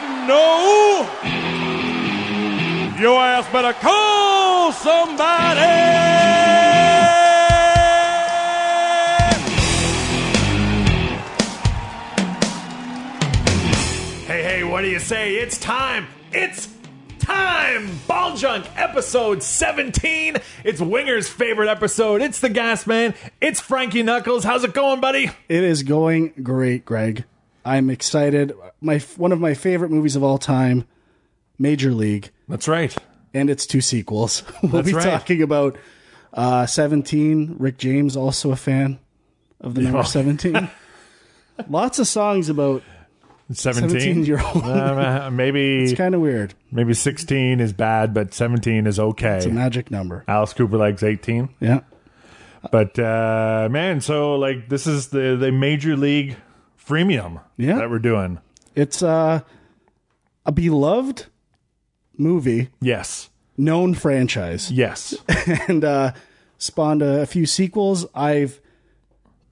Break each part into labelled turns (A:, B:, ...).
A: no, your ass better call somebody.
B: Hey, hey, what do you say? It's time! It's time! Ball Junk, episode 17. It's Winger's favorite episode. It's the Gas Man. It's Frankie Knuckles. How's it going, buddy?
C: It is going great, Greg. I'm excited. My one of my favorite movies of all time, Major League,
B: That's right.
C: and its two sequels. we'll
B: That's
C: be
B: right.
C: talking about uh, 17. Rick James also a fan of the number
B: Oh.
C: 17. Lots of songs about
B: 17.
C: 17 year old.
B: Um, uh, maybe
C: Kind of weird.
B: maybe 16 is bad, but 17 is okay.
C: Magic number.
B: Alice Cooper likes 18.
C: Yeah.
B: But uh, man, so like this is the the major league freemium
C: Yeah.
B: that we're doing.
C: It's uh, a beloved movie,
B: Yes.
C: known franchise.
B: Yes.
C: and uh, spawned a, a few sequels. I've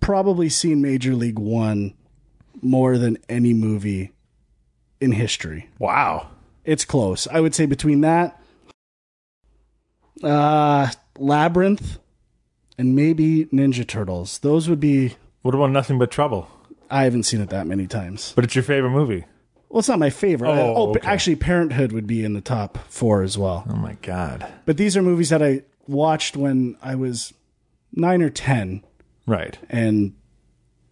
C: probably seen Major League One more than any movie in history.
B: wow.
C: It's close. I would say between that, uh, Labyrinth, and maybe Ninja Turtles. Those would be.
B: What about nothing but trouble?
C: I haven't seen it that many times.
B: But it's your favorite movie.
C: Well, it's not my favorite. I-
B: Oh,
C: oh, but
B: okay.
C: actually, Parenthood would be in the top four as well.
B: Oh my god.
C: But these are movies that I watched when I was nine or ten.
B: Right.
C: and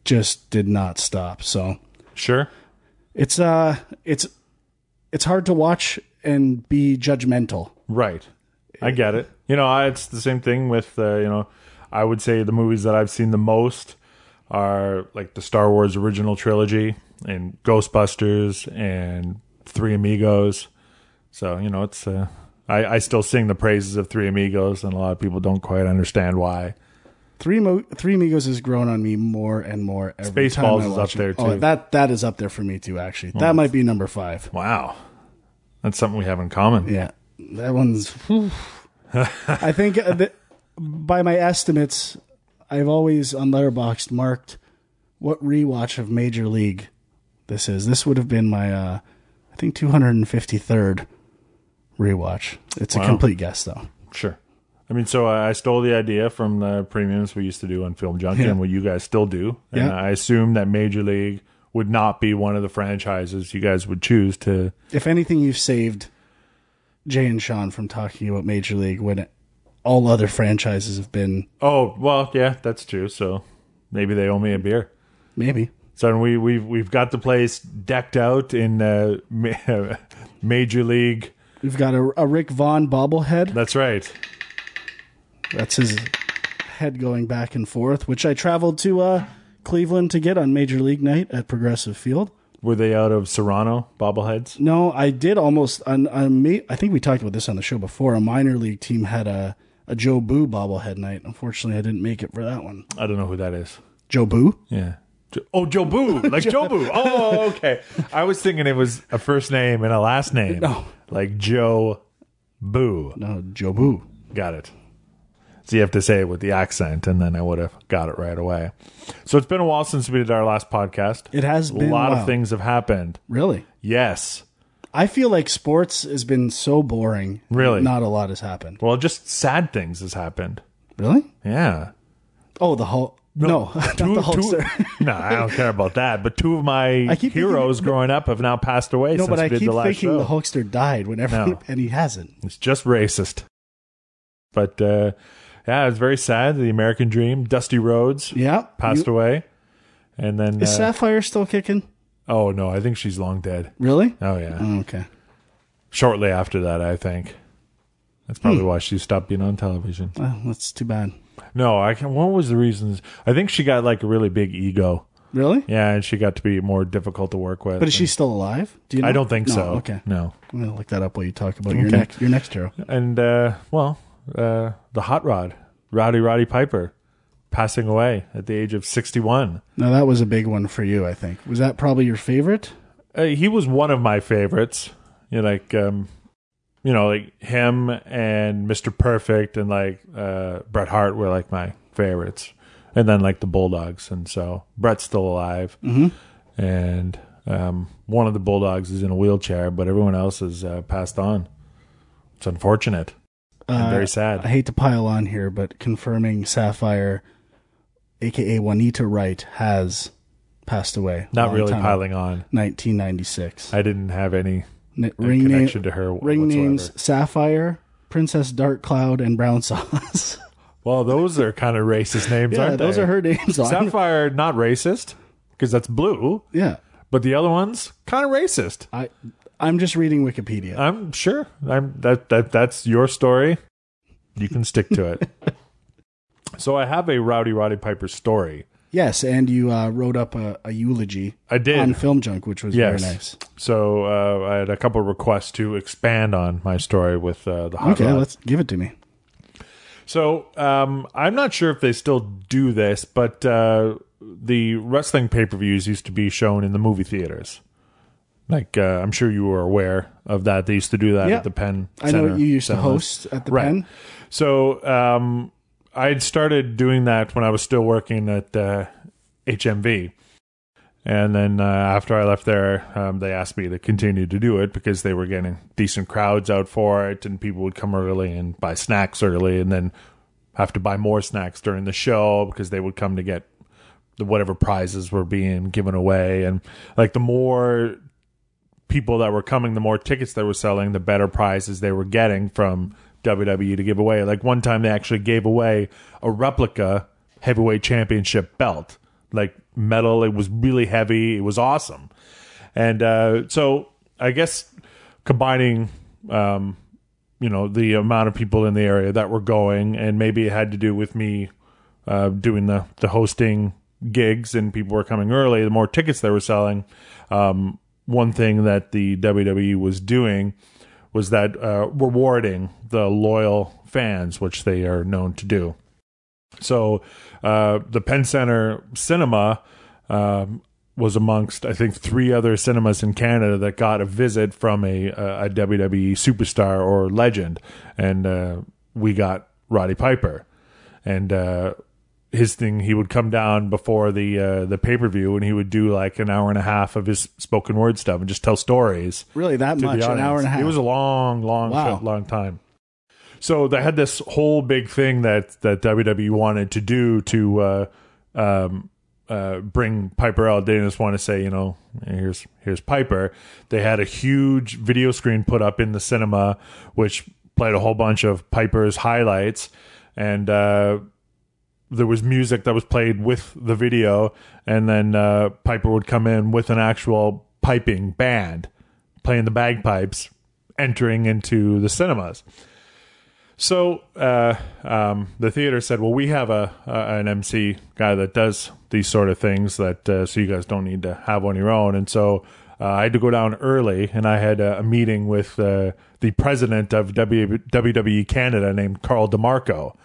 C: just did not stop. So
B: Sure.
C: it's uh it's it's hard to watch and be judgmental.
B: Right. I get it. You know, I, it's the same thing with uh, you know, I would say the movies that I've seen the most are like the Star Wars original trilogy and Ghostbusters and Three Amigos. So you know, it's uh, I, I still sing the praises of Three Amigos, and a lot of people don't quite understand why.
C: Three Mo- Three Amigos has grown on me more and more every time
B: Spaceballs
C: I
B: is
C: watch
B: up there,
C: it. Oh,
B: too. Hmm.
C: that that is up there for me too. Actually, that might be number five.
B: Wow, that's something we have in common.
C: Yeah, that one's. whew. I think uh, that, by my estimates, I've always on Letterboxd marked what rewatch of Major League this is. This would have been my, uh, I think, 253rd rewatch. It's a complete guess, though.
B: Sure. I mean, so I I stole the idea from the premiums we used to do on Film Junkie
C: Yeah.
B: and what you guys still do. And
C: Yeah.
B: I assume that Major League would not be one of the franchises you guys would choose to.
C: If anything, you've saved Jay and Sean from talking about Major League when it, all other franchises have been
B: Oh, well, yeah, that's true. So maybe they owe me a beer.
C: maybe.
B: So we, we've, we've got the place decked out in uh, ma- Major League.
C: We've got a, a Rick Vaughn bobblehead.
B: That's right.
C: That's his head going back and forth, which I traveled to uh, Cleveland to get on Major League Night at Progressive Field.
B: Were they out of Serrano bobbleheads?
C: No, I did almost. On, on me, I think we talked about this on the show before. A minor league team had a, a Joe Boo bobblehead night. Unfortunately, I didn't make it for that one.
B: I don't know who that is.
C: Joe Boo?
B: Yeah. Jo- Oh, Joe Boo, like Joe Boo. Oh, okay. I was thinking it was a first name and a last name.
C: No.
B: Like Joe Boo.
C: No, Joe Boo.
B: Got it. So you have to say it with the accent, and then I would have got it right away. So it's been a while since we did our last podcast.
C: It has
B: a
C: been
B: lot
C: while.
B: of things have happened.
C: Really?
B: Yes.
C: I feel like sports has been so boring.
B: Really?
C: Not a lot has happened.
B: Well, just sad things has happened.
C: Really?
B: Yeah.
C: Oh, the Hulk. No, not the Hulkster.
B: no, I don't care about that. But two of my
C: I keep thinking-
B: heroes growing up have now passed away
C: no,
B: since
C: but
B: we
C: I
B: did
C: keep
B: the last
C: thinking
B: show.
C: the Hulkster died whenever,
B: No.
C: and he hasn't.
B: It's just racist. But uh, yeah, it's very sad. The American Dream, Dusty Rhodes,
C: Yeah.
B: passed
C: You-
B: away, and then
C: Is
B: uh,
C: Sapphire still kicking?
B: oh no, I think she's long dead.
C: Really?
B: Oh yeah,
C: Oh, okay.
B: shortly after that, I think. That's
C: Hmm.
B: probably why she stopped being on television.
C: Well, that's too bad.
B: No, I can. What was the reasons? I think she got like a really big ego.
C: Really?
B: Yeah, and she got to be more difficult to work with.
C: But is she still alive? Do you know?
B: I don't think
C: No,
B: so.
C: Okay.
B: No.
C: I'm going to look that up while you talk about your
B: Okay.
C: next your next hero.
B: And uh, well, uh, the hot rod, Rowdy Roddy Piper, passing away at the age of sixty-one.
C: Now that was a big one for you, I think. Was that probably your favorite?
B: uh, he was one of my favorites. You know, like um, you know, like him and Mr. Perfect and like uh, Bret Hart were like my
C: Mm-hmm.
B: favorites, and then like the Bulldogs, and so Bret's still alive, and Um, one of the bulldogs is in a wheelchair, but everyone else is uh, passed on. It's unfortunate and
C: Uh,
B: very
C: I
B: sad.
C: hate to pile on here, but confirming Sapphire, aka Juanita Wright, has passed away.
B: Not
C: Long
B: really
C: time.
B: piling on.
C: 1996.
B: I didn't have any
C: N-
B: uh,
C: ring name,
B: connection to her
C: ring
B: whatsoever.
C: names Sapphire, Princess Dark Cloud, and Brown Sauce.
B: Well, those are kind of racist names,
C: yeah,
B: aren't
C: those
B: they?
C: are her names. On. it.
B: Sapphire, not racist, because that's blue.
C: yeah,
B: But the other ones, kind of racist.
C: I I'm just reading Wikipedia.
B: I'm sure. I'm that that that's your story. You can stick to it. so I have a Rowdy Roddy Piper story.
C: yes, and you uh, wrote up a, a eulogy
B: I did.
C: on Film Junk, which was
B: Yes.
C: very nice.
B: so uh, I had a couple requests to expand on my story with uh, the hot
C: Okay,
B: rod.
C: let's give it to me.
B: So um, I'm not sure if they still do this, but uh, the wrestling pay per views used to be shown in the movie theaters. Like uh, I'm sure you were aware of that. They used to do that
C: Yeah.
B: at the Penn.
C: I know
B: Center
C: you used to
B: cinemas.
C: host at the
B: Right.
C: Pen.
B: So um, I'd started doing that when I was still working at uh, HMV. And then uh, after I left there, um, they asked me to continue to do it because they were getting decent crowds out for it, and people would come early and buy snacks early, and then have to buy more snacks during the show because they would come to get the whatever prizes were being given away, and like the more people that were coming, the more tickets they were selling, the better prizes they were getting from WWE to give away. Like one time, they actually gave away a replica heavyweight championship belt, like metal. It was really heavy. It was awesome. And uh, so, I guess combining, um, you know, the amount of people in the area that were going, and maybe it had to do with me uh, doing the the hosting gigs and people were coming early, the more tickets they were selling. Um, one thing that the WWE was doing was that uh, rewarding the loyal fans, which they are known to do. So uh, the Penn Center Cinema um, was amongst, I think, three other cinemas in Canada that got a visit from a, a, a WWE superstar or legend, and uh, we got Roddy Piper, and uh, his thing. He would come down before the uh, the pay per view, and he would do like an hour and a half of his spoken word stuff and just tell stories
C: Really, that
B: to the
C: much? An hour
B: audience.
C: and a half.
B: It was a long, long,
C: Wow.
B: sh- long time. So they had this whole big thing that that WWE wanted to do to uh, um, uh, bring Piper out. They just want to say, you know, here's here's Piper. They had a huge video screen put up in the cinema, which played a whole bunch of Piper's highlights, and uh, there was music that was played with the video, and then uh, Piper would come in with an actual piping band playing the bagpipes, entering into the cinemas. So uh, um, the theater said, "Well, we have a uh, an MC guy that does these sort of things. That uh, so you guys don't need to have one of your own." And so uh, I had to go down early, and I had a, a meeting with uh, the president of w- WWE Canada named Carl DeMarco,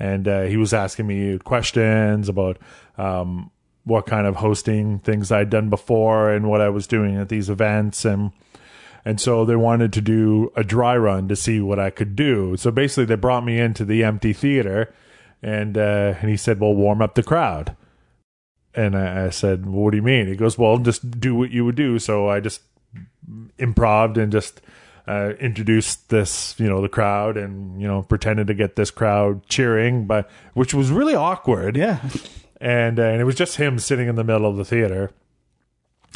B: and uh, he was asking me questions about um, what kind of hosting things I'd done before and what I was doing at these events and and so they wanted to do a dry run to see what I could do. So basically, they brought me into the empty theater, and uh, and he said, "Well, warm up the crowd." And I, I said, well, "What do you mean?" He goes, "Well, just do what you would do." So I just improved and just uh, introduced this, you know, the crowd, and you know, pretended to get this crowd cheering, but which was really awkward
C: yeah.
B: and uh, and it was just him sitting in the middle of the theater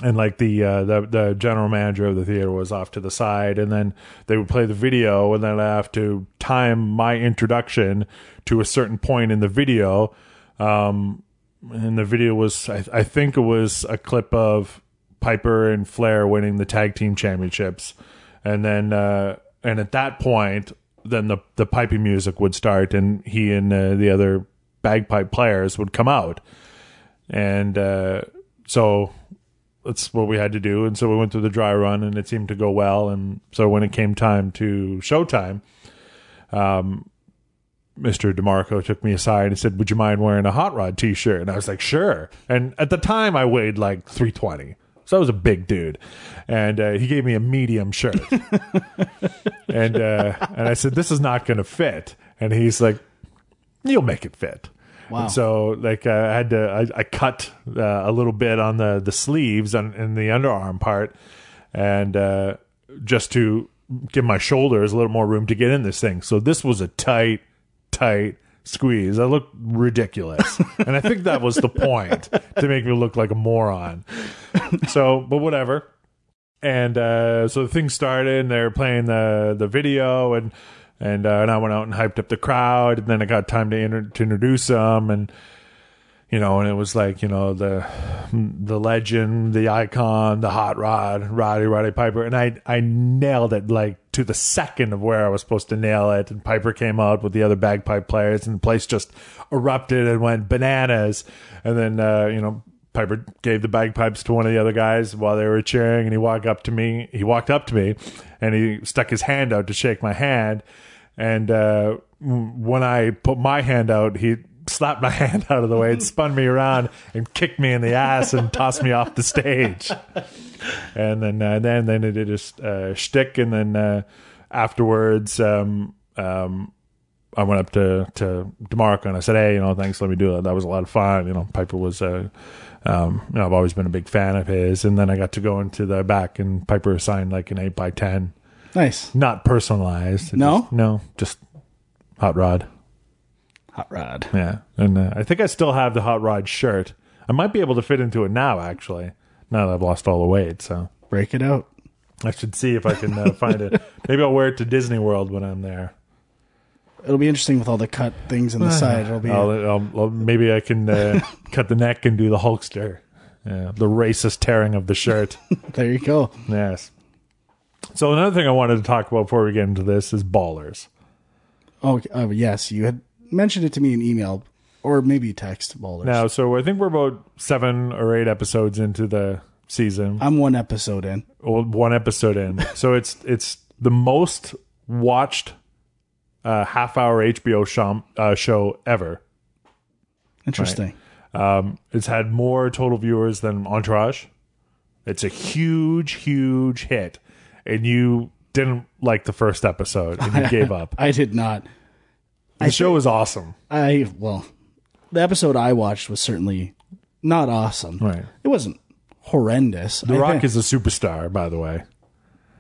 B: and like the uh the, the general manager of the theater was off to the side and then they would play the video and then i have to time my introduction to a certain point in the video um and the video was i, I think it was a clip of piper and flair winning the tag team championships and then uh and at that point then the the piping music would start and he and uh, the other bagpipe players would come out and uh, so that's what we had to do. And so we went through the dry run, and it seemed to go well. And so when it came time to showtime, um, Mr. DeMarco took me aside and said, "Would you mind wearing a hot rod T-shirt?" And I was like, "Sure." And at the time, I weighed like three twenty, so I was a big dude. And uh, he gave me a medium shirt, and uh, and I said, "This is not going to fit." And he's like, "You'll make it fit."
C: Wow.
B: And so like uh, I had to I, I cut uh, a little bit on the the sleeves and in the underarm part, and uh, just to give my shoulders a little more room to get in this thing. So this was a tight, tight squeeze. I looked ridiculous, and I think that was the point to make me look like a moron. So, but whatever and uh, so the thing started, and they were playing the the video, and and uh, and I went out and hyped up the crowd, and then I got time to, inter- to introduce them, and you know, and it was like you know the the legend, the icon, the hot rod, Roddy Roddy Piper, and I I nailed it like to the second of where I was supposed to nail it, and Piper came out with the other bagpipe players, and the place just erupted and went bananas, and then uh, you know Piper gave the bagpipes to one of the other guys while they were cheering, and he walked up to me. He walked up to me, and he stuck his hand out to shake my hand. And uh, when I put my hand out, he slapped my hand out of the way and spun me around and kicked me in the ass and tossed me off the stage. And then, uh, then, then it did his uh, shtick, and then uh, afterwards, um, um, I went up to to Demarco and I said, "Hey, you know, thanks. Let me do that. That was a lot of fun. You know, Piper was, uh, um, you know, I've always been a big fan of his. And then I got to go into the back and Piper signed like an eight by ten,
C: Nice.
B: not personalized. It
C: No?
B: just, no, just hot rod.
C: Hot rod.
B: Yeah, and uh, I think I still have the hot rod shirt. I might be able to fit into it now, actually. Now that I've lost all the weight, so
C: Break it out.
B: I should see if I can uh, find it. Maybe I'll wear it to Disney World when I'm there.
C: It'll be interesting with all the cut things on the side. It'll be
B: I'll, I'll, I'll- maybe I can uh, cut the neck and do the Hulkster, yeah, the racist tearing of the shirt.
C: there. You go.
B: yes. So another thing I wanted to talk about before we get into this is ballers.
C: Oh uh, yes, you had mentioned it to me in email or maybe text. Ballers.
B: Now, so I think we're about seven or eight episodes into the season,
C: I'm one episode in.
B: or one episode in. So it's it's the most watched uh, half hour HBO shom- uh, show ever.
C: Interesting.
B: Um, it's had more total viewers than Entourage. It's a huge, huge hit, and you didn't like the first episode and you gave up.
C: I did not.
B: The show is awesome,
C: I well, the episode I watched was certainly not awesome.
B: right?
C: It wasn't horrendous.
B: The Rock is a superstar, by the way.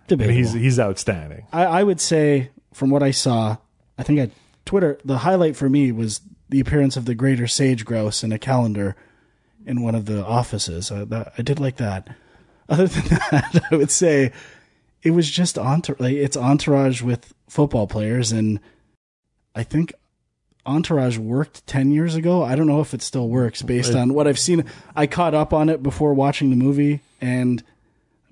C: debatable.
B: He's he's outstanding.
C: I, I would say from what I saw, I think I Twitter the highlight for me was the appearance of the greater sage grouse in a calendar in one of the offices. I, that, I did like that. Other than that, I would say it was just entourage. Like, it's entourage with football players, and I think entourage worked ten years ago. I don't know if it still works based on what I've seen. I caught up on it before watching the movie, and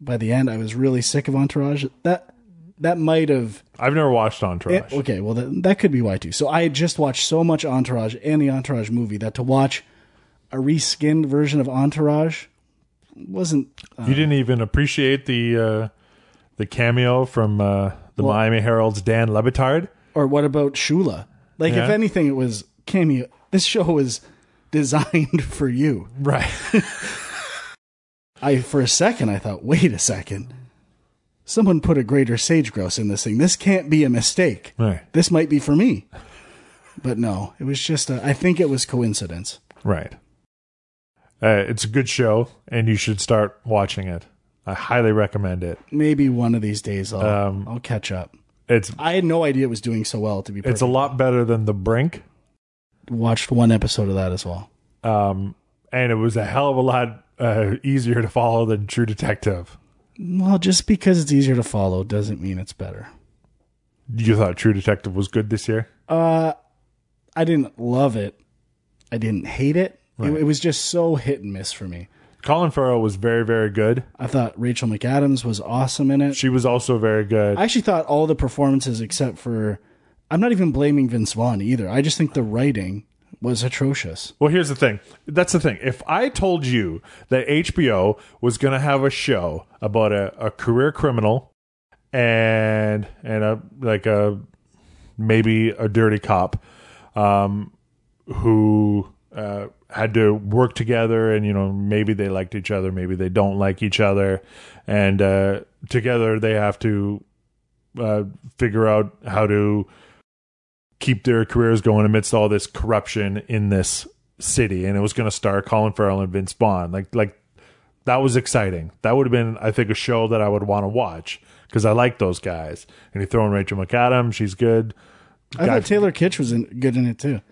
C: by the end, I was really sick of entourage. That that might have
B: I've never watched Entourage.
C: yeah, okay, well that, that could be why too. So I had just watched so much Entourage and the Entourage movie that to watch a reskinned version of Entourage wasn't
B: you didn't even appreciate the uh, the cameo from uh, the Miami Herald's Dan Lebitard.
C: or what about Shula? Like if
B: Yeah.
C: anything it was cameo. This show was designed for you.
B: Right.
C: I for a second I thought, "Wait a second. Someone put a greater sage grouse in this thing. This can't be a mistake.
B: right.
C: This might be for me." But no, it was just a, I think it was coincidence.
B: Right. Uh, it's a good show, and you should start watching it. I highly recommend it.
C: Maybe one of these days I'll
B: Um,
C: I'll catch up.
B: It's
C: I had no idea it was doing so well. To be,
B: it's
C: perfect.
B: a lot better than The Brink,
C: watched one episode of that as well.
B: um, and it was a hell of a lot uh, easier to follow than True Detective.
C: Well, just because it's easier to follow doesn't mean it's better.
B: You thought True Detective was good this year?
C: Uh, I didn't love it. I didn't hate it. It, it was just so hit and miss for me.
B: Colin Farrell was very very good.
C: I thought Rachel McAdams was awesome in it.
B: She was also very good.
C: I actually thought all the performances except for I'm not even blaming Vince Vaughn either. I just think the writing was atrocious.
B: Well, here's the thing. That's the thing. If I told you that HBO was going to have a show about a, a career criminal and and a like a maybe a dirty cop um, who uh, had to work together and you know maybe they liked each other, maybe they don't like each other, and uh, together they have to uh, figure out how to keep their careers going amidst all this corruption in this city, and it was going to star Colin Farrell and Vince Vaughn. Like like that was exciting. That would have been I think a show that I would want to watch because I like those guys. And you throw in Rachel McAdams, she's good.
C: I
B: Guy-
C: thought Taylor Kitsch was in, good in it too.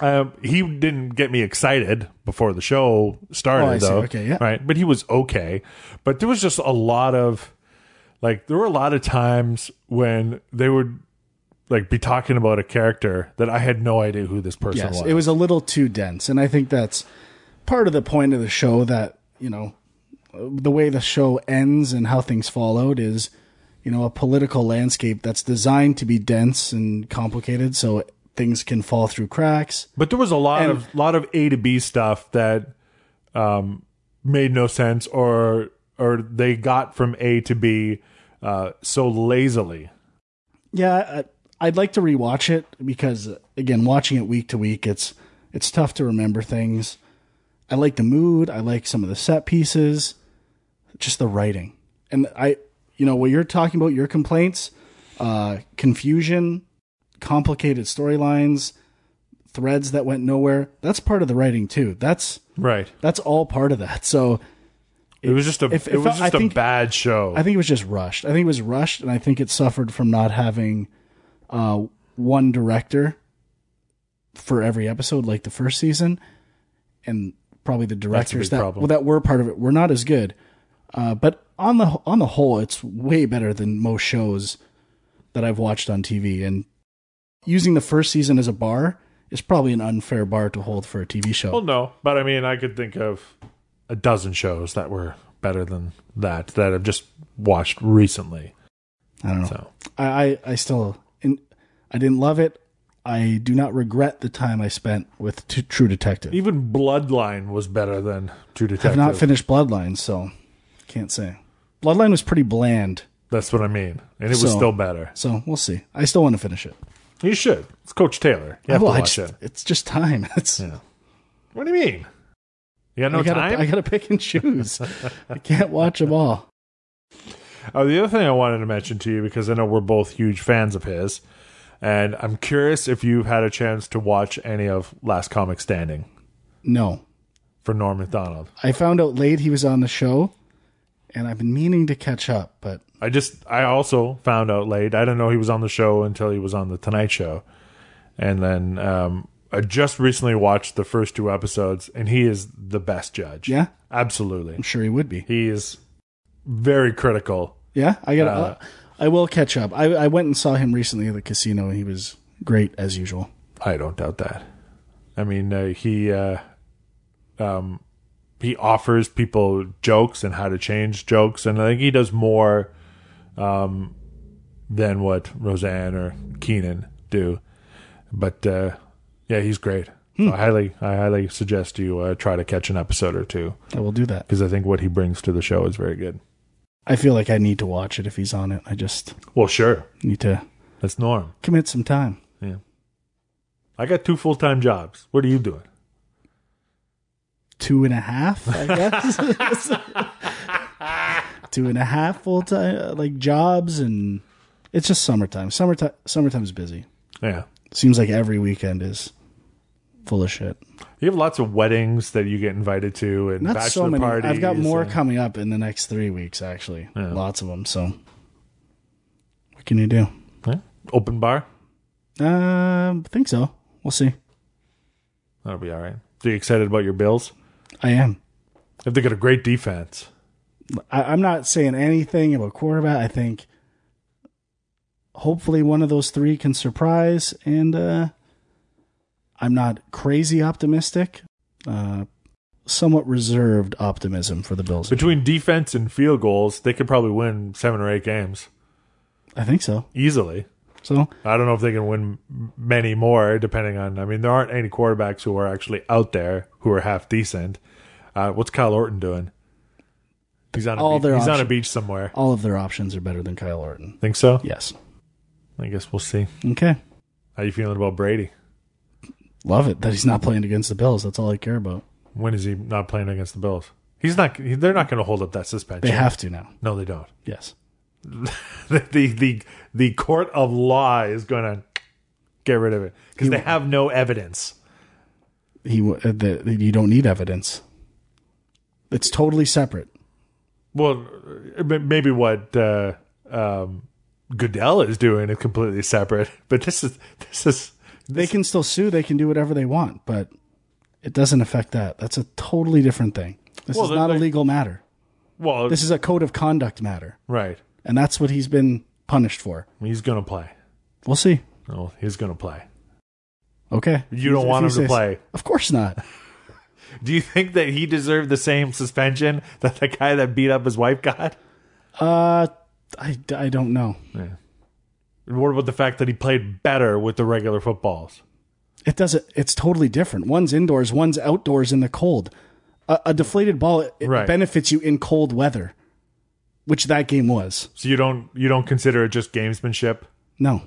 B: um, he didn't get me excited before the show started,
C: Oh, I see.
B: though.
C: Okay, yeah.
B: Right. But he was okay. But there was just a lot of, like, there were a lot of times when they would, like, be talking about a character that I had no idea who this person
C: Yes,
B: was.
C: it was a little too dense, and I think that's part of the point of the show. That you know, the way the show ends and how things fall out is, you know, a political landscape that's designed to be dense and complicated, so things can fall through cracks.
B: But there was a lot
C: And-
B: of lot of A to B stuff that um, made no sense, or or they got from A to B uh, so lazily.
C: Yeah, I, I'd like to rewatch it because again, watching it week to week, it's it's tough to remember things. I like the mood. I like some of the set pieces, just the writing, and I, you know, what you're talking about, your complaints, uh, confusion, complicated storylines, threads that went nowhere. That's part of the writing too. That's
B: Right.
C: that's all part of that. So
B: It, was just a
C: if-
B: it
C: if
B: was
C: I- I
B: just a
C: think-
B: bad show.
C: I think it was just rushed. I think it was rushed, and I think it suffered from not having uh, one director for every episode, like the first season, and probably the directors
B: big
C: that
B: problem.
C: well, that were part of it were not as good. Uh, but on the on the whole, it's way better than most shows that I've watched on TV. And using the first season as a bar is probably an unfair bar to hold for a TV show.
B: Well, no, but I mean, I could think of a dozen shows that were better than that that I've just watched recently.
C: I don't know.
B: So
C: I, I, I still in, I didn't love it. I do not regret the time I spent with t- True Detective.
B: even Bloodline was better than True
C: I've
B: Detective.
C: not finished Bloodline, so can't say. Bloodline was pretty bland,
B: That's what I mean, and it was
C: So-
B: still better.
C: so we'll see. I still want to finish it.
B: You should. It's Coach Taylor. You have
C: Well,
B: to
C: I
B: watch
C: just-
B: it.
C: It's just time. It's
B: What do you mean? You got no
C: I gotta,
B: time.
C: I gotta pick and choose. I can't watch them all.
B: Oh, the other thing I wanted to mention to you because I know we're both huge fans of his, and I'm curious if you've had a chance to watch any of Last Comic Standing
C: No,
B: for Norm Macdonald.
C: I found out late he was on the show, and I've been meaning to catch up, but
B: I just I also found out late. I didn't know he was on the show until he was on the Tonight Show, and then um, I just recently watched the first two episodes, and he is the best judge.
C: Yeah?
B: absolutely.
C: I'm sure he would be.
B: He is very critical.
C: Yeah, I gotta.
B: Uh,
C: I will catch up. I, I went and saw him recently at the casino, and he was great as usual.
B: I don't doubt that. I mean, uh, he uh, um, he offers people jokes and how to change jokes, and I think he does more um, than what Roseanne or Keenan do. But uh, yeah, he's great. So I highly, I highly suggest you uh, try to catch an episode or two
C: I will do that.
B: because I think what he brings to the show is very good.
C: I feel like I need to watch it if he's on it. I just
B: Well, sure,
C: need to
B: that's Norm.
C: commit some time.
B: Yeah, I got two full time jobs. What are you doing?
C: Two and a half, I guess. Two and a half full time, like jobs, and it's just summertime. Summertime, summertime's busy.
B: Yeah,
C: Seems like every weekend is full of shit.
B: You have lots of weddings that you get invited to and
C: Not
B: bachelor
C: so many.
B: parties.
C: I've got more
B: and-
C: coming up in the next three weeks, actually. Lots of them. So, what can you do?
B: Yeah. Open bar.
C: Um, I think so. We'll see.
B: That'll be all right. So you excited about your Bills?
C: I am.
B: If they got a great defense,
C: I, I'm not saying anything about quarterback. I think hopefully one of those three can surprise, and uh, I'm not crazy optimistic. Uh, somewhat reserved optimism for the Bills.
B: between defense and field goals, they could probably win seven or eight games
C: I think so.
B: easily.
C: So
B: I don't know if they can win m- many more, depending on. I mean, there aren't any quarterbacks who are actually out there who are half decent. Uh, what's Kyle Orton doing? He's on a
C: All
B: beach.
C: their
B: he's on a
C: options.
B: beach somewhere.
C: all of their options are better than Kyle Orton.
B: Think so?
C: Yes.
B: I guess we'll see.
C: Okay.
B: How you feeling about Brady?
C: Love it that he's not playing against the Bills. That's all I care about.
B: When is he not playing against the Bills? He's not. he- They're not going to hold up that suspension.
C: They have to now.
B: No, they don't.
C: Yes.
B: The the the, the court of law is going to Get rid of it because they have no evidence.
C: He w- uh, the, you don't need evidence. It's totally separate.
B: Well, uh, maybe what uh, um, Goodell is doing is completely separate, but this is this is
C: They can still sue. They can do whatever they want, but it doesn't affect that. That's a totally different thing. This
B: Well,
C: is
B: they-
C: not a
B: they-
C: legal matter.
B: well,
C: This is a code of conduct matter,
B: right.
C: and that's what he's been punished for.
B: He's gonna play.
C: We'll see.
B: Oh, he's gonna play.
C: Okay.
B: You don't
C: If
B: want
C: he
B: him to
C: says-
B: play.
C: Of course not.
B: Do you think that he deserved the same suspension that the guy that beat up his wife got?
C: Uh, I, I don't know.
B: And What about the fact that he played better with the regular footballs?
C: It doesn't. It's totally different. One's indoors, one's outdoors in the cold. A, a deflated ball it, it
B: Right.
C: benefits you in cold weather, which that game was.
B: So you don't you don't consider it just gamesmanship?
C: No,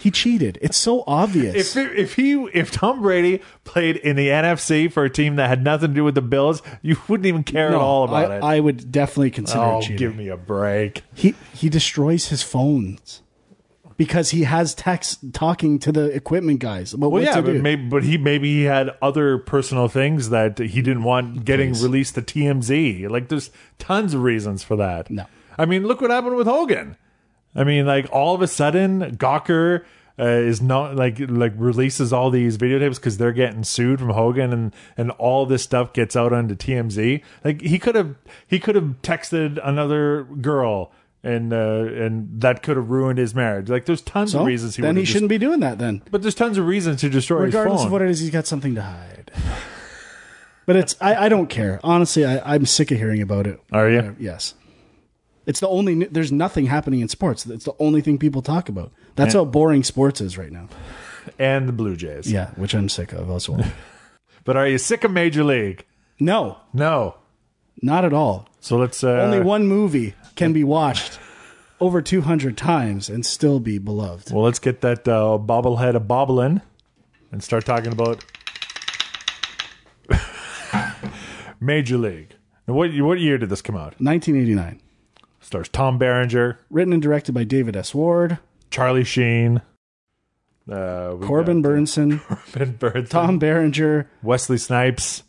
C: he cheated. It's so obvious.
B: If it- if he if Tom Brady played in the NFC for a team that had nothing to do with the Bills, you wouldn't even care
C: No,
B: at all about
C: I,
B: it.
C: I would definitely consider it
B: oh,
C: cheating.
B: give me a break.
C: He he destroys his phones because he has text talking to the equipment guys. But
B: Well,
C: what
B: yeah,
C: to
B: but
C: do?
B: maybe, but he maybe he had other personal things that he didn't want getting released to TMZ. Like, there's tons of reasons for that.
C: No.
B: I mean, look what happened with Hogan. I mean, like all of a sudden, Gawker uh, is not like like releases all these videotapes because they're getting sued from Hogan, and and all this stuff gets out onto TMZ. Like he could have he could have texted another girl. And uh, and that could have ruined his marriage. Like, there's tons
C: No?
B: of reasons he would
C: then he
B: have
C: shouldn't be doing that. Then
B: but there's tons of reasons to destroy
C: regardless
B: his phone.
C: of what it is, he's got something to hide. But it's I, I don't care honestly. I, I'm sick of hearing about it.
B: Are you?
C: Yes, it's the only. There's nothing happening in sports. It's the only thing people talk about. That's how boring sports is right now.
B: And the Blue Jays.
C: Yeah, which I'm sick of as well.
B: But are you sick of Major League?
C: no,
B: No.
C: not at all.
B: So let's. Uh,
C: Only one movie can be watched over 200 times and still be beloved.
B: Well, let's get that uh, bobblehead a bobbling and start talking about Major League. And what what year did this come out?
C: 1989,
B: Stars Tom Berenger,
C: written and directed by David S. Ward,
B: Charlie Sheen, uh, we
C: Corbin
B: got
C: Burnson,
B: Corbin Burns,
C: Tom Berenger,
B: Wesley Snipes.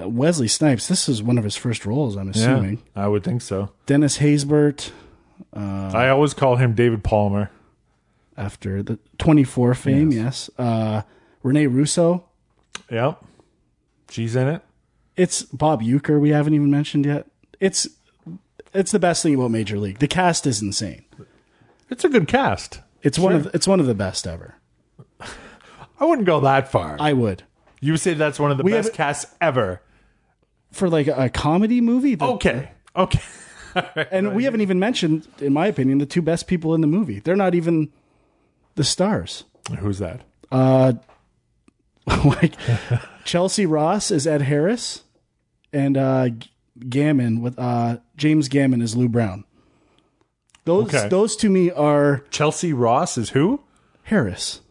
C: uh, Wesley Snipes. This is one of his first roles, I'm
B: Yeah,
C: assuming.
B: I would think so.
C: Dennis Haysbert uh,
B: I always call him David Palmer.
C: after the 24 fame, yes. Uh, Rene Russo.
B: Yep, she's in it.
C: It's Bob Euchre we haven't even mentioned yet. It's it's the best thing about Major League. The cast is insane.
B: It's a good cast.
C: It's one of it's one of the best ever.
B: I wouldn't go that far.
C: I would.
B: you would say that's one of the
C: We
B: best
C: have-
B: casts ever.
C: For like a, a comedy movie, the-
B: Okay. Okay.
C: And we haven't even mentioned, in my opinion, the two best people in the movie. They're not even the stars.
B: Who's that?
C: Uh, like Chelsea Ross is Ed Harris, and uh, G- Gammon with uh, James Gammon is Lou Brown. Those
B: Okay.
C: those to me are
B: Chelsea Ross is who?
C: Harris,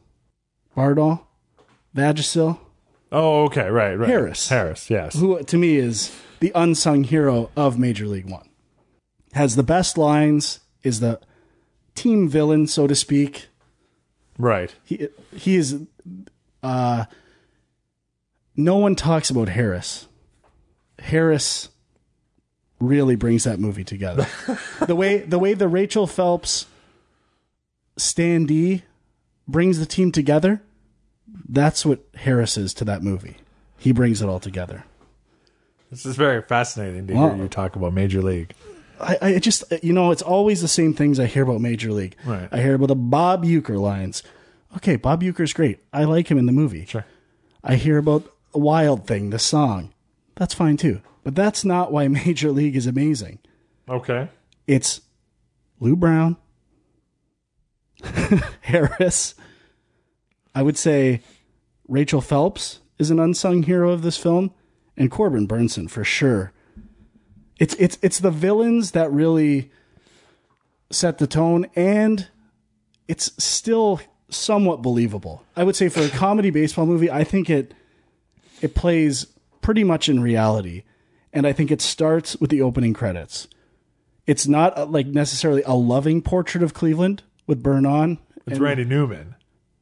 C: Bardol, Vagisil,
B: Oh, okay. Right, right.
C: Harris.
B: Harris, yes.
C: who to me is the unsung hero of Major League One. Has the best lines, is the team villain, so to speak.
B: Right.
C: he he is uh no one talks about Harris. Harris really brings that movie together. the way the way the Rachel Phelps standee brings the team together, that's what Harris is to that movie. He brings it all together.
B: This is very fascinating to
C: Wow.
B: hear you talk about Major League.
C: I, I just you know it's always the same things I hear about Major League.
B: Right.
C: I hear about the Bob Euchre lines. Okay, Bob Euchre's great. I like him in the movie.
B: Sure.
C: I hear about the Wild Thing, the song. That's fine too. But that's not why Major League is amazing.
B: Okay.
C: It's Lou Brown, Harris. I would say Rachel Phelps is an unsung hero of this film, and Corbin Burnson for sure. It's it's it's the villains that really set the tone, and it's still somewhat believable. I would say for a comedy baseball movie, I think it it plays pretty much in reality, and I think it starts with the opening credits it's not uh, like necessarily a loving portrait of Cleveland with Burn on.
B: It's Randy Newman.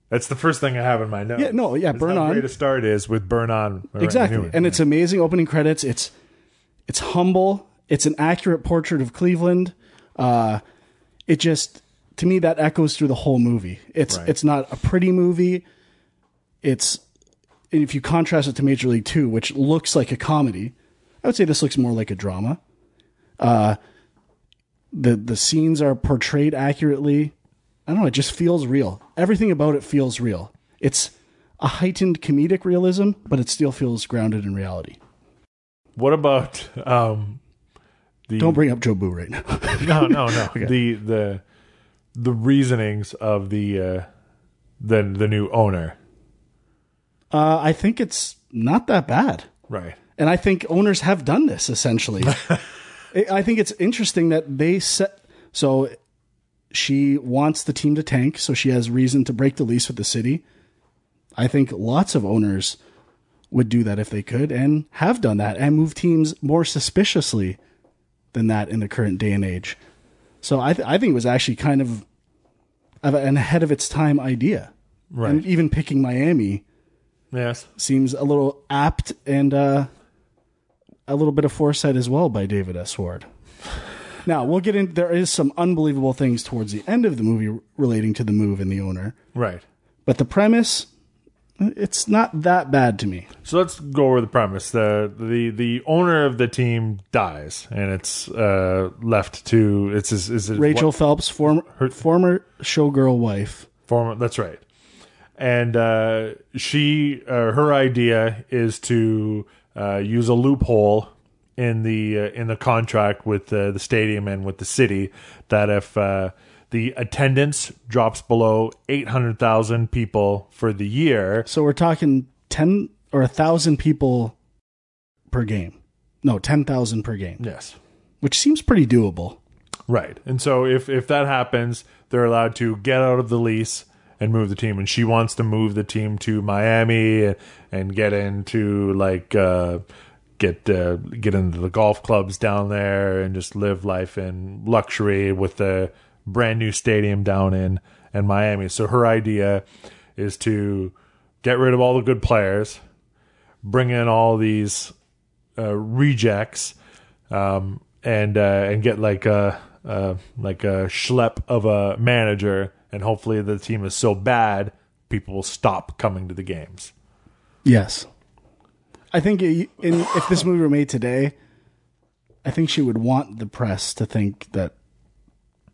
B: That's the first thing I have in my notes.
C: Yeah, no, yeah,
B: Is
C: Burn
B: how
C: On.
B: great a start is with Burn On. Right,
C: Exactly.
B: anyway.
C: And it's amazing opening credits. It's it's humble. It's an accurate portrait of Cleveland. Uh, it just to me that echoes through the whole movie. It's
B: Right.
C: it's not a pretty movie. It's and if you contrast it to Major League 2, which looks like a comedy, I would say this looks more like a drama. Uh, the the scenes are portrayed accurately. I don't know, it just feels real. Everything about it feels real. It's a heightened comedic realism, but it still feels grounded in reality.
B: what about um, the
C: Don't bring up Joe Boo right now.
B: no, no, no. The the the reasonings of the uh, the the new owner.
C: Uh, I think it's not that bad.
B: Right.
C: And I think owners have done this essentially. I- I think it's interesting that they set so she wants the team to tank, so she has reason to break the lease with the city. I think lots of owners would do that if they could and have done that and move teams more suspiciously than that in the current day and age. So I, th- I think it was actually kind of, of an ahead of its time idea.
B: Right.
C: And even picking Miami,
B: Yes.
C: seems a little apt and uh, a little bit of foresight as well by David S. Ward. Now we'll get in. There is some unbelievable things towards the end of the movie relating to the move and the owner,
B: Right.
C: but the premise, it's not that bad to me.
B: So let's go over the premise. The the the owner of the team dies, and it's uh, left to it's his, is it
C: Rachel Phelps, former former showgirl wife,
B: Former, that's right. And uh, she, uh, her idea is to uh, use a loophole in the uh, in the contract with uh, the stadium and with the city that if uh, the attendance drops below eight hundred thousand people for the year,
C: so we're talking ten or a thousand people per game. No, ten thousand per game,
B: yes,
C: which seems pretty doable.
B: Right. And so if if that happens, they're allowed to get out of the lease and move the team. And she wants to move the team to Miami and, and get into like uh, get uh, get into the golf clubs down there and just live life in luxury with the brand new stadium down in in Miami. So her idea is to get rid of all the good players, bring in all these uh, rejects um, and uh, and get like a uh, like a schlep of a manager, and hopefully the team is so bad people will stop coming to the games.
C: Yes. I think i- in, if this movie were made today, I think she would want the press to think that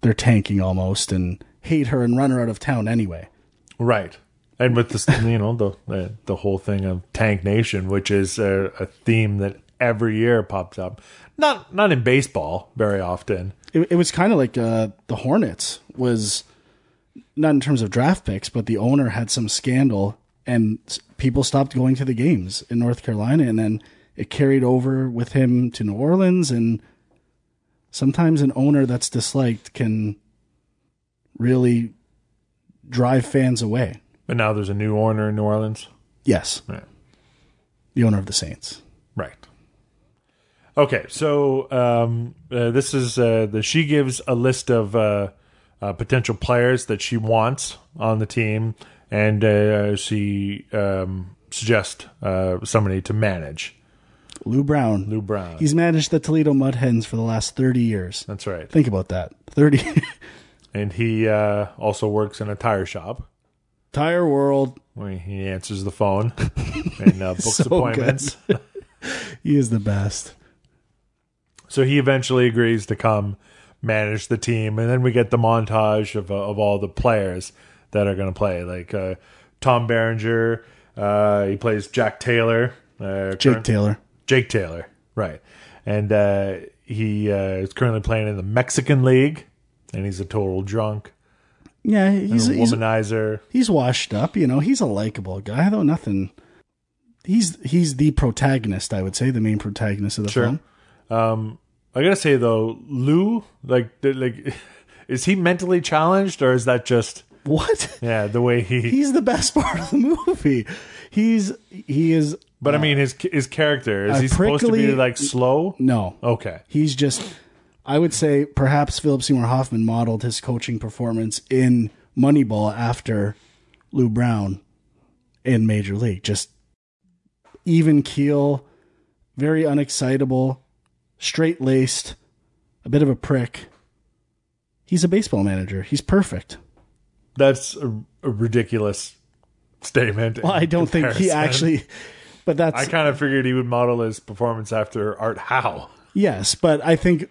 C: they're tanking almost and hate her and run her out of town anyway.
B: Right. And with this, you know, the, the the whole thing of Tank Nation, which is a, a theme that every year pops up, not not in baseball very often.
C: It, it was kind of like uh, the Hornets was not in terms of draft picks, but the owner had some scandal and s- people stopped going to the games in North Carolina, and then it carried over with him to New Orleans. And sometimes an owner that's disliked can really drive fans away.
B: But now there's a new owner in New Orleans.
C: Yes,
B: Right.
C: the owner of the Saints.
B: Right. Okay, so um, uh, this is uh, the she gives a list of uh, uh, potential players that she wants on the team, and uh, she um, suggests uh, somebody to manage
C: Lou Brown.
B: Lou Brown.
C: He's managed the Toledo Mud Hens for the last 30 years.
B: That's right,
C: Think about that. 30.
B: and he uh, also works in a tire shop.
C: Tire world.
B: Where he answers the phone and uh, books
C: So good.
B: appointments.
C: He is the best.
B: So he eventually agrees to come manage the team, and then we get the montage of uh, of all the players that are going to play, like uh, Tom Berenger. Uh, he plays Jack Taylor. Uh,
C: Jake
B: current-
C: Taylor.
B: Jake Taylor, right? And uh, he uh, is currently playing in the Mexican League, and he's a total drunk,
C: Yeah, he's
B: a
C: he's,
B: womanizer.
C: he's washed up. You know, he's a likable guy though. Nothing. He's he's the protagonist. I would say the main protagonist of the film.
B: Um, I gotta say though, Lou, like, the- like, is he mentally challenged, or is that just
C: What?
B: yeah the way he
C: He's the best part of the movie. He's he is
B: But I mean, his his character is
C: a
B: he supposed to be
C: prickly-
B: like slow?
C: no.
B: Okay,
C: He's just. I would say perhaps Philip Seymour Hoffman modeled his coaching performance in Moneyball after Lou Brown in Major League. Just even keel, very unexcitable, straight laced, a bit of a prick. He's a baseball manager. He's perfect.
B: That's a, a ridiculous statement.
C: Well, I
B: in
C: don't think he
B: comparison.
C: actually, but that's
B: I kind of figured he would model his performance after Art Howe.
C: Yes, but I think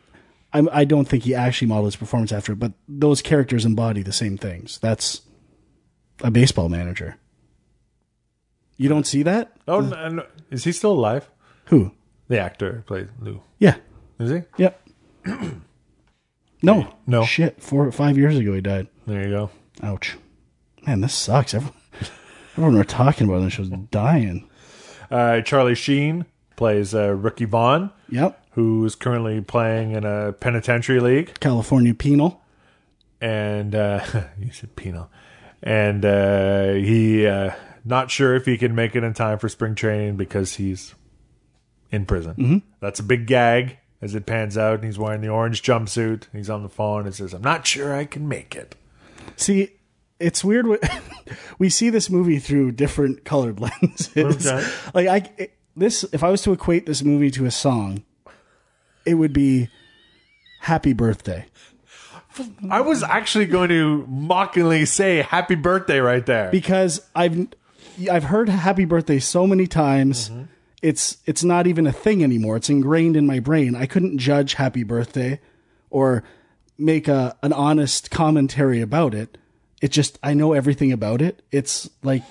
C: I'm, I don't think he actually modeled his performance after it. But those characters embody the same things. That's a baseball manager. You don't see that?
B: Oh, no, no. is he still alive?
C: Who?
B: The actor who played Lou.
C: Yeah.
B: Is he?
C: Yep. no.
B: No.
C: Shit. Four five years ago he died.
B: There you go.
C: Ouch. Man, this sucks. Everyone, everyone we're talking about on the show's dying.
B: Uh, Charlie Sheen plays uh, Rookie Vaughn,
C: Yep.
B: who is currently playing in a penitentiary league.
C: California penal.
B: and uh, you said penal, and uh, he uh, not sure if he can make it in time for spring training because he's in prison. That's a big gag as it pans out, and he's wearing the orange jumpsuit. and He's on the phone and says, "I'm not sure I can make it."
C: See, it's weird. wh- we see this movie through different colored lenses.
B: Okay.
C: Like I, it- this if I was to equate this movie to a song, it would be "Happy Birthday."
B: I was actually going to mockingly say "Happy Birthday" right there.
C: because I've I've heard Happy Birthday so many times. It's it's not even a thing anymore. It's ingrained in my brain. I couldn't judge Happy Birthday or make a an honest commentary about it. It just I know everything about it. It's like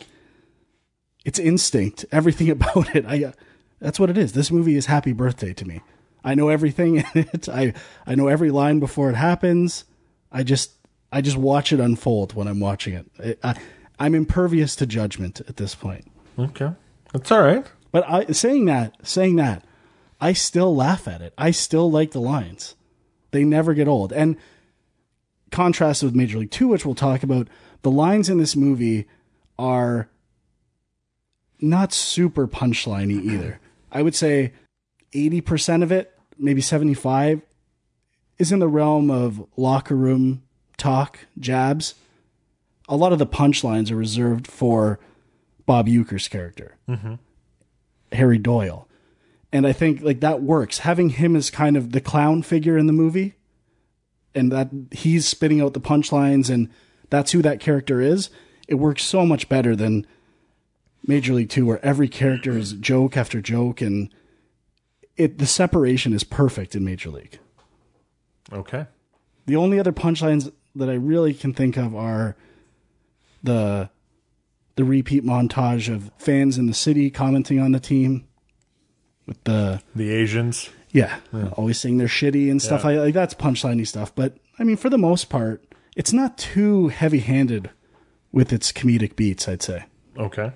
C: it's instinct. Everything about it. I uh, that's what it is. This movie is Happy Birthday to me. I know everything in it. I I know every line before it happens. I just I just watch it unfold when I'm watching it. it I, I'm impervious to judgment at this point.
B: okay, that's all right.
C: But I, saying that, saying that, I still laugh at it. I still like the lines. They never get old. And contrasted with Major League Two, which we'll talk about, the lines in this movie are not super punchliney either. I would say eighty percent of it, maybe seventy-five, is in the realm of locker room talk, jabs. A lot of the punchlines are reserved for Bob Euchre's character. Harry Doyle. And I think like that works. Having him as kind of the clown figure in the movie and that he's spitting out the punchlines and that's who that character is, it works so much better than Major League 2 where every character is joke after joke and it the separation is perfect in Major League.
B: Okay,
C: The only other punchlines that I really can think of are the the repeat montage of fans in the city commenting on the team with the
B: the Asians.
C: yeah, always saying they're shitty and stuff
B: Yeah.
C: like, like that's punchliney stuff. But I mean, for the most part, it's not too heavy handed with its comedic beats. I'd say
B: Okay. Um,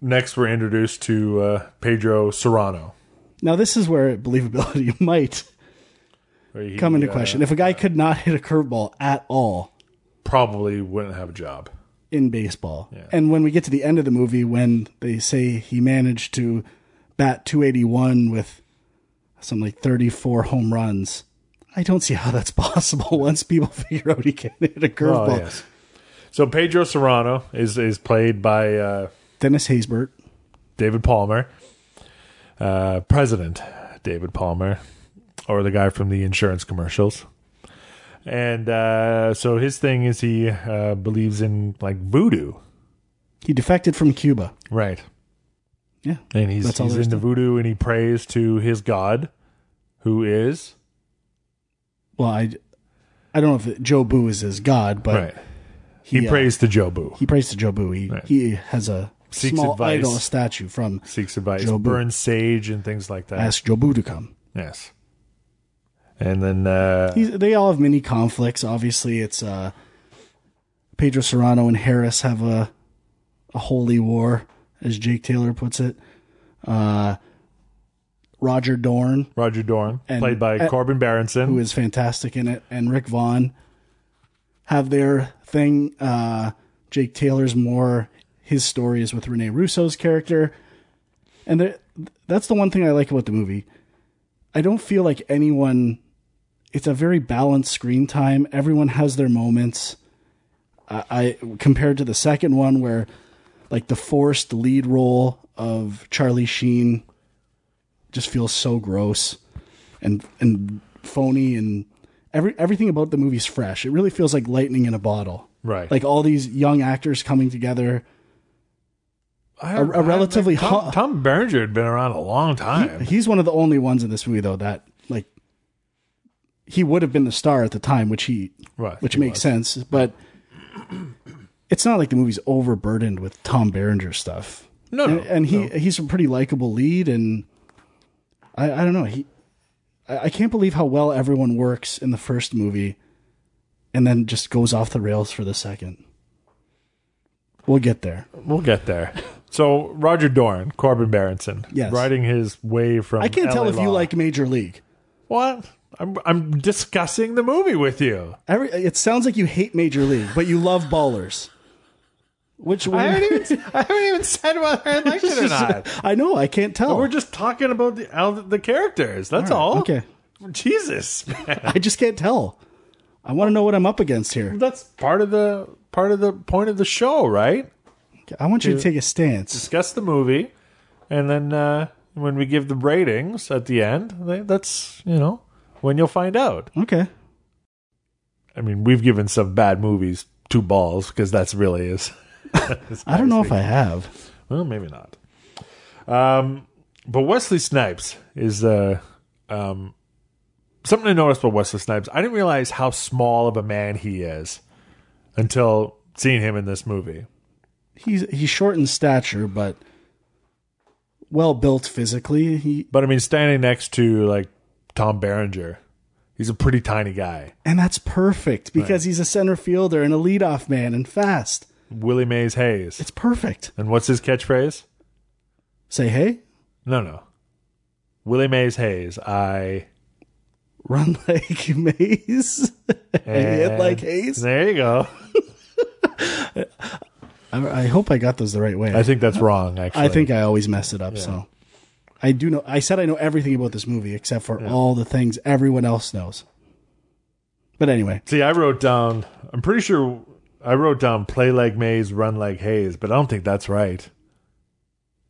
B: next, we're introduced to uh, Pedro Serrano.
C: now this is where believability might
B: where he,
C: come into
B: uh,
C: question. If a guy could not hit a curveball at all,
B: probably wouldn't have a job.
C: in baseball. And when we get to the end of the movie, when they say he managed to bat 281 with something like 34 home runs, I don't see how that's possible once people figure out he can hit a curveball.
B: So Pedro Serrano is is played by uh,
C: Dennis Haysbert,
B: David Palmer, uh, President David Palmer, or the guy from the insurance commercials. And uh, so his thing is he uh, believes in like voodoo,
C: he defected from Cuba.
B: right?
C: Yeah.
B: And he's
C: That's all
B: he's
C: there is
B: into
C: to it.
B: voodoo and he prays to his god, who is
C: Well, I, I don't know if it- Joe Boo is his god, but
B: right. He
C: uh,
B: prays to Jobu.
C: he prays to Joe Boo. He, he has a
B: Seeks
C: small
B: advice.
C: idol statue from
B: seeks advice,
C: Jobu.
B: burns sage and things like that.
C: Ask Joe Boo to come.
B: Yes. And then uh,
C: He's, they all have mini conflicts. Obviously, it's uh, Pedro Serrano and Harris have a a holy war, as Jake Taylor puts it. Uh, Roger Dorn,
B: Roger Dorn,
C: And-
B: played by
C: and-
B: Corbin Barronson.
C: who is fantastic in it, and Rick Vaughn have their thing. Uh, Jake Taylor's more his story is with Rene Russo's character, and there- that's the one thing I like about the movie. I don't feel like anyone. It's a very balanced screen time. Everyone has their moments. I, I compared to the second one where like the forced lead role of Charlie Sheen just feels so gross and and phony and every everything about the movie's fresh. It really feels like lightning in a bottle.
B: Right.
C: Like all these young actors coming together.
B: I,
C: a relatively
B: Tom,
C: hu-
B: Tom Berenger had been around a long time.
C: He's one of the only ones in this movie though that like he would have been the star at the time, which he
B: right.
C: which
B: he
C: makes
B: was.
C: sense. But it's not like the movie's overburdened with Tom Berenger stuff.
B: No, Oh, no,
C: and, and he he's a pretty likable lead, and I I don't know he I, I can't believe how well everyone works in the first movie, and then just goes off the rails for the second. We'll get there.
B: We'll get there. So Roger Dorn, Corbin Berenson,
C: Yes.
B: riding his way from.
C: I can't tell
B: LA
C: if you
B: Law.
C: like Major League.
B: what. I'm I'm discussing the movie with you.
C: Every it sounds like you hate Major League, but you love ballers. Which one?
B: I haven't even I haven't even said whether I liked it or not.
C: I know I can't tell.
B: We're just talking about the how the the characters. That's all.
C: okay.
B: Jesus, man.
C: I just can't tell. I want to know what I'm up against here.
B: that's part of the part of the point of the show, right?
C: I want you to take a stance.
B: Discuss the movie, and then uh, when we give the ratings at the end, they- that's you know when you'll find out.
C: Okay.
B: I mean, we've given some bad movies two balls because that's really is.
C: I don't know if I have.
B: Well, maybe not. Um, but Wesley Snipes is uh, um, something I noticed about Wesley Snipes. I didn't realize how small of a man he is until seeing him in this movie.
C: He's he's short in stature, but well built physically. He
B: But I mean, standing next to like Tom Berenger, he's a pretty tiny guy.
C: and that's perfect because he's a center fielder and a leadoff man and fast.
B: Willie Mays Hayes.
C: It's perfect.
B: And what's his catchphrase?
C: Say hey,
B: No, no. Willie Mays Hayes. I
C: run like Mays, hit like Hayes.
B: There you go.
C: I, I hope I got those the right way.
B: I think that's wrong. Actually,
C: I think I always mess it up. So I do know. I said I know everything about this movie except for all the things everyone else knows. But anyway,
B: See, I wrote down. I'm pretty sure I wrote down "play like Mays, run like Hayes," but I don't think that's right.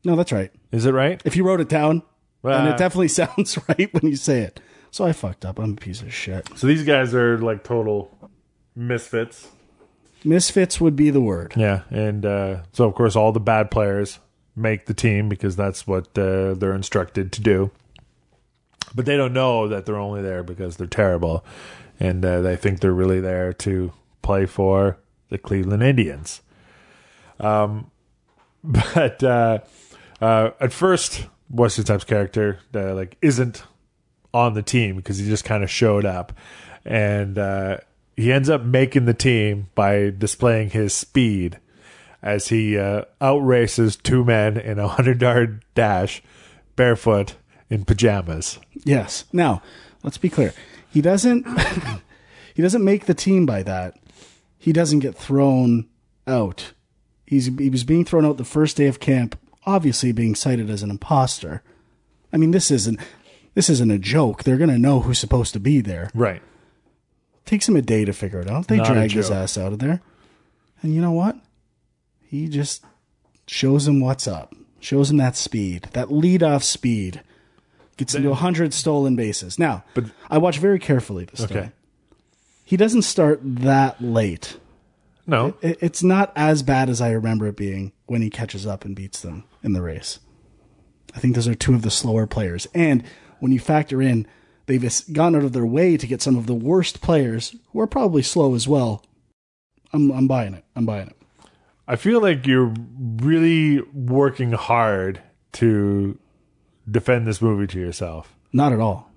C: no, that's right.
B: Is it right?
C: If you wrote it down,
B: Well,
C: and
B: I-
C: it definitely sounds right when you say it. So I fucked up. I'm a piece of shit.
B: So these guys are like total misfits.
C: Misfits would be the word.
B: Yeah, and uh, so of course all the bad players make the team because that's what uh, they're instructed to do. But they don't know that they're only there because they're terrible, and uh, they think they're really there to play for the Cleveland Indians. Um, but uh, uh, at first, Wesley Snipes' character uh, like isn't on the team because he just kind of showed up and uh, he ends up making the team by displaying his speed as he uh, outraces two men in a 100 yard dash barefoot in pajamas
C: Yes. Now, let's be clear. He doesn't. he doesn't make the team by that. He doesn't get thrown out. He's he was being thrown out the first day of camp, obviously being cited as an imposter. I mean, this isn't this isn't a joke. They're gonna know who's supposed to be there.
B: right
C: Takes him a day to figure it out. They
B: Not a
C: drag his
B: joke.
C: ass out of there, and you know what? He just shows him what's up. Shows him that speed, that lead off speed. Gets into hundred stolen bases. Now, but I watch very carefully this okay.
B: okay
C: He doesn't start that late.
B: no
C: It- It's not as bad as I remember it being when he catches up and beats them in the race. I think those are two of the slower players. And when you factor in, they've es- gone out of their way to get some of the worst players who are probably slow as well. I'm, I'm buying it. I'm buying it.
B: i feel like you're really working hard to defend this movie to yourself
C: Not at all.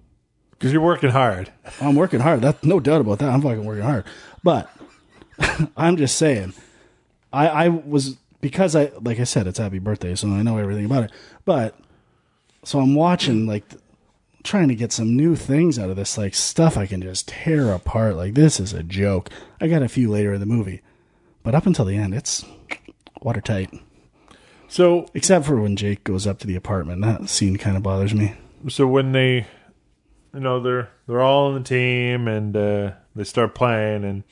B: because you're working hard
C: I'm working hard. That no doubt about that. I'm fucking working hard. But I'm just saying, I I was because I like I said it's happy birthday, so I know everything about it. But so I'm watching like th- trying to get some new things out of this like stuff I can just tear apart. Like this is a joke. I got a few later in the movie, but up until the end, it's watertight.
B: so
C: Except for when Jake goes up to the apartment. That scene kind of bothers me.
B: so when they you know they're they're all on the team and uh they start playing and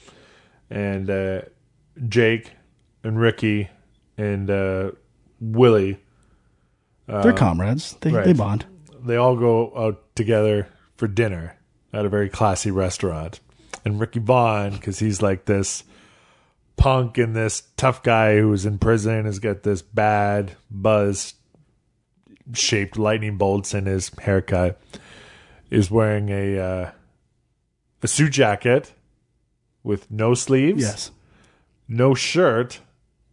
B: and uh Jake and Ricky and uh, Willie,
C: They're comrades. They,
B: right.
C: they bond.
B: they all go out together for dinner at a very classy restaurant. And Ricky Vaughn, because he's like this punk and this tough guy who's in prison, has got this bad buzz shaped lightning bolts in his haircut, is wearing a uh, a suit jacket with no sleeves,
C: Yes.
B: no shirt,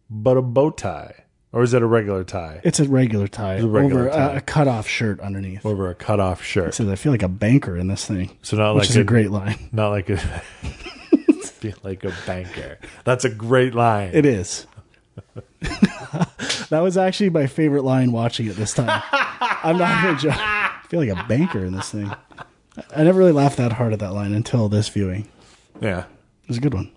B: but a bow tie. Or is it a regular tie?
C: It's a regular tie
B: regular
C: over
B: tie.
C: A, a cutoff shirt underneath.
B: Over a cutoff shirt.
C: Says, I feel like a banker in this thing,
B: So not
C: which
B: like
C: is a great line.
B: Not like a feel like a banker. That's a great line.
C: It is. that was actually my favorite line watching it this time. I'm not even joking. I feel like a banker in this thing. I never really laughed that hard at that line until this viewing.
B: yeah.
C: It was a good one.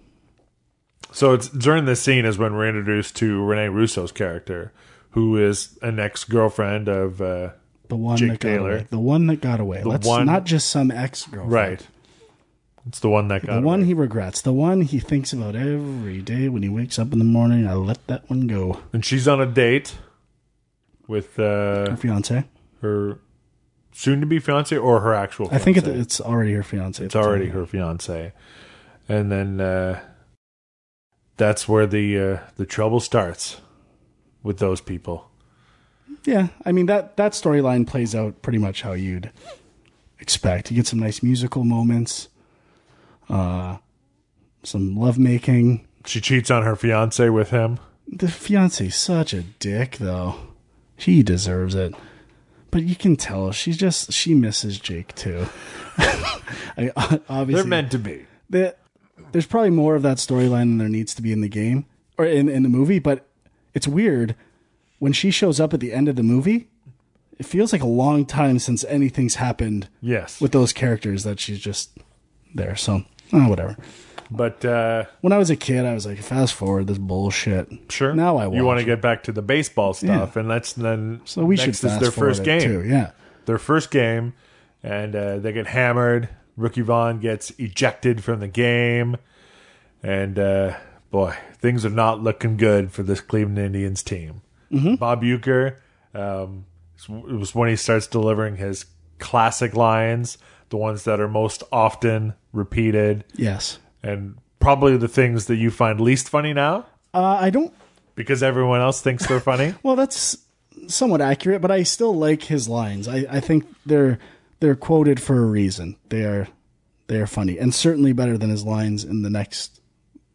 B: So it's during this scene is when we're introduced to Rene Russo's character, who is an ex girlfriend of uh,
C: The one
B: Jake
C: that got
B: Taylor.
C: away. The one that got away. Let's
B: one-
C: not just some ex girlfriend.
B: right. It's the one that got
C: The one
B: away.
C: he regrets. The one he thinks about every day when he wakes up in the morning. I let that one go.
B: and she's on a date with
C: Her
B: uh,
C: fiance.
B: her soon to be fiance or her actual.
C: I
B: Fiance.
C: think it, it's already her fiance.
B: it's already her fiance, and then uh, that's where the uh, the trouble starts with those people.
C: Yeah, I mean that that storyline plays out pretty much how you'd expect. You get some nice musical moments, uh, some lovemaking.
B: she cheats on her fiance with him.
C: The fiance's such a dick, though. He deserves it, but you can tell she just she misses Jake too. I, obviously,
B: to be.
C: the, there's probably more of that storyline than there needs to be in the game or in, in the movie, but it's weird when she shows up at the end of the movie. It feels like a long time since anything's happened
B: Yes.
C: with those characters that she's just there. So, oh, whatever.
B: but uh
C: When I was a kid, I was like, fast forward this bullshit.
B: sure.
C: Now I watch.
B: You want to get back to the baseball stuff and that's then
C: so we
B: next
C: should
B: is
C: fast
B: their
C: forward
B: first
C: it,
B: game.
C: too. Yeah,
B: Their first game and uh they get hammered. Rookie Vaughn gets ejected from the game and uh boy, things are not looking good for this Cleveland Indians team.
C: Mm-hmm.
B: Bob Euchre um it was when he starts delivering his classic lines, the ones that are most often repeated.
C: yes.
B: and probably the things that you find least funny now
C: Uh, I don't.
B: because everyone else thinks they're funny.
C: Well, that's somewhat accurate, but I still like his lines. I, I think they're they're quoted for a reason. They are they are funny and certainly better than his lines in the next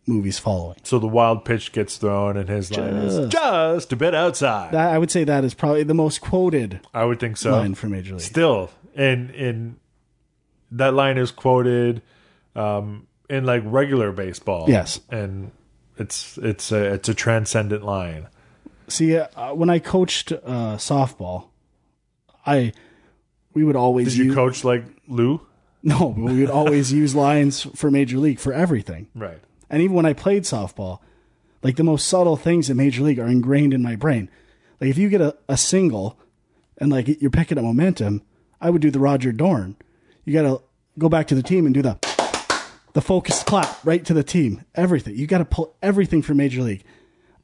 C: movies following.
B: So the wild pitch gets thrown, and his line is
C: Just.
B: just a bit outside.
C: That, I would say that is probably the most quoted
B: I would think so.
C: line for Major League.
B: Still, and in that line is quoted um, in like regular baseball.
C: Yes.
B: and it's it's a it's a transcendent line.
C: See, uh, when I coached uh, softball, I we would always
B: Did you
C: use,
B: coach like Lou?
C: no, but we would always use lines for Major League for everything.
B: Right.
C: And even when I played softball, like the most subtle things in Major League are ingrained in my brain. Like if you get a, a single and like you're picking up momentum, I would do the Roger Dorn. You got to go back to the team and do the the focused clap right to the team. Everything. You got to pull everything from Major League.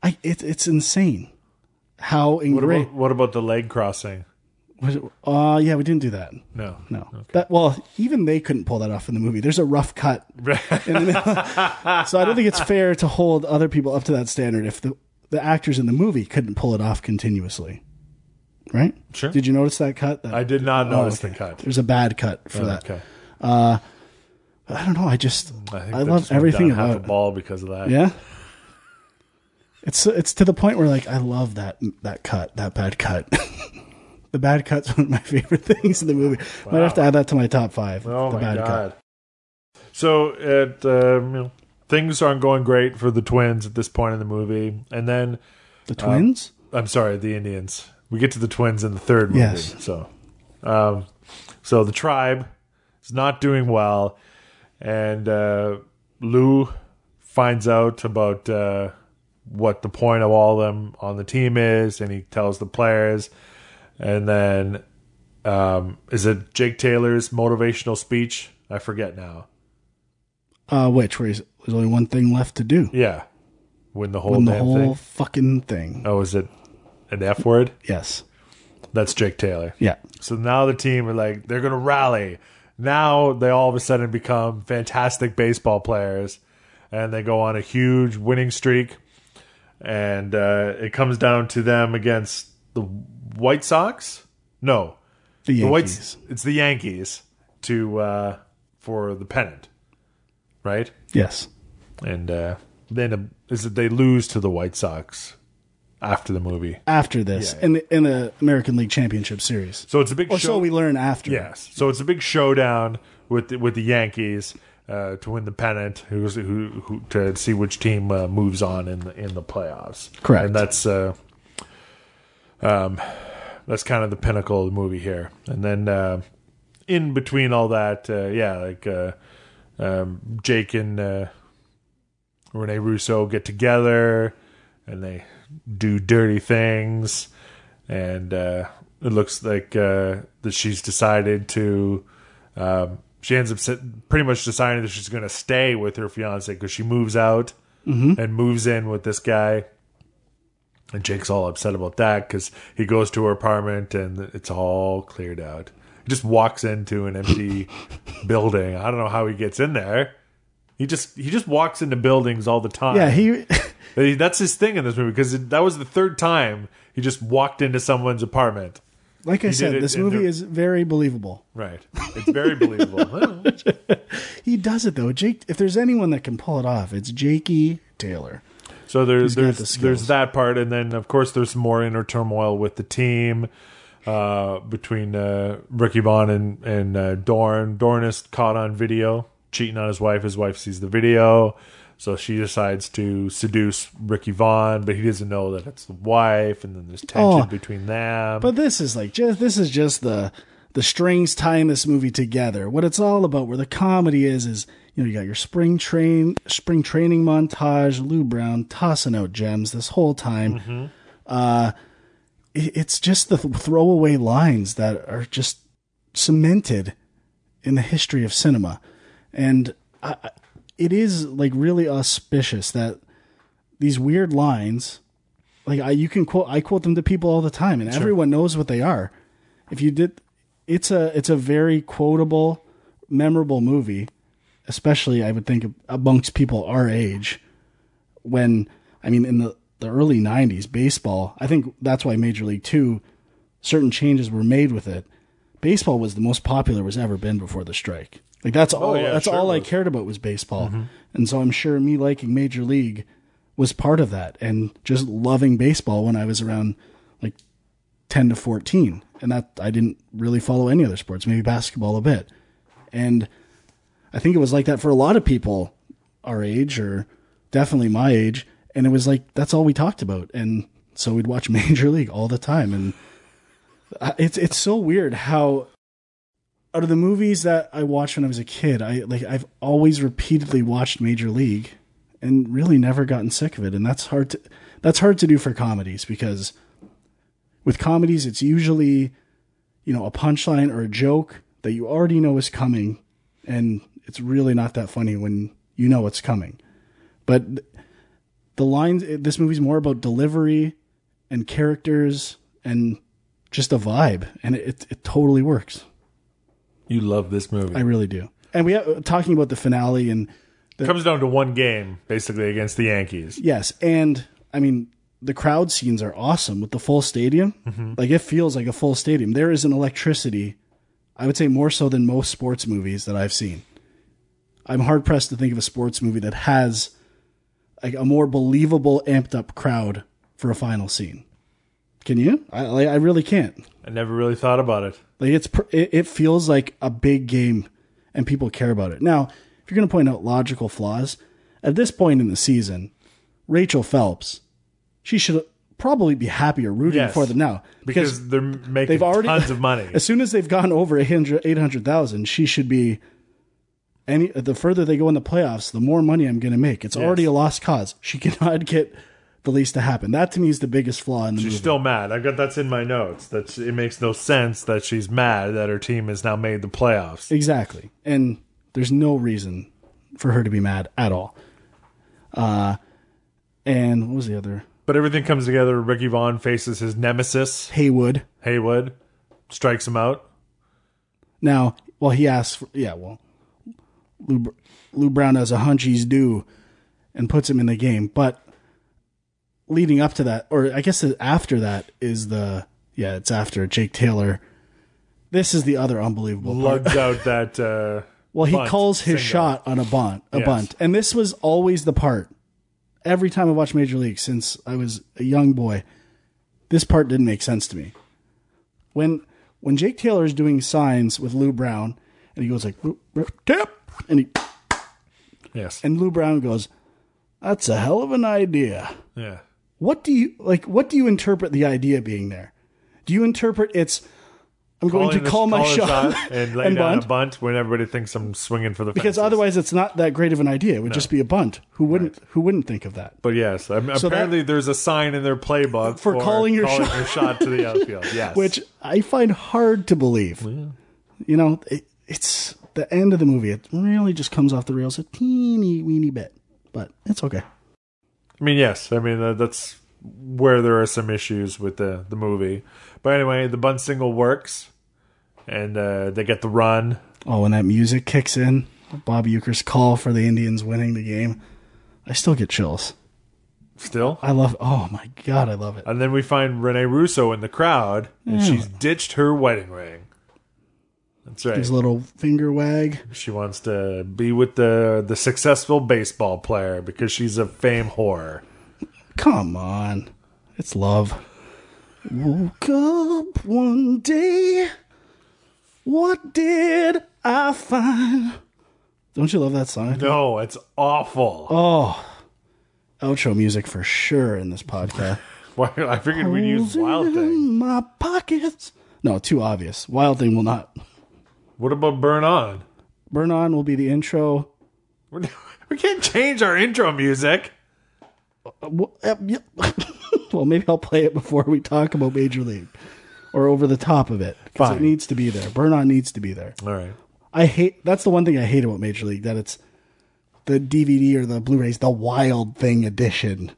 C: I it, it's insane how
B: What
C: ingrained.
B: about, what about the leg crossing?
C: Was it- Uh yeah, we didn't do that.
B: No.
C: No. That well, even they couldn't pull that off in the movie. There's a rough cut. in the middle. so I don't think it's fair to hold other people up to that standard if the the actors in the movie couldn't pull it off continuously. Right?
B: Sure.
C: Did you notice that cut? That,
B: I did not
C: Oh,
B: notice
C: okay.
B: the cut.
C: There's a bad cut for that.
B: Okay.
C: I don't know. I just I,
B: think that
C: love
B: just went
C: everything
B: down half
C: about
B: a
C: it.
B: ball because of that.
C: Yeah. It's it's to the point where like I love that that cut that bad cut. the bad cut's one of my favorite things in the movie. Might have to add that to my top five.
B: Oh
C: the
B: my
C: bad
B: god! So it um, you know, things aren't going great for the twins at this point in the movie, and then
C: The twins.
B: I'm sorry, the Indians. We get to the twins in the third movie.
C: Yes.
B: So, um, so the tribe is not doing well, and uh, Lou finds out about uh, what the point of all them on the team is, and he tells the players, and then um, is it Jake Taylor's motivational speech? I forget now.
C: uh, which where he's, there's only one thing left to do.
B: Yeah. Win the whole
C: on the
B: damn
C: whole
B: thing.
C: fucking thing.
B: Oh, is it an F word?
C: Yes.
B: That's Jake Taylor.
C: Yeah.
B: So now the team are like, they're going to rally. Now they all of a sudden become fantastic baseball players and they go on a huge winning streak. And uh, it comes down to them against the White Sox. No,
C: The
B: the White-
C: Yankees.
B: it's the Yankees to uh, for the pennant, right?
C: yes.
B: And uh, then is it they lose to the White Sox after the movie?
C: After this,
B: Yeah.
C: in the in the American League Championship Series,
B: So it's a big
C: or
B: show.
C: so we learn after.
B: Yes. So it's a big showdown with the, with the Yankees uh, to win the pennant, who's, who, who to see which team uh, moves on in the, in the playoffs.
C: Correct.
B: And that's uh, um, that's kind of the pinnacle of the movie here. And then uh, in between all that, uh, yeah, like uh, um, Jake and uh, Rene Russo get together and they do dirty things and uh, it looks like uh, that she's decided to. Um, she ends up sit- pretty much deciding that she's going to stay with her fiance because she moves out and moves in with this guy. And Jake's all upset about that because he goes to her apartment and it's all cleared out. He just walks into an empty building. I don't know how he gets in there. He just he just walks into buildings all the time.
C: Yeah. He.
B: He- That's his thing in this movie because that was the third time he just walked into someone's apartment.
C: Like I
B: did
C: said,
B: it
C: this
B: in
C: movie
B: the-
C: is very believable.
B: Right. It's very believable. Well,
C: He does it though. Jake, if there's anyone that can pull it off, it's Jakey Taylor.
B: So there,
C: got
B: there's
C: the skills.
B: there's that part, and then of course there's some more inner turmoil with the team uh, between uh, Ricky Vaughn and and uh, Dorn. Dorn is caught on video cheating on his wife. His wife sees the video, so she decides to seduce Ricky Vaughn, but he doesn't know that it's the wife, and then there's tension
C: Oh,
B: between them.
C: But this is like just this is just the the strings tying this movie together. What it's all about, where the comedy is, is you know you got your spring train spring training montage, Lou Brown tossing out gems this whole time. Uh, it- it's just the throwaway lines that are just cemented in the history of cinema, and I, I- it is like really auspicious that these weird lines like I, you can quote I quote them to people all the time, and everyone knows what they are. If you did, it's a it's a very quotable, memorable movie, especially I would think amongst people our age. When I mean in the the early '90s, baseball. I think that's why Major League Two, certain changes were made with it. Baseball was the most popular it was ever been before the strike. Like that's
B: Oh,
C: all.
B: yeah,
C: that's
B: sure
C: all I
B: was. Mm-hmm.
C: cared about was baseball, and so I'm sure me liking Major League was part of that and just loving baseball when I was around like 10 to 14 and that I didn't really follow any other sports maybe basketball a bit and I think it was like that for a lot of people our age or definitely my age and it was like that's all we talked about and so we'd watch Major League all the time and I- it's it's so weird how out of the movies that I watched when I was a kid, I like I've always repeatedly watched Major League and really never gotten sick of it. And that's hard to that's hard to do for comedies because with comedies it's usually, you know, a punchline or a joke that you already know is coming and it's really not that funny when you know it's coming. But th- the lines it- this movie's more about delivery and characters and just a vibe and it, it, it totally works.
B: you love this movie.
C: I really do. And we have uh, talking about the finale and
B: it comes down to one game basically against the Yankees.
C: yes, and I mean the crowd scenes are awesome with the full stadium. Like it feels like a full stadium. There is an electricity. I would say more so than most sports movies that I've seen. I'm hard pressed to think of a sports movie that has like a more believable amped up crowd for a final scene. Can you? I I I really can't.
B: I never really thought about it.
C: Like it's pr- it, it feels like a big game, and people care about it. Now, if you're going to point out logical flaws at this point in the season, Rachel Phelps, she should probably be happier rooting
B: Yes.
C: for them now
B: Because, they're making
C: they've already
B: tons of money.
C: As soon as they've gone over 800 800,000, she should be any the further they go in the playoffs, the more money I'm going to make. It's already a lost cause. She cannot get the least to happen. That to me is the biggest flaw in the
B: She's
C: movie.
B: still mad. I got that's in my notes. That she- it makes no sense that she's mad that her team has now made the playoffs.
C: Exactly. And there's no reason for her to be mad at all. Uh, and what was the other?
B: But everything comes together. Ricky Vaughn faces his nemesis,
C: Haywood.
B: Haywood, strikes him out.
C: Now, well, he asks, for, yeah, well, Lou, Br- Lou Brown does a hunchies do and puts him in the game. But leading up to that, or I guess after that is the, yeah, it's after Jake Taylor. This is the other unbelievable part.
B: Lugs out that. Uh,
C: Well, he
B: bunt
C: calls his
B: single.
C: shot on a bunt, a
B: Yes.
C: bunt, and this was always the part. Every time I watched Major League since I was a young boy, this part didn't make sense to me. When when Jake Taylor is doing signs with Lou Brown, and he goes like "Rip, rip, tap, and he,
B: Yes.
C: and Lou Brown goes, "That's a hell of an idea."
B: yeah.
C: What do you like? What do you interpret the idea being there? Do you interpret it's I'm going
B: Calling
C: to
B: the-
C: call my
B: calling the
C: shot
B: and lay down a bunt when everybody thinks I'm swinging for the
C: because
B: fences.
C: otherwise it's not that great of an idea. It would just be a bunt. Who wouldn't who wouldn't think of that?
B: But yes, I mean,
C: So that-
B: apparently there's a sign in their playbook
C: For calling your shot.
B: to the outfield. Yes,
C: Which I find hard to believe. You know, it, it's the end of the movie. It really just comes off the rails a teeny weeny bit, but it's okay.
B: I mean, yes, I mean uh, that's where there are some issues with the the movie. But anyway, the bunt single works, and uh, they get the run.
C: Oh, when that music kicks in, Bob Euchre's call for the Indians winning the game. I still get chills.
B: Still,
C: I love. Oh my god, I love it.
B: And then we find Renee Russo in the crowd, and she's ditched her wedding ring. That's right.
C: His little finger wag.
B: She wants to be with the the successful baseball player because she's a fame whore.
C: Come on. It's love. Woke up one day. What did I find? Don't you love that song?
B: No, it's awful.
C: Outro music for sure in this podcast.
B: Why I figured we'd use Wild Thing.
C: In my pockets. No, too obvious. Wild Thing will not.
B: What about Burn On?
C: Burn On will be the intro.
B: We're- We can't change our intro music.
C: Uh, Well, uh, yep. well, maybe I'll play it before we talk about Major League or over the top of it. 'cause It
B: Fine.
C: needs to be there. Burn On needs to be there.
B: All right.
C: I hate that's the one thing I hate about Major League that it's the DVD or the Blu-rays, the Wild Thing edition,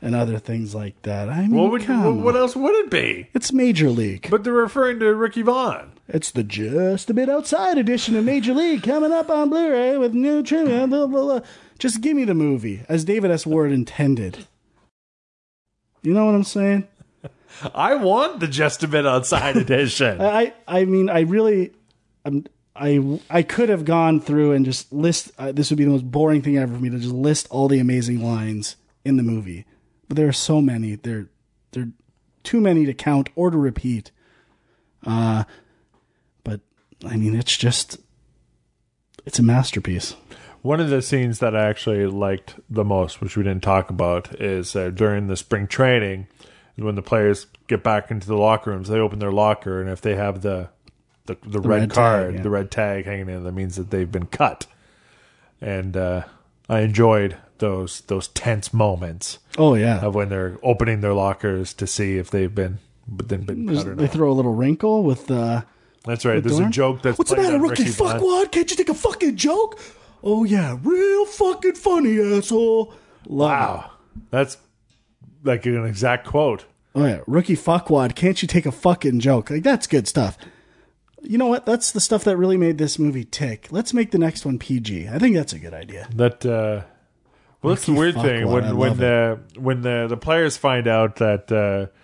C: and other things like that. I mean,
B: What would
C: come
B: what, what
C: on.
B: else would it be?
C: it's Major League.
B: But they're referring to Ricky Vaughn.
C: It's the just a bit outside edition of Major League coming up on Blu-ray with new trivia. Blah, blah, blah. Just give me the movie as David S. Ward intended. You know what I'm saying?
B: I want the Just a Bit Outside edition.
C: I I I mean I really I'm, I I could have gone through and just list uh, this would be the most boring thing ever for me to just list all the amazing lines in the movie. But there are so many. There there're too many to count or to repeat. Uh but I mean it's just it's a masterpiece.
B: One of the scenes that I actually liked the most, which we didn't talk about, is uh, during the spring training, is when the players get back into the locker rooms, they open their locker, and if they have the the, the, red,
C: red tag,
B: card,
C: yeah.
B: the red tag hanging in, that means that they've been cut. And uh, I enjoyed those those tense moments
C: Oh yeah.
B: of when they're opening their lockers to see if they've been but then been cut or
C: They
B: not.
C: throw a little wrinkle with uh
B: That's right. There's a
C: Dorn?
B: joke that's
C: What's the
B: played
C: matter,
B: on
C: rookie?
B: Ricky
C: Fuck
B: Vaughn.
C: what? Can't you take a fucking joke? Oh yeah, real fucking funny, asshole. Love it.
B: Wow, that's like an exact quote.
C: Oh yeah, rookie fuckwad, can't you take a fucking joke? Like that's good stuff. You know what? That's the stuff that really made this movie tick. Let's make the next one PG. I think that's a good idea.
B: That uh well, that's the
C: Ricky
B: weird thing
C: Fuckwad, I
B: when when
C: love
B: the when the the players find out that uh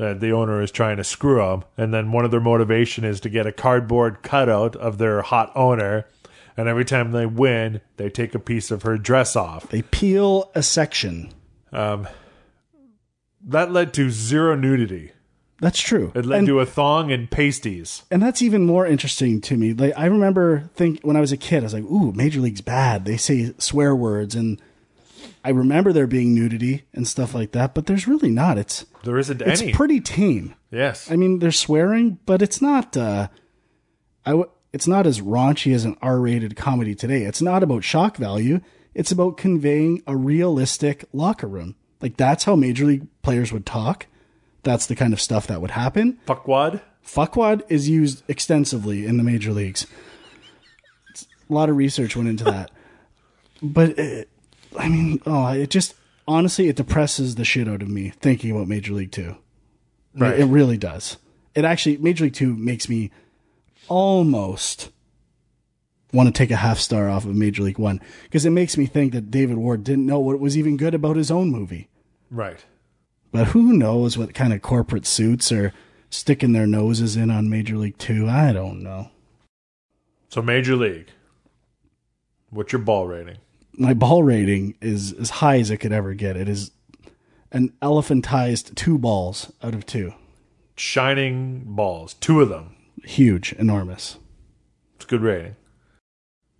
B: that the owner is trying to screw them, and then one of their motivation is to get a cardboard cutout of their hot owner, and every time they win, they take a piece of her dress off.
C: They peel a section.
B: That led to zero nudity.
C: That's true.
B: It led
C: and,
B: to a thong and pasties.
C: and that's even more interesting to me. Like I remember think when I was a kid, I was like, "Ooh, Major League's bad. They say swear words and I remember there being nudity and stuff like that, but there's really not. It's
B: There isn't
C: it's
B: any.
C: pretty tame.
B: yes,
C: I mean, they're swearing, but it's not. Uh, I w- it's not as raunchy as an R-rated comedy today. It's not about shock value. It's about conveying a realistic locker room. Like that's how major league players would talk. That's the kind of stuff that would happen.
B: fuckwad.
C: Fuckwad is used extensively in the major leagues. It's- a lot of research went into that. But it, I mean, uh, oh, it just honestly, it depresses the shit out of me thinking about Major League Two.
B: Right.
C: It really does. It actually Major League Two makes me almost want to take a half star off of Major League One because it makes me think that David Ward didn't know what was even good about his own movie.
B: Right.
C: But who knows what kind of corporate suits are sticking their noses in on Major League Two? I don't know.
B: So Major League. What's your ball rating?
C: my ball rating is as high as it could ever get. It is an elephantized two balls out of two.
B: Shining balls, two of them.
C: Huge, enormous.
B: It's a good rating.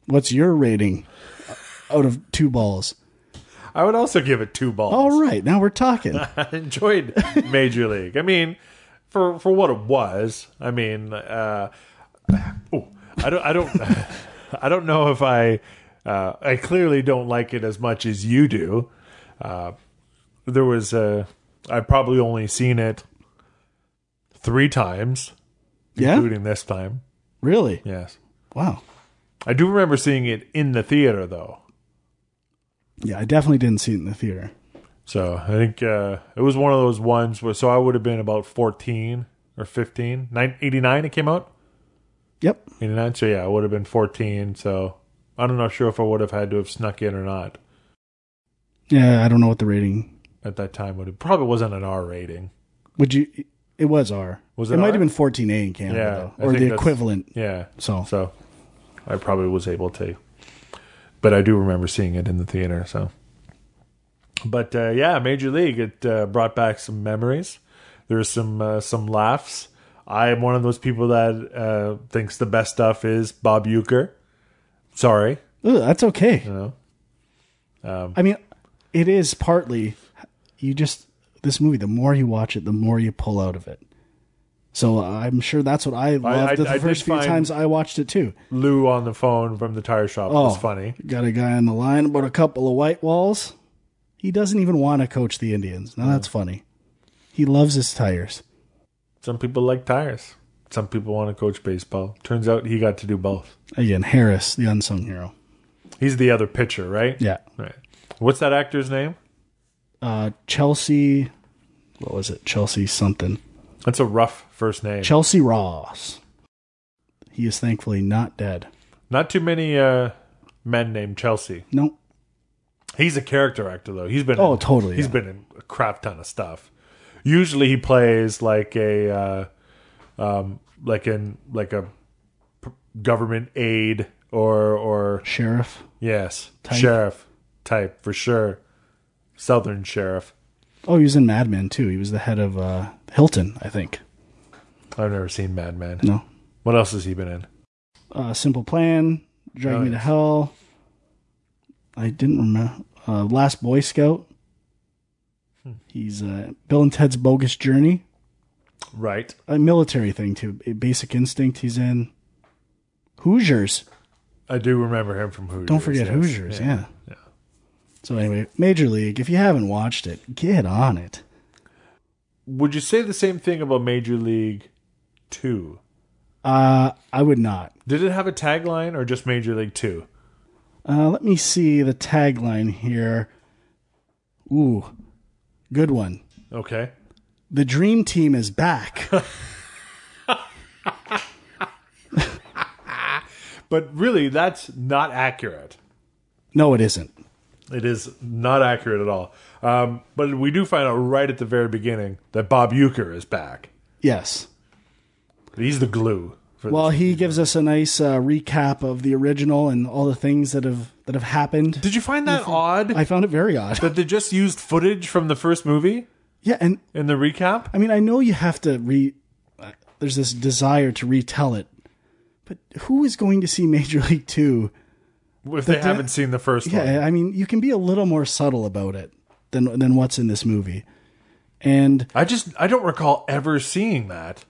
C: What's your rating out of two balls?
B: I would also give it two balls.
C: All right, now we're talking.
B: I enjoyed Major League. I mean, for for what it was, I mean, uh, oh, I don't, I don't, I don't know if I, uh, I clearly don't like it as much as you do. Uh, there was, uh, I probably only seen it three times,
C: yeah?
B: including this time.
C: Really?
B: Yes,
C: Wow.
B: I do remember seeing it in the theater though.
C: Yeah, I definitely didn't see it in the theater.
B: So I think uh, it was one of those ones where so I would have been about fourteen or 15, Nine- 89 It came out
C: Yep.
B: eighty nine. So yeah, I would have been fourteen. So I don't know sure if I would have had to have snuck in or not
C: Yeah, I don't know what the rating
B: at that time. Would have probably wasn't an R rating.
C: would you it was R.
B: Was
C: it
B: it
C: might
B: R?
C: have been fourteen A in Canada
B: Yeah, I
C: though. Or
B: think
C: the
B: that's-
C: equivalent.
B: Yeah,
C: So
B: so I probably was able to, but I do remember seeing it in the theater. So, but uh, yeah, Major League it uh, brought back some memories. There was some uh, some laughs. I am one of those people that uh, thinks the best stuff is Bob Euchre. Sorry,
C: Ugh, that's okay.
B: you know.
C: I mean, it is partly you just this movie. The more you watch it, the more you pull out of it. So I'm sure that's what I loved
B: I-
C: the
B: I did
C: first few
B: find-
C: times I watched it too. Oh,
B: Lou on the phone from the tire shop was funny.
C: Got a guy on the line about a couple of white walls. He doesn't even want to coach the Indians. Now that's funny. He loves his tires.
B: Some people like tires. Some people want to coach baseball. Turns out he got to do both.
C: Again, Harris, the unsung hero.
B: He's the other pitcher, right?
C: Yeah.
B: Right. What's that actor's name?
C: Uh, Chelsea, what was it? Chelsea something.
B: That's a rough first name.
C: Chelsea Ross. He is thankfully not dead.
B: Not too many uh, men named Chelsea.
C: Nope.
B: He's a character actor though. He's been
C: Oh,
B: in,
C: totally,
B: He's
C: yeah.
B: been in a crap ton of stuff. Usually he plays like a uh, um, like in like a p- government aide or or
C: Sheriff.
B: yes
C: Type.
B: sheriff type for sure. Southern sheriff.
C: Oh, he was in Mad Men too. He was the head of uh, Hilton, I think.
B: I've never seen Mad Men.
C: No,
B: What else has he been in?
C: uh, Simple Plan, Drag
B: Oh,
C: Me to
B: yes.
C: Hell. I didn't remember uh, Last Boy Scout. He's uh, Bill and Ted's Bogus Journey,
B: Right.
C: a military thing too. A Basic Instinct. He's in Hoosiers.
B: I do remember him from Hoosiers.
C: Don't forget
B: yes.
C: Hoosiers. Yeah.
B: yeah.
C: So anyway, Major League. If you haven't watched it, get on it.
B: Would you say the same thing about Major League Two?
C: Uh, I would not.
B: Did it have a tagline or just Major League Two?
C: Uh, let me see the tagline here. Ooh, good one.
B: Okay.
C: The dream team is back.
B: But really, that's not accurate.
C: no, it isn't.
B: It is not accurate at all. Um, but we do find out right at the very beginning that Bob Euchre is back.
C: Yes.
B: He's the glue. For
C: Well,
B: this.
C: he gives us a nice uh, recap of the original and all the things that have that have happened.
B: did you find that odd
C: I found it very odd.
B: that they just used footage from the first movie
C: Yeah, and
B: in the recap?
C: I mean, I know you have to re. uh, There's this desire to retell it, but who is going to see Major League Two?
B: If they haven't seen the first one,
C: Yeah, I mean, you can be a little more subtle about it than than what's in this movie, and
B: I just I don't recall ever seeing that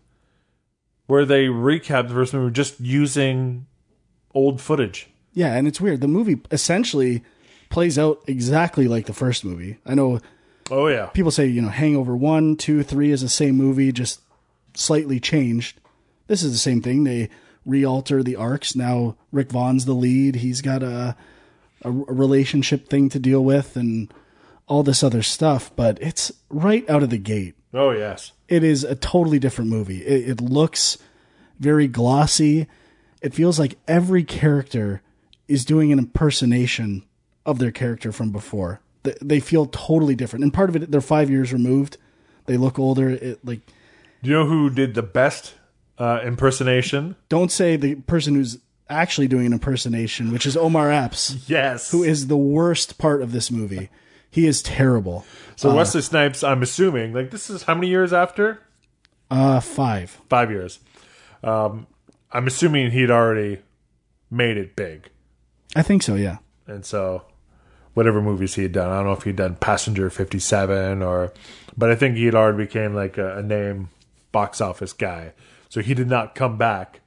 B: where they recap the first movie just using old footage.
C: Yeah, and it's weird. The movie essentially plays out exactly like the first movie. I know
B: Oh yeah,
C: people say, you know, Hangover One, Two, Three is the same movie, just slightly changed. This is the same thing. They re alter the arcs. Now Rick Vaughn's the lead. He's got a, a, a relationship thing to deal with and all this other stuff, but it's right out of the gate.
B: Oh yes.
C: It is a totally different movie. It, it looks very glossy. It feels like every character is doing an impersonation of their character from before. They, they feel totally different, and part of it they're five years removed. They look older. It like
B: Do you know who did the best uh, impersonation?
C: don't say the person who's actually doing an impersonation, which is Omar Epps.
B: Yes.
C: who is the worst part of this movie. He is terrible.
B: so Wesley Snipes? I'm assuming like this is how many years after?
C: Uh, five.
B: Five years. Um, I'm assuming he'd already made it big,
C: I think so. Yeah.
B: and so whatever movies he had done, I don't know if he'd done Passenger 57 or, but I think he'd already became like a, a name box office guy. So he did not come back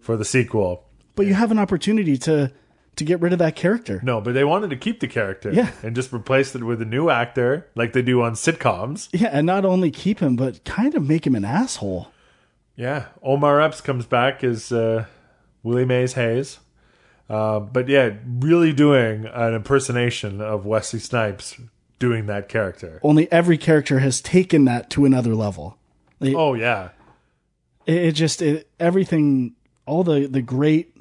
B: for the sequel.
C: But you have an opportunity to to get rid of that character.
B: No, but they wanted to keep the character
C: Yeah.
B: and just replace it with a new actor, like they do on sitcoms.
C: Yeah, and not only keep him, but kind of make him an asshole.
B: Yeah, Omar Epps comes back as uh, Willie Mays Hayes, uh, but yeah, really doing an impersonation of Wesley Snipes doing that character.
C: Only every character has taken that to another level. Like,
B: Oh yeah,
C: it, it just it, everything, all the the great,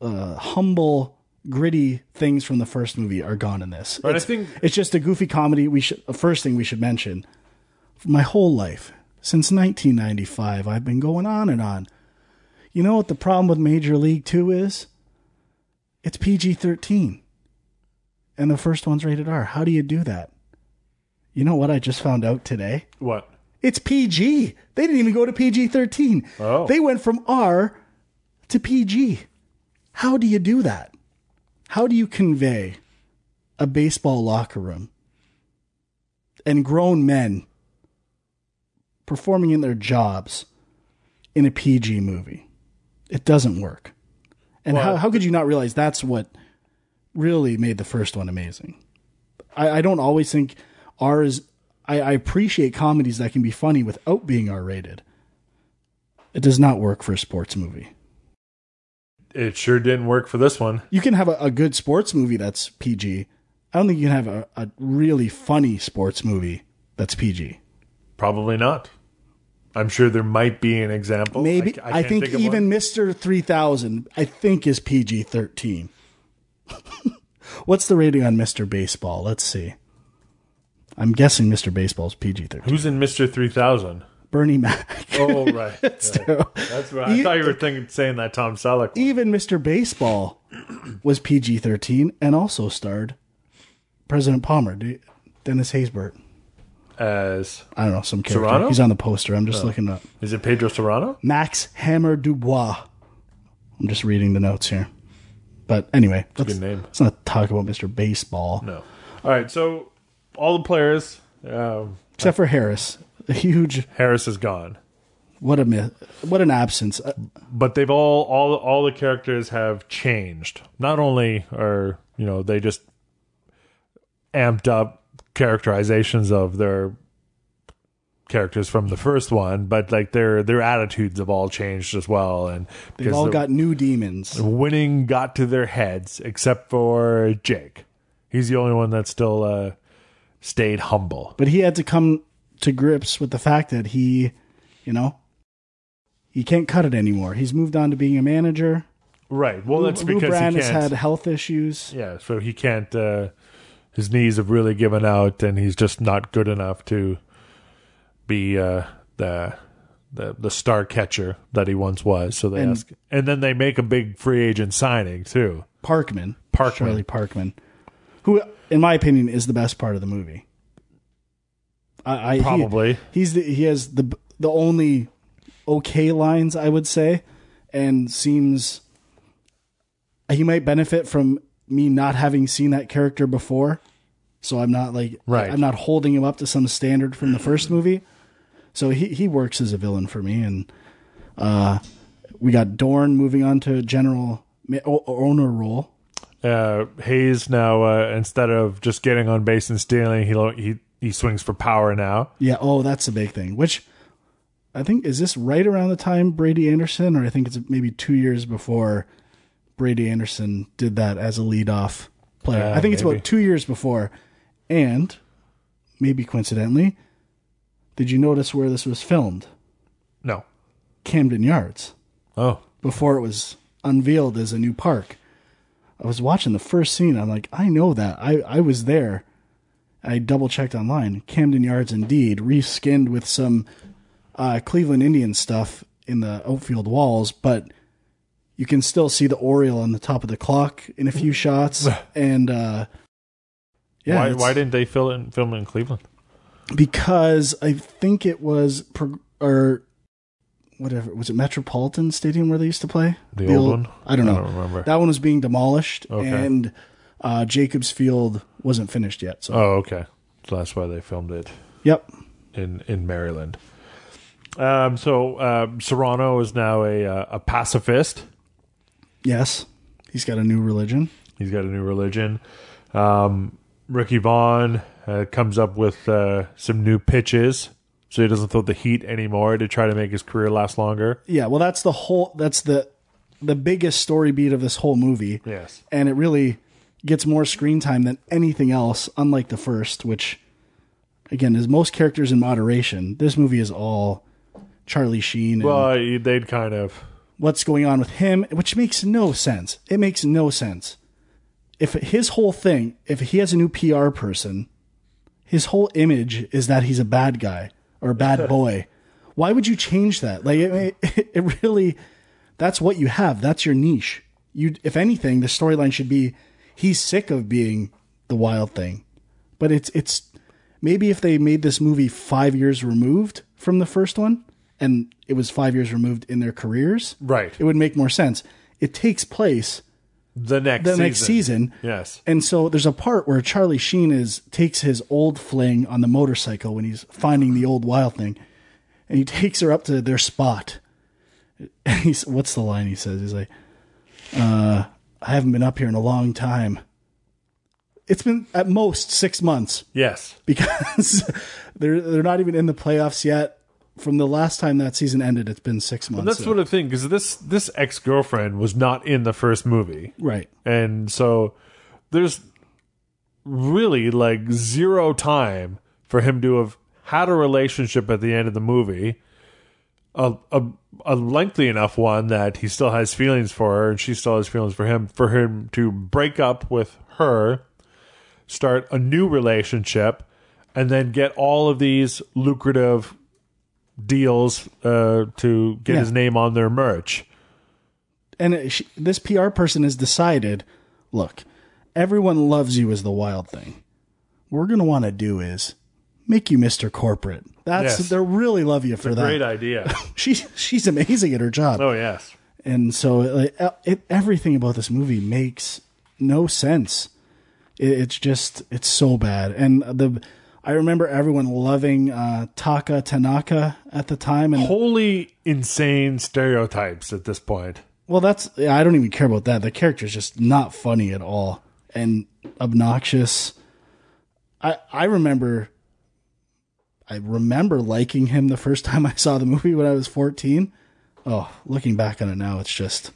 C: uh, humble, gritty things from the first movie are gone in this.
B: but I
C: It's-
B: think
C: It's just a goofy comedy. We should the first thing we should mention. For my whole life, since 1995, I've been going on and on. You know what the problem with Major League 2 is? It's PG-13. And the first one's rated R. How do you do that? You know what I just found out today?
B: what
C: It's PG. They didn't even go to PG-13.
B: Oh.
C: They went from R to PG. How do you do that? How do you convey a baseball locker room and grown men performing in their jobs in a PG movie? It doesn't work. And how,
B: Well-
C: how could you not realize that's what really made the first one amazing? I, I don't always think R is. I, I appreciate comedies that can be funny without being R rated. It does not work for a sports movie.
B: it sure didn't work for this one.
C: You can have a, a good sports movie that's PG. I don't think you can have a, a really funny sports movie that's PG.
B: Probably not. I'm sure there might be an example.
C: Maybe
B: Oh, ca-
C: I,
B: can't
C: think,
B: of one.
C: even Mr. 3000 I think is PG 13. What's the rating on Mr. Baseball? Let's see. I'm guessing Mr. Baseball's PG 13.
B: who's in Mister Three Thousand.
C: Bernie Mac.
B: Oh right, that's right. I
C: You-
B: thought you were thinking saying that Tom Selleck. one.
C: even Mr. Baseball was PG 13 and also starred President Palmer, D- Dennis Haysbert.
B: As
C: I don't know, some character.
B: Serrano? Oh.
C: He's on the poster. I'm just looking up.
B: is it Pedro Serrano?
C: Max Hammer Dubois. I'm just reading the notes here. But anyway, let's,
B: good name.
C: let's not talk about Mr. Baseball.
B: No. All right. So all the players. Um,
C: Except for Harris. A huge,
B: Harris is gone,
C: what a myth, what an absence. Uh,
B: but they've all all all the characters have changed. Not only are you know they just amped up characterizations of their characters from the first one, but like their their attitudes have all changed as well, and
C: They've all got new demons.
B: winning got to their heads except for Jake. He's the only one that still uh, stayed humble.
C: But he had to come to grips with the fact that he, you know, he can't cut it anymore. He's moved on to being a manager.
B: Right. Well, that's
C: Lou
B: because
C: Brand
B: he
C: has
B: can't.
C: had health issues.
B: yeah so he can't uh his knees have really given out and he's just not good enough to be uh the the, the star catcher that he once was so they
C: And-
B: ask and then they make a big free agent signing too
C: Parkman.
B: Parkman.
C: Charlie Parkman. Who, in my opinion, is the best part of the movie. I, I he-
B: Probably.
C: he's the, he has the the only okay lines I would say, and seems he might benefit from me not having seen that character before, so I'm not like
B: Right.
C: I'm not holding him up to some standard from the first movie. So he he works as a villain for me, and uh, we got Dorn moving on to general ma- o- owner role.
B: uh hayes now uh instead of just getting on base and stealing he lo- he he swings for power now
C: Yeah. Oh, that's a big thing. Which I think is this right around the time Brady Anderson, or I think it's maybe two years before Brady Anderson did that as a leadoff player.
B: Yeah,
C: I think it's
B: maybe.
C: about two years before, And maybe coincidentally, did you notice where this was filmed?
B: No.
C: Camden Yards
B: Oh.
C: before it was unveiled as a new park. I was watching the first scene. I'm like, I know that. I, I was there. I double checked online. Camden Yards, indeed, reskinned with some uh, Cleveland Indian stuff in the outfield walls, but you can still see the Oriole on the top of the clock in a few shots. And uh, yeah,
B: why,
C: it's-
B: why didn't they film it, film it in Cleveland?
C: because I think it was pro- or whatever was it Metropolitan Stadium where they used to play
B: The old one?
C: I don't
B: I
C: know.
B: don't remember.
C: That one was being demolished,
B: Okay.
C: and uh, Jacobs Field wasn't finished yet. So
B: Oh, okay. So that's why they filmed it
C: yep,
B: in in Maryland. Um, so uh, Serrano is now a uh, a pacifist.
C: yes, he's got a new religion.
B: He's got a new religion. Um, Ricky Vaughn uh, comes up with uh, some new pitches, so he doesn't throw the heat anymore to try to make his career last longer.
C: Yeah, well, that's the whole. That's the the biggest story beat of this whole movie.
B: Yes.
C: and it really gets more screen time than anything else unlike the first which again is most characters in moderation this movie is all charlie sheen and
B: Well, uh, they'd kind of
C: what's going on with him which makes no sense it makes no sense if his whole thing if he has a new pr person his whole image is that he's a bad guy or a bad boy why would you change that like it, it, it really that's what you have that's your niche you if anything the storyline should be he's sick of being the wild thing but it's it's maybe if they made this movie 5 years removed from the first one and it was 5 years removed in their careers
B: Right.
C: it would make more sense it takes place
B: the next
C: the next season
B: Yes.
C: and so there's a part where Charlie Sheen is takes his old fling on the motorcycle when he's finding the old wild thing, and he takes her up to their spot. And he's what's the line he says? He's like, uh, "I haven't been up here in a long time. It's been at most six months
B: Yes.
C: because they're they're not even in the playoffs yet. From the last time that season ended, it's been six months.
B: That's
C: So-
B: sort of thing because this this ex girlfriend was not in the first movie,
C: right.
B: and so there's really like zero time for him to have had a relationship at the end of the movie, a a, a lengthy enough one that he still has feelings for her and she still has feelings for him, for him to break up with her, start a new relationship, and then get all of these lucrative deals uh, to get
C: Yeah.
B: his name on their merch.
C: and it, she, this PR person has decided, look, everyone loves you as the wild thing. We're gonna want to do is make you Mr. Corporate. That's
B: Yes.
C: they really love you for that.
B: Great idea.
C: She's she's amazing at her job,
B: oh yes.
C: and so like, e- it, everything about this movie makes no sense. It, it's just it's so bad, and the I remember everyone loving uh, Taka Tanaka at the time, and
B: wholly insane stereotypes at this point.
C: Well, that's yeah, I don't even care about that. The character is just not funny at all and obnoxious. I I remember I remember liking him the first time I saw the movie when I was 14. Oh, looking back on it now, it's just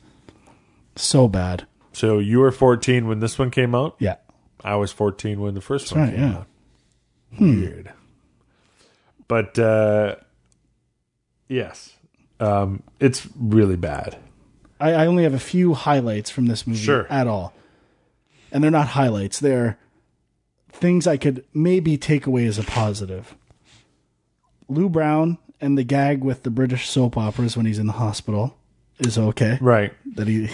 C: so bad.
B: So you were 14 when this one came out.
C: Yeah.
B: I was 14 when the first one
C: right,
B: came
C: yeah. Hmm.
B: out. Weird. But uh, yes, um, it's really bad.
C: I, I only have a few highlights from this movie
B: Sure.
C: at all. And they're not highlights, they're things I could maybe take away as a positive. Lou Brown and the gag with the British soap operas when he's in the hospital is okay.
B: Right.
C: That he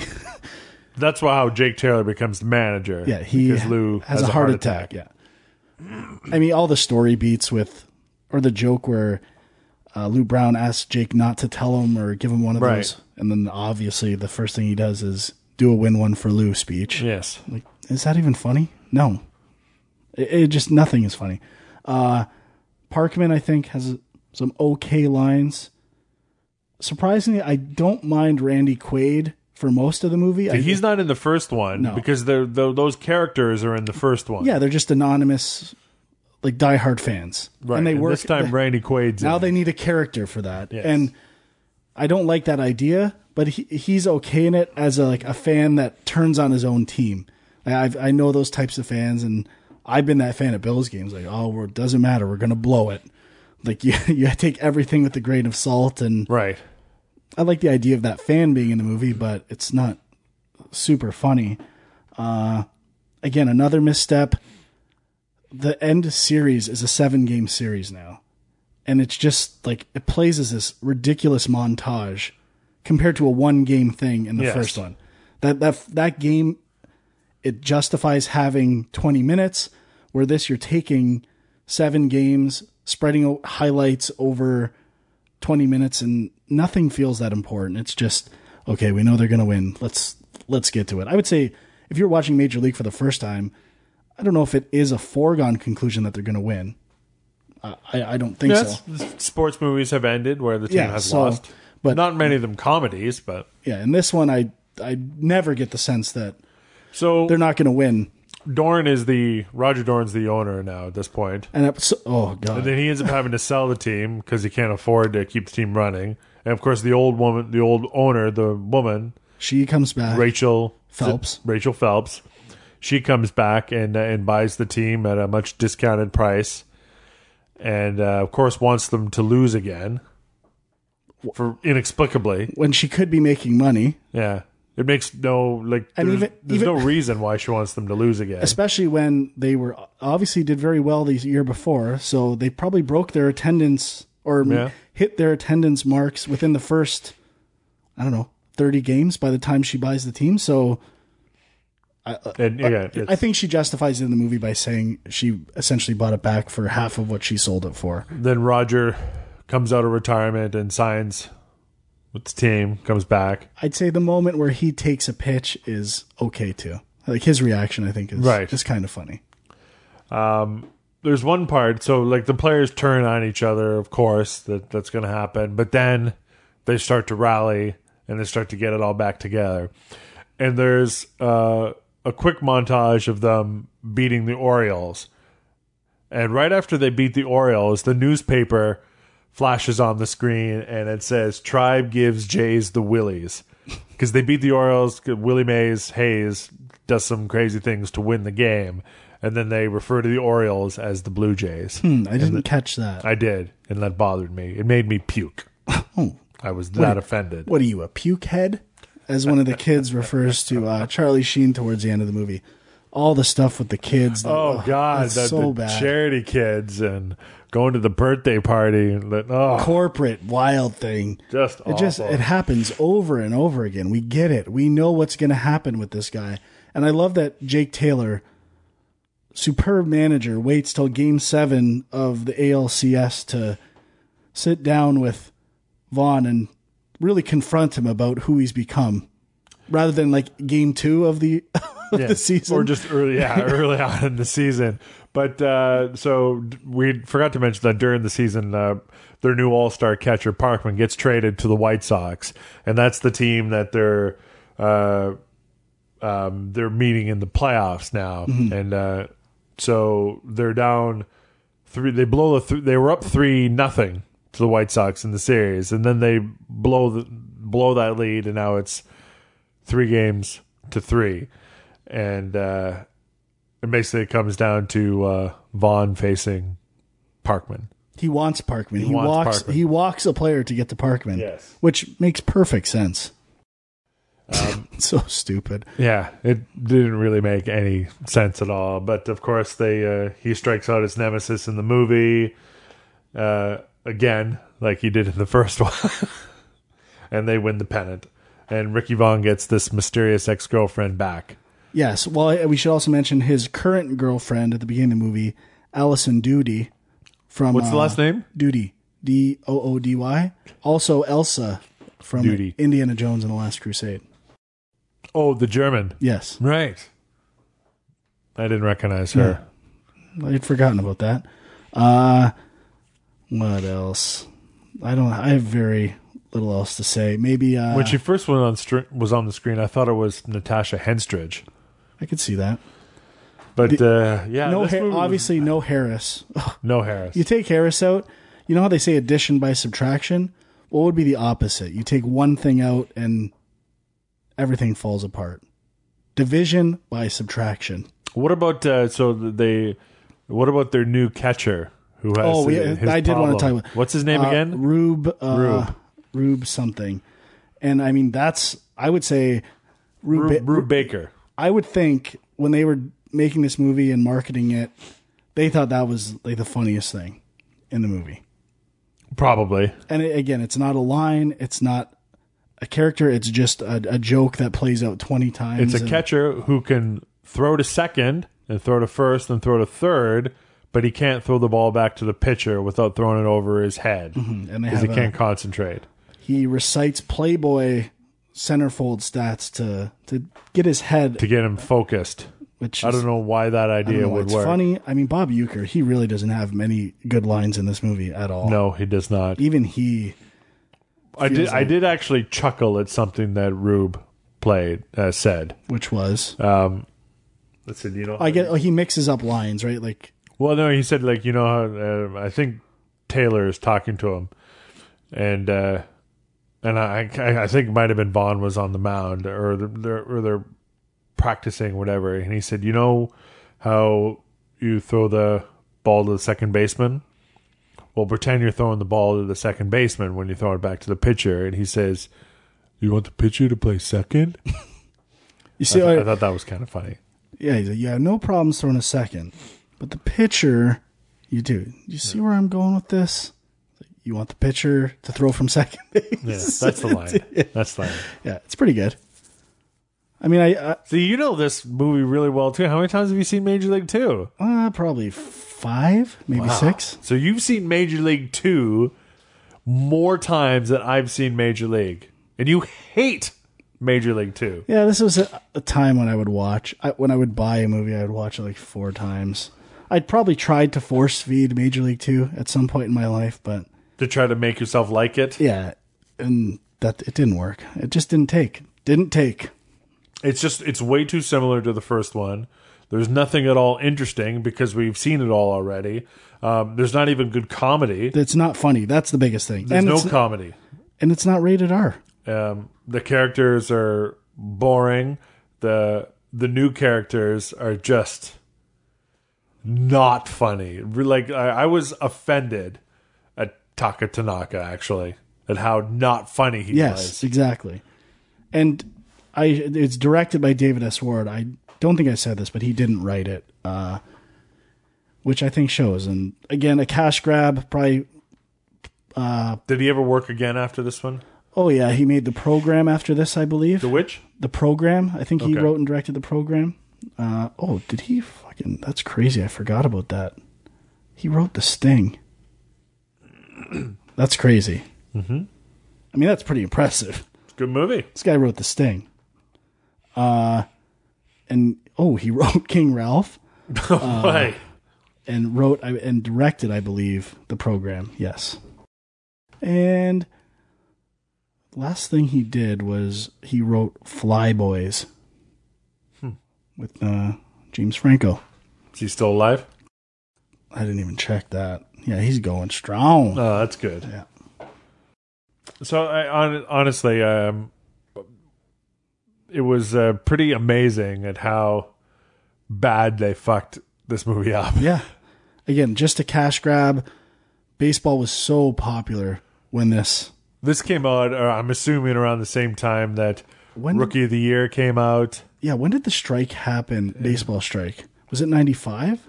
B: That's why how Jake Taylor becomes the manager.
C: yeah, he
B: because Lou
C: has, a heart, attack. Yeah. I mean all the story beats with or the joke where uh, Lou Brown asks Jake not to tell him or give him one of
B: Right.
C: those. And then obviously the first thing he does is do a win one for Lou speech.
B: Yes.
C: Like, is that even funny? No. It, it just nothing is funny. Uh, Parkman, I think, has some okay lines. Surprisingly, I don't mind Randy Quaid for most of the movie. I,
B: He's not in the first one because they're, tho- those characters are in the first one.
C: yeah, they're just anonymous, like diehard fans,
B: Right.
C: and they work.
B: this time. Randy Quaid's
C: now
B: in.
C: they need a character for that, and I don't like that idea. But he, he's okay in it as a, like a fan that turns on his own team. I I've, I know those types of fans, and I've been that fan of Bills games. Like, oh, we're, doesn't matter. We're gonna blow it. Like you, you take everything with a grain of salt, and
B: Right.
C: I like the idea of that fan being in the movie, but it's not super funny. Uh, again, another misstep. The end series is a seven game series now, and it's just like it plays as this ridiculous montage compared to a one game thing in the
B: Yes.
C: first one. That that that game it justifies having 20 minutes where this you're taking seven games spreading o- highlights over 20 minutes and nothing feels that important it's just okay we know they're going to win let's let's get to it i would say if you're watching major league for the first time i don't know if it is a foregone conclusion that they're going to win I, I I don't think so
B: Yes. Sports movies have ended where the team
C: Yeah,
B: has
C: so-
B: lost.
C: but-
B: not many of them comedies, but
C: yeah and this one i i never get the sense that
B: so
C: they're not going to win
B: Dorn is the Roger Dorn's the owner now at this point.
C: and I, so, oh god
B: And then he ends up having to sell the team because he can't afford to keep the team running. And of course, the old woman, the old owner, the woman
C: she comes back
B: Rachel
C: Phelps.
B: Rachel Phelps, she comes back and uh, and buys the team at a much discounted price, and uh, of course wants them to lose again, for inexplicably.
C: when she could be making money
B: Yeah, it makes no like.
C: And
B: there's
C: even-
B: there's
C: even-
B: no reason why she wants them to lose again.
C: especially when they were obviously did very well the year before, so they probably broke their attendance or
B: Yeah.
C: hit their attendance marks within the first, I don't know, thirty games by the time she buys the team. So
B: And yeah, it's,
C: I think she justifies it in the movie by saying she essentially bought it back for half of what she sold it for.
B: then Roger comes out of retirement and signs with the team. Comes back.
C: I'd say the moment where he takes a pitch is okay too. Like his reaction, I think is
B: Right.
C: is kind of funny.
B: there's one part so like the players turn on each other of course that that's going to happen but then they start to rally and they start to get it all back together and there's uh, a quick montage of them beating the orioles and right after they beat the orioles the newspaper flashes on the screen and it says tribe gives jays the willies because they beat the orioles 'cause willie mays hayes does some crazy things to win the game and then they refer to the orioles as the blue jays
C: Hmm, I didn't catch that.
B: I did, and that bothered me. It made me puke.
C: Oh.
B: I was that offended.
C: What are you, a puke head? As one of the kids refers to uh, Charlie Sheen towards the end of the movie. All the stuff with the kids.
B: Oh God,
C: that's
B: the,
C: so
B: the
C: bad.
B: charity kids and going to the birthday party. and that- Oh,
C: Corporate wild thing.
B: just
C: It just
B: awful.
C: it happens over and over again. We get it. We know what's going to happen with this guy. And I love that Jake Taylor, superb manager, waits till game 7 of the ALCS to sit down with Vaughn and really confront him about who he's become rather than like game 2 of the of
B: Yeah.
C: the season.
B: or just early, yeah, early on in the season. But uh, so d- we forgot to mention that during the season, uh, their new All Star catcher Parkman gets traded to the White Sox, and that's the team that they're uh, um, they're meeting in the playoffs now,
C: Mm-hmm.
B: and uh, so they're down three. They blow the th- they were up three nothing to the White Sox in the series, and then they blow the blow that lead, and now it's three games to three, and uh, and basically it comes down to uh, Vaughn facing Parkman.
C: He wants Parkman. He,
B: wants
C: walks.
B: Parkman.
C: He walks a player to get to Parkman.
B: Yes.
C: which makes perfect sense.
B: Um,
C: so stupid.
B: Yeah, it didn't really make any sense at all. But of course, they uh, he strikes out his nemesis in the movie uh, again, like he did in the first one, and they win the pennant. And Ricky Vaughn gets this mysterious ex girlfriend back.
C: Yes. Well, I- we should also mention his current girlfriend at the beginning of the movie, Allison Duty, from
B: What's the
C: uh,
B: last name?
C: Duty. D O O D Y. Also Elsa from
B: Doody.
C: Indiana Jones and the Last Crusade.
B: Oh, the German.
C: Yes,
B: Right. I didn't recognize her.
C: I'd forgotten about that. Uh, what else? I don't. I have very little else to say. Maybe uh,
B: When she first went on str- was on the screen, I thought it was Natasha Henstridge.
C: I could see that.
B: But uh, yeah,
C: no,
B: this
C: Har-
B: movie was-
C: obviously no Harris.
B: no Harris.
C: you take Harris out. You know how they say addition by subtraction. What would be the opposite? You take one thing out and everything falls apart. Division by subtraction.
B: What about uh, so they? What about their new catcher who has?
C: Oh, we-
B: his
C: I did wanna
B: problem?
C: talk about-
B: What's his name
C: Uh,
B: again?
C: Rube. Uh, Rube. something. And I mean, that's, I would say, Rube,
B: Rube, Rube Baker.
C: I would think when they were making this movie and marketing it, they thought that was like the funniest thing in the movie.
B: Probably.
C: And it, again, it's not a line, it's not a character, it's just a, a joke that plays out 20 times.
B: It's a
C: and-
B: catcher who can throw to second and throw to first and throw to third, but he can't throw the ball back to the pitcher without throwing it over his head because
C: and they
B: he
C: Mm-hmm. have a-
B: can't concentrate.
C: he recites Playboy centerfold stats to to get his head,
B: to get him focused.
C: which is,
B: I don't know why that
C: I don't
B: idea
C: know why
B: would
C: it's
B: work.
C: funny. I mean, Bob Euchre, he really doesn't have many good lines in this movie at all.
B: No, he does not.
C: Even he,
B: I did.
C: feels
B: I
C: like-
B: did actually chuckle at something that Rube played uh, said.
C: which was
B: Uh, Let's see. You know.
C: I get, oh, he mixes up lines, right? Like
B: well, no, he said like you know. how, Uh, I think Taylor is talking to him, and uh, and I I I think it might have been Vaughn was on the mound or they're or they're practicing whatever, and he said, you know how you throw the ball to the second baseman. Well, pretend you're throwing the ball to the second baseman when you throw it back to the pitcher, and he says, "You want the pitcher to play second?
C: you see, uh,
B: I
C: I,
B: thought that was kind of funny.
C: yeah, he's like, you have no problems throwing a second, but the pitcher, you do. You see where I'm going with this? You want the pitcher to throw from second base?
B: Yeah, that's the line. That's the line.
C: yeah, it's pretty good. I mean, I, I
B: See, you know this movie really well too. How many times have you seen Major League Two?
C: Uh, probably five, maybe six.
B: So you've seen Major League Two more times than I've seen Major League, and you hate Major League Two.
C: Yeah, this was a, a time when I would watch. I, when I would buy a movie, I would watch it like four times. I'd probably tried to force feed Major League Two at some point in my life, but
B: To try to make yourself like it,
C: yeah, and that it didn't work. It just didn't take. Didn't take.
B: it's just it's way too similar to the first one. There's nothing at all interesting because we've seen it all already. Um, there's not even good comedy.
C: It's not funny. That's the biggest thing.
B: There's
C: and
B: no
C: it's,
B: comedy.
C: and it's not rated R.
B: um, the characters are boring the the new characters are just not funny Re- like I, I was offended at taka tanaka actually at how not funny he
C: Yes,
B: was
C: exactly. And I it's directed by David S. Ward. I don't think I said this, but he didn't write it, uh, which I think shows. And again, a cash grab. Probably.
B: did he ever work again after this one
C: Oh yeah, he made the program after this, I believe.
B: the
C: The,
B: witch
C: program. I think he
B: Okay.
C: wrote and directed the program. Uh, oh, did he fucking? That's crazy. I forgot about that. He wrote the Sting. That's crazy. Mm-hmm. I mean, that's pretty impressive.
B: It's a good movie
C: This guy wrote The Sting. Uh, and oh, he wrote King Ralph
B: Like,
C: and wrote I- and directed, I believe, the program. Yes. And last thing he did was he wrote Fly Boys with uh, James Franco.
B: is he still alive
C: I didn't even check that. Yeah, he's going strong.
B: oh that's good
C: Yeah.
B: so I, on, honestly um, it was uh, pretty amazing at how bad they fucked this movie up
C: Yeah. Again, just a cash grab. Baseball was so popular when this
B: This came out, or I'm assuming, around the same time that
C: When-
B: Rookie of the Year came out.
C: Yeah, when did the strike happen? Baseball strike. Was it 95?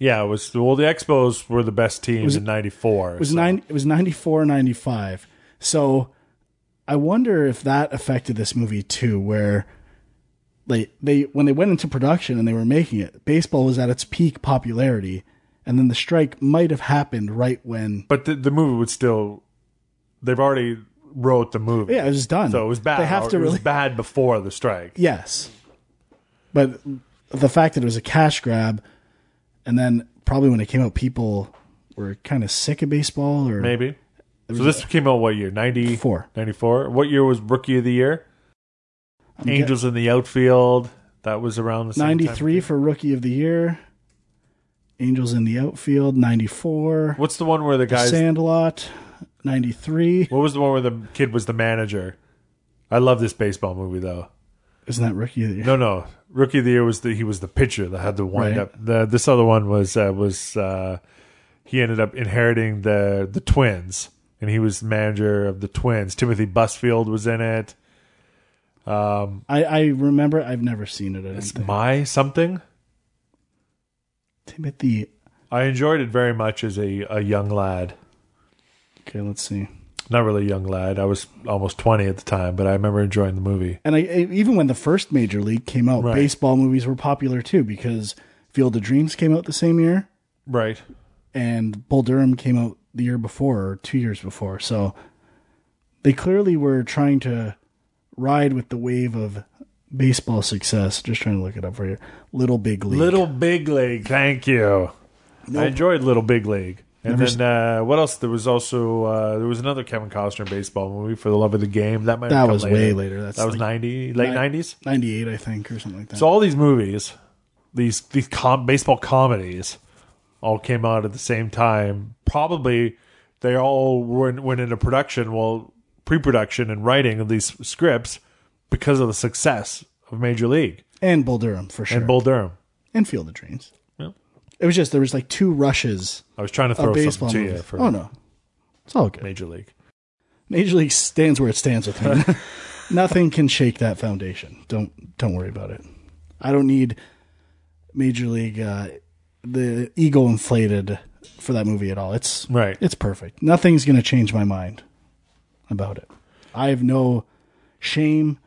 B: Yeah, it was well. The Expos were the best team in '94.
C: It was nine it was 94 95. So I wonder if that affected this movie too where they they when they went into production and they were making it, baseball was at its peak popularity and then the strike might have happened right when
B: but the, the movie would still. They've already wrote the movie.
C: yeah, it was done.
B: so it was bad.
C: They have to
B: it
C: really
B: was bad before the strike.
C: Yes. But the fact that it was a cash grab and then probably when it came out people were kind of sick of baseball or
B: Maybe. So this came out what year? 90,
C: Four.
B: 94? What year was Rookie of the Year?
C: I'm ge-
B: Angels in the outfield. That was around the same time.
C: 93 for rookie of the year. Angels in the outfield, 94.
B: What's the one where the guys?
C: Sandlot, 93.
B: What was the one where the kid was the manager? I love this baseball movie though.
C: Isn't that rookie of the year?
B: No, no. Rookie of the year was the he was the pitcher that had the wind
C: Right.
B: up. The this other one was uh, was uh, he ended up inheriting the the Twins, and he was manager of the Twins. Timothy Busfield was in it.
C: I, I remember. I've never seen it. I don't
B: It's
C: think.
B: my something.
C: Timothy.
B: I enjoyed it very much as a, a young lad.
C: Okay, let's see.
B: Not really a young lad. I was almost twenty at the time, but I remember enjoying the movie.
C: And I, I- even when the first major league came out,
B: Right.
C: baseball movies were popular too because Field of Dreams came out the same year
B: Right.
C: and Bull Durham came out the year before or two years before. So they clearly were trying to ride with the wave of baseball success. Just trying to look it up for you. Little Big League.
B: Little Big League. Thank you. I enjoyed Little Big League. And
C: Never
B: then uh, what else? There was also uh, there was another Kevin Costner baseball movie for the love of the game. That might have come
C: that was way later. That's
B: That was
C: like
B: ninety late
C: nine-
B: nineties.
C: 98, I think, or something like that.
B: So all these movies, these these com- baseball comedies, all came out at the same time. Probably they all went, went into production, well, pre-production and writing of these scripts because of the success of Major League
C: and Bull Durham for sure.
B: and Bull Durham.
C: and Field of Dreams.
B: Yeah.
C: It was just there was like two rushes
B: I was trying to
C: of
B: throw something
C: baseball
B: to
C: movies.
B: you for
C: oh no, it's all good.
B: Major League.
C: Major League stands where it stands with me. Nothing can shake that foundation. Don't don't worry about it. I don't need Major League uh, the ego inflated for that movie at all. It's
B: Right.
C: It's perfect. Nothing's going to change my mind about it. I have no shame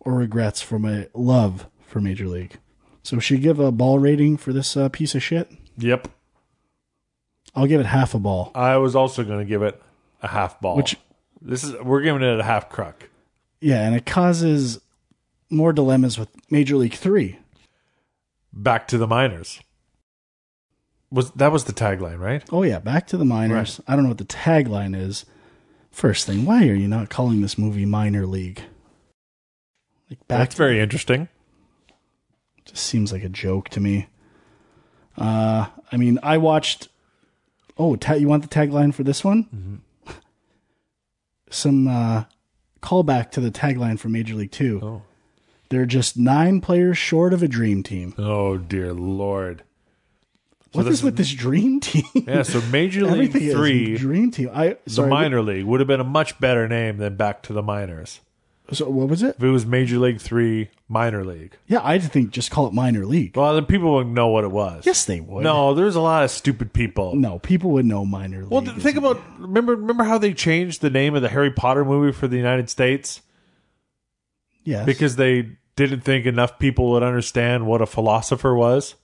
C: or regrets for my love for Major League. So should you give a ball rating for this uh, piece of shit?
B: Yep.
C: I'll give it half a ball.
B: I was also going to give it a half ball.
C: Which-
B: this is we're giving it a half cruck.
C: Yeah, and it causes more dilemmas with Major League 3.
B: Back to the minors. Was that was the tagline, right?
C: Oh yeah, back to the minors. I don't know what the tagline is. First thing, why are you not calling this movie Minor League? Like back
B: That's very interesting.
C: just seems like a joke to me. Uh, I mean, I watched. Oh, ta- you want the tagline for this one?
B: Mm-hmm.
C: Some uh, callback to the tagline for Major League Two.
B: Oh.
C: They're just nine players short of a dream team.
B: Oh dear lord.
C: What is
B: this-
C: with this dream team?
B: Yeah, so Major League
C: Everything
B: Three,
C: is dream team. I
B: the
C: sorry,
B: minor league, would have been a much better name than Back to the Minors.
C: So what was it?
B: If it was Major League Three, minor league.
C: Yeah, I think just call it minor league.
B: Well then people wouldn't know what it was.
C: Yes, they would.
B: No, there's a lot of stupid people.
C: no, people would know minor league.
B: Well, th- think about remember remember how they changed the name of the Harry Potter movie for the United States
C: yes,
B: because they didn't think enough people would understand what a philosopher was.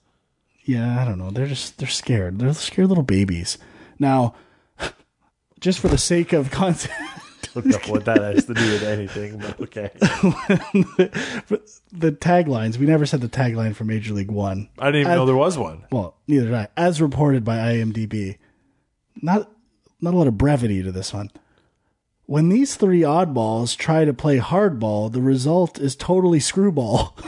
C: yeah, I don't know. They're just they're scared. They're scared little babies. Now, just for the sake of content,
B: Look up what that has to do with anything. But okay,
C: the taglines. We never said the tagline for Major League One.
B: I didn't even
C: As-
B: know there was one.
C: Well, neither did I. As reported by IMDb, not not a lot of brevity to this one. When these three oddballs try to play hardball, the result is totally screwball.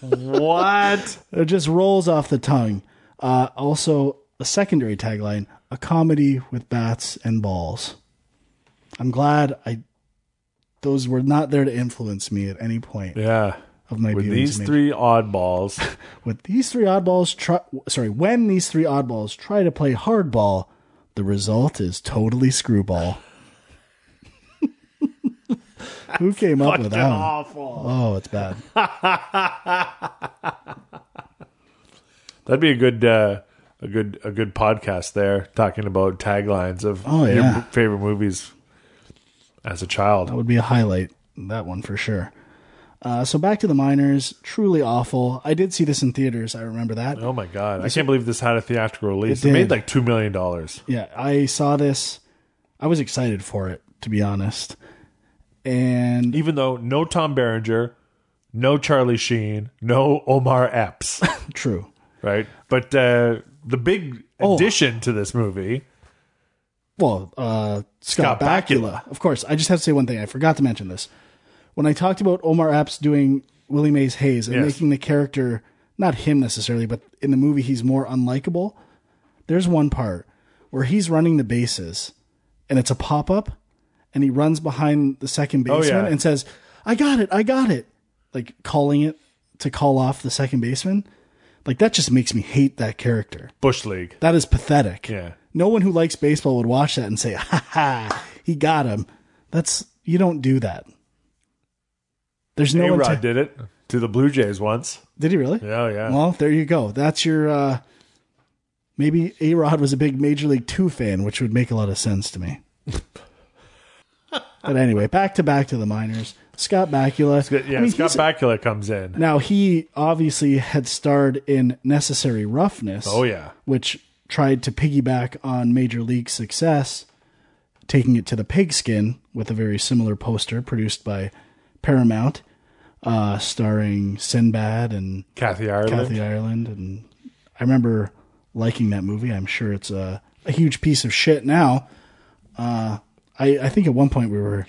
B: What?
C: It just rolls off the tongue. Uh, also, a secondary tagline: a comedy with bats and balls. I'm glad I those were not there to influence me at any point
B: Yeah.
C: of my
B: With
C: viewings
B: these
C: of Major-
B: three oddballs,
C: With these three oddballs, try, sorry, when these three oddballs try to play hardball, the result is totally screwball. Who came up with that? one?
B: awful.
C: Oh, it's bad.
B: That'd be a good, uh, a good, a good podcast there talking about taglines of
C: Oh,
B: your
C: yeah. Oh.
B: favorite movies as a child.
C: That would be a highlight. That one for sure. Uh, so back to the minors. Truly awful. I did see this in theaters. I remember that.
B: Oh my god! I can't believe this had a theatrical release.
C: It
B: It, made
C: did.
B: like two million dollars.
C: Yeah, I saw this. I was excited for it, to be honest. And
B: Even though no Tom Berenger, no Charlie Sheen, no Omar Epps,
C: true.
B: right? But uh, the big
C: Oh.
B: addition to this movie,
C: Well, uh,
B: Scott
C: Scott, Bakula.
B: Bakula.
C: Of course. I just have to say one thing. I forgot to mention this. When I talked about Omar Epps doing Willie Mays Hayes and
B: Yes.
C: making the character, not him necessarily, but in the movie, he's more unlikable. There's one part where he's running the bases and it's a pop up and he runs behind the second
B: Oh,
C: baseman
B: yeah.
C: and says, I got it. I got it. Like calling it to call off the second baseman, like that just makes me hate that character.
B: Bush League.
C: That is pathetic.
B: Yeah.
C: No one who likes baseball would watch that and say, "Ha ha, he got him." That's you don't do that. There's no
B: A
C: inten-
B: Rod did it to the Blue Jays once.
C: Did he really?
B: Yeah, yeah.
C: Well, there you go. That's your uh maybe A Rod was a big Major League Two fan, which would make a lot of sense to me. but anyway, back to back to the minors. Scott Bakula.
B: yeah,
C: I mean,
B: Scott
C: he's-
B: Bakula comes in.
C: Now he obviously had starred in Necessary Roughness.
B: Oh, yeah.
C: Which tried to piggyback on Major League success, taking it to the pigskin with a very similar poster produced by Paramount, uh, starring Sinbad and
B: Kathy Ireland.
C: Kathy Ireland, and I remember liking that movie. I'm sure it's a, a huge piece of shit now. Uh, I, I think at one point we were,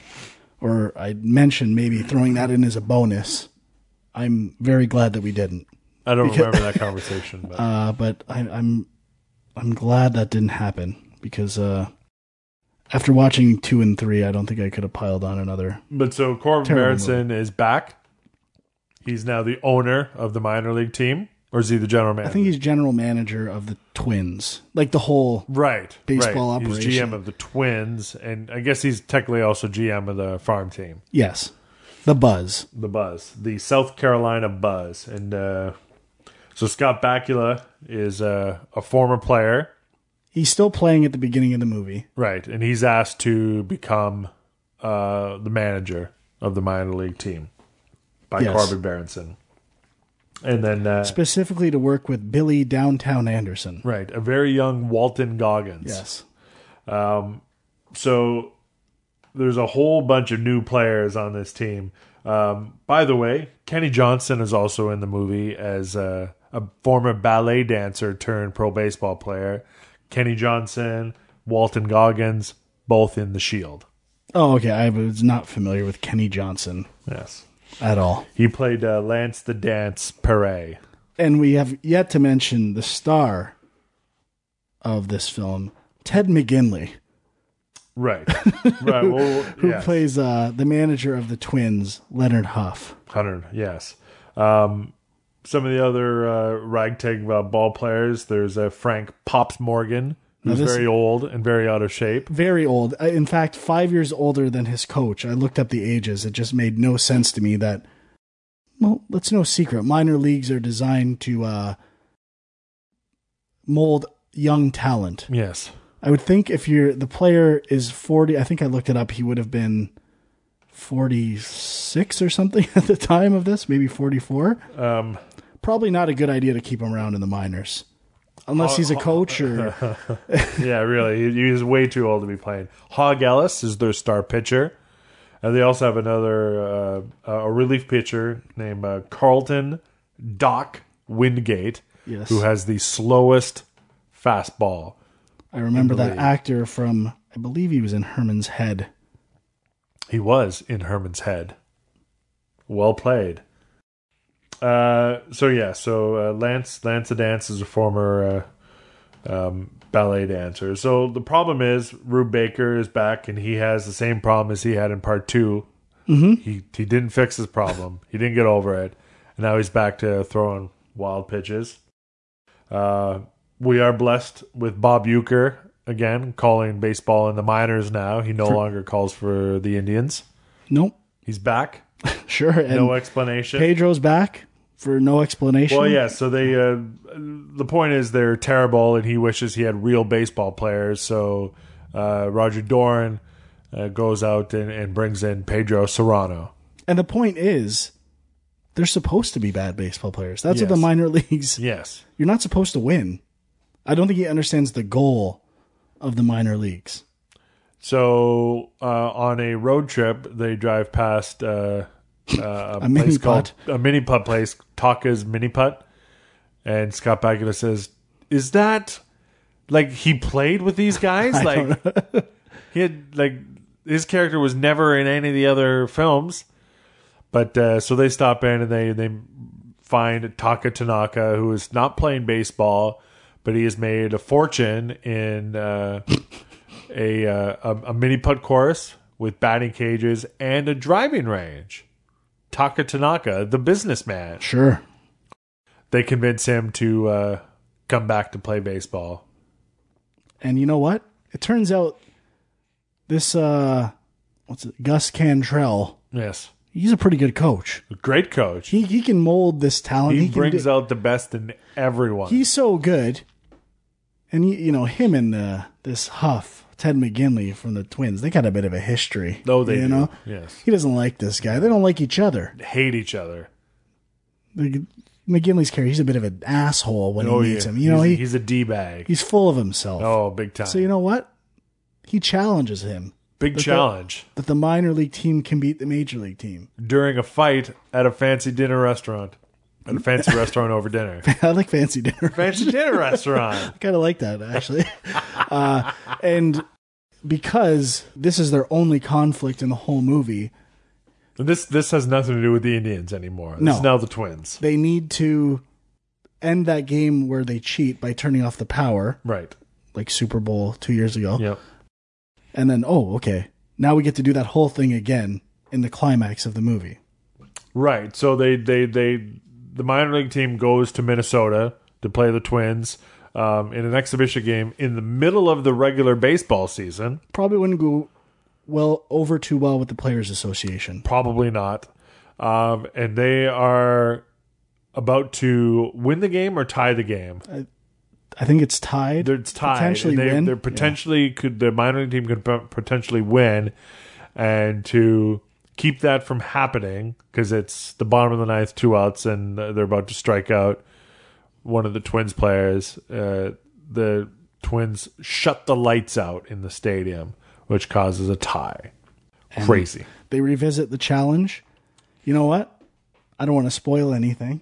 C: or I mentioned maybe throwing that in as a bonus. I'm very glad that we didn't,
B: I don't remember that conversation, but
C: uh, but I, I'm I'm glad that didn't happen because uh, after watching two and three, I don't think I could have piled on another.
B: but so Corbin
C: terrible
B: Berenson is back. He's now the owner of the minor league team, or is he the general manager?
C: I think he's general manager of the Twins, like the whole
B: right
C: baseball
B: right. He's
C: operation.
B: GM of the Twins, and I guess he's technically also GM of the farm team,
C: yes, the Buzz.
B: the Buzz, the South Carolina Buzz, and uh, so Scott Bakula is uh, a former player,
C: He's still playing at the beginning of the movie.
B: right? And he's asked to become uh, the manager of the minor league team by
C: Yes.
B: Corbin Berenson, and then uh,
C: specifically to work with Billy Downtown Anderson.
B: Right, a very young Walton Goggins.
C: Yes.
B: So there's a whole bunch of new players on this team. Um, by the way, Kenny Johnson is also in the movie as a, a former ballet dancer turned pro baseball player. Kenny Johnson, Walton Goggins, both in the Shield.
C: Oh, okay. I was not familiar with Kenny Johnson
B: Yes,
C: at all.
B: he played uh, Lance the Dance Pere.
C: And we have yet to mention the star of this film, Ted McGinley,
B: Right, right. Well,
C: who
B: yes.
C: plays uh, the manager of the twins, Leonard Huff.
B: Hunter, yes. Um, some of the other uh, ragtag uh, ball players. There's uh, Frank Pops Morgan, who's
C: this-
B: very old and very out of shape.
C: Very old. Uh, In fact, five years older than his coach. I looked up the ages. It just made no sense to me that, well, that's no secret. Minor leagues are designed to uh, mold young talent.
B: Yes,
C: I would think if you're the player is 40, I think I looked it up, he would have been 46 or something at the time of this, maybe 44.
B: um,
C: Probably not a good idea to keep him around in the minors. Unless he's a
B: Oh.
C: coach or
B: yeah, really. He, he's way too old to be playing. Hog Ellis is their star pitcher, and they also have another uh, a relief pitcher named uh, Carlton Doc Wingate,
C: Yes.
B: who has the slowest fastball.
C: I remember that actor from I believe he was in Herman's Head.
B: He was in Herman's head. Well played. Uh, so yeah, so uh, Lance Lance the Dance is a former uh, um, ballet dancer. So the problem is Rube Baker is back, and he has the same problem as he had in part 2 He he didn't fix his problem. he didn't get over it, and now he's back to throwing wild pitches. Uh, we are blessed with Bob Euchre again calling baseball in the minors. Now he no longer calls for the Indians.
C: Nope.
B: He's back.
C: Sure. And
B: No explanation.
C: Pedro's back for no explanation.
B: Well, yeah. So they, uh, the point is they're terrible, and he wishes he had real baseball players. So uh, Roger Doran uh, goes out and, and brings in Pedro Serrano.
C: And the point is they're supposed to be bad baseball players. That's what the
B: Yes.
C: minor leagues
B: Yes,
C: you're not supposed to win. I don't think he understands the goal of the minor leagues.
B: So uh, on a road trip, they drive past uh, uh, a, place
C: mini
B: called a mini putt place, Taka's Mini Putt, and Scott Bakula says, "Is that like he played with these guys? like he had like his character was never in any of the other films." But uh, so they stop in and they they find Taka Tanaka, who is not playing baseball, but he has made a fortune in. Uh, a, uh, a a mini putt course with batting cages and a driving range. Taka Tanaka, the businessman.
C: Sure.
B: They convince him to uh, come back to play baseball.
C: And you know what? It turns out this uh what's it? Gus Cantrell.
B: Yes.
C: He's a pretty good coach.
B: Great coach.
C: He he can mold this talent.
B: He,
C: can
B: brings
C: do-
B: out the best in everyone.
C: He's so good. And he, you know him and uh, this Huff Ted McGinley from the Twins. They got a bit of a history.
B: Though Oh, they
C: you
B: do.
C: know
B: Yes.
C: he doesn't like this guy. They don't like each other.
B: Hate each other.
C: The, McGinley's character. He's a bit of an asshole when
B: Oh,
C: he meets
B: yeah.
C: him. You know
B: he's,
C: he
B: he's a D bag.
C: he's full of himself.
B: Oh, big time.
C: So you know what? He challenges him
B: big challenge.
C: that the minor league team can beat the major league team.
B: During a fight at a fancy dinner restaurant. At a fancy restaurant over dinner.
C: I like fancy dinner.
B: Fancy dinner restaurant.
C: kind of like that actually. uh, and because this is their only conflict in the whole movie,
B: This this has nothing to do with the Indians anymore.
C: No.
B: It's now the twins.
C: they need to end that game where they cheat by turning off the power,
B: Right.
C: like Super Bowl two years ago.
B: Yep.
C: And then, oh, okay, now we get to do that whole thing again in the climax of the movie.
B: Right. So they they they the minor league team goes to Minnesota to play the Twins um, in an exhibition game in the middle of the regular baseball season.
C: Probably wouldn't go well over too well with the Players Association.
B: Probably not. Um, and they are about to win the game or tie the game.
C: I think it's tied.
B: They're, it's tied.
C: Potentially
B: and they,
C: win.
B: They're potentially could the minor league team could p- potentially win, and to keep that from happening because it's the bottom of the ninth, two outs, and they're about to strike out one of the Twins players. Uh, the Twins shut the lights out in the stadium, which causes a tie. Crazy.
C: they revisit the challenge. You know what? I don't want to spoil anything,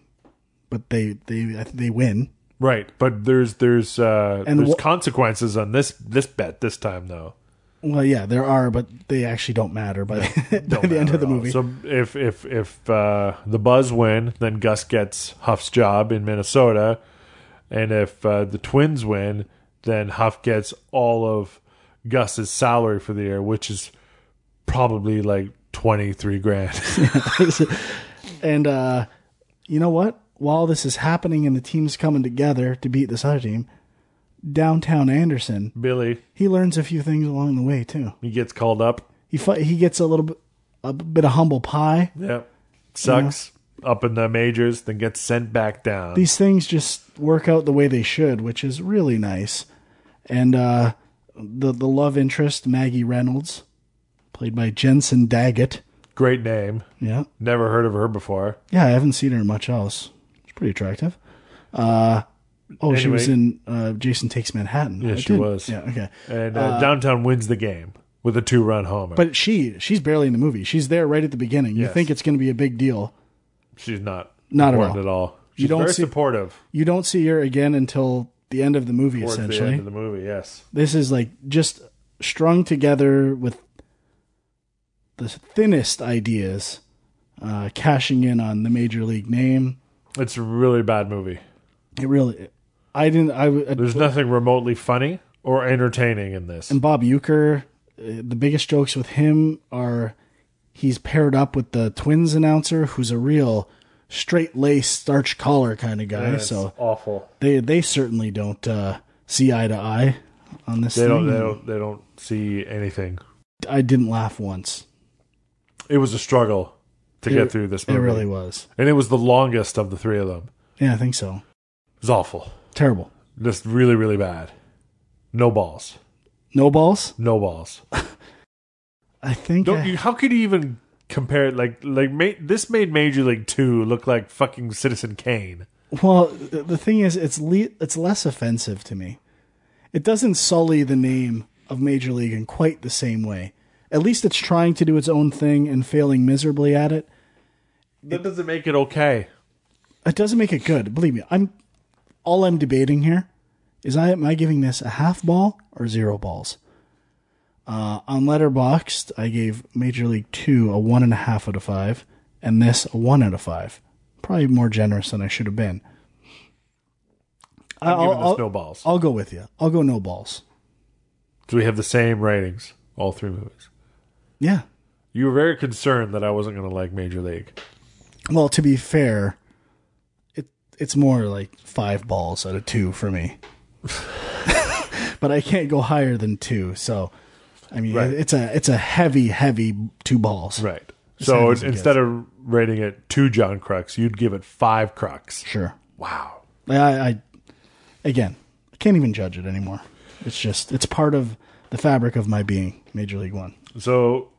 C: but they they they win.
B: Right, but there's there's uh,
C: And
B: there's
C: wha-
B: consequences on this this bet this time though.
C: Well, yeah, there are, but they actually don't matter by, by the end of the
B: at all.
C: movie.
B: So if if if uh, the Buzz win, then Gus gets Huff's job in Minnesota, and if uh, the Twins win, then Huff gets all of Gus's salary for the year, which is probably like twenty three grand.
C: and uh, you know what? While this is happening and the team's coming together to beat this other team, downtown Anderson,
B: Billy
C: he learns a few things along the way too.
B: he gets called up.
C: He fi- he gets a little bit a bit of humble pie.
B: Yep, sucks up in the majors, then gets sent back down.
C: these things just work out the way they should, which is really nice. And uh, the the love interest Maggie Reynolds, played by Jensen Daggett.
B: Great name,
C: Yeah,
B: never heard of her before.
C: yeah, I haven't seen her in much else. She's pretty attractive. Uh, oh, she was in uh, Jason Takes Manhattan.
B: Yeah,
C: I
B: she was.
C: Yeah, okay.
B: And uh, downtown wins the game with a two run homer.
C: But she she's barely in the movie. She's there right at the beginning. You
B: Yes.
C: think it's going to be a big deal.
B: She's not
C: Not at
B: important
C: all.
B: at all. She's
C: You don't
B: very
C: see-
B: supportive
C: You don't see her again until the end of the movie,
B: towards the
C: essentially.
B: end of the movie. Yes,
C: this is like just strung together with the thinnest ideas, uh, cashing in on the major league name.
B: it's a really bad movie.
C: It really, I didn't. I would. uh,
B: There's nothing remotely funny or entertaining in this.
C: and Bob Euchre, uh, the biggest jokes with him are he's paired up with the Twins announcer, who's a real straight laced starch collar kind of guy.
B: It's
C: so
B: awful.
C: they they certainly don't uh, see eye to eye on this.
B: They
C: thing.
B: don't. They don't. They don't see anything.
C: I didn't laugh once.
B: It was a struggle to get
C: It-
B: through this
C: It
B: movie,
C: really was.
B: and it was the longest of the three of them.
C: Yeah, I think so.
B: It was awful.
C: Terrible.
B: Just really, really bad. No balls.
C: No balls?
B: No balls.
C: I think.
B: Don't
C: I-
B: you? How could you even compare it? Like, like ma- this made Major League Two look like fucking Citizen Kane.
C: well, the the thing is, it's le- it's less offensive to me. It doesn't sully the name of Major League in quite the same way. At least it's trying to do its own thing and failing miserably at it.
B: That doesn't make it okay.
C: It doesn't make it good. Believe me, I'm all I'm debating here is I am I giving this a half ball or zero balls. Uh, on Letterboxd, I gave Major League Two a one and a half out of five, and this a one out of five. Probably more generous than I should have been.
B: I'm
C: I'll-
B: giving this
C: I'll-
B: no balls.
C: I'll go with you. I'll go no balls.
B: Do we have the same ratings? All three movies.
C: Yeah.
B: You were very concerned that I wasn't going to like Major League.
C: Well, to be fair, it it's more like five balls out of two for me. but I can't go higher than two, so I mean
B: Right.
C: it's a it's a heavy, heavy two balls.
B: Right.
C: hard
B: So
C: as it
B: instead of rating it two John Crux, you'd give it five Crux.
C: Sure.
B: Wow.
C: Like, I, I again, I can't even judge it anymore. It's just it's part of the fabric of my being, Major League One.
B: So,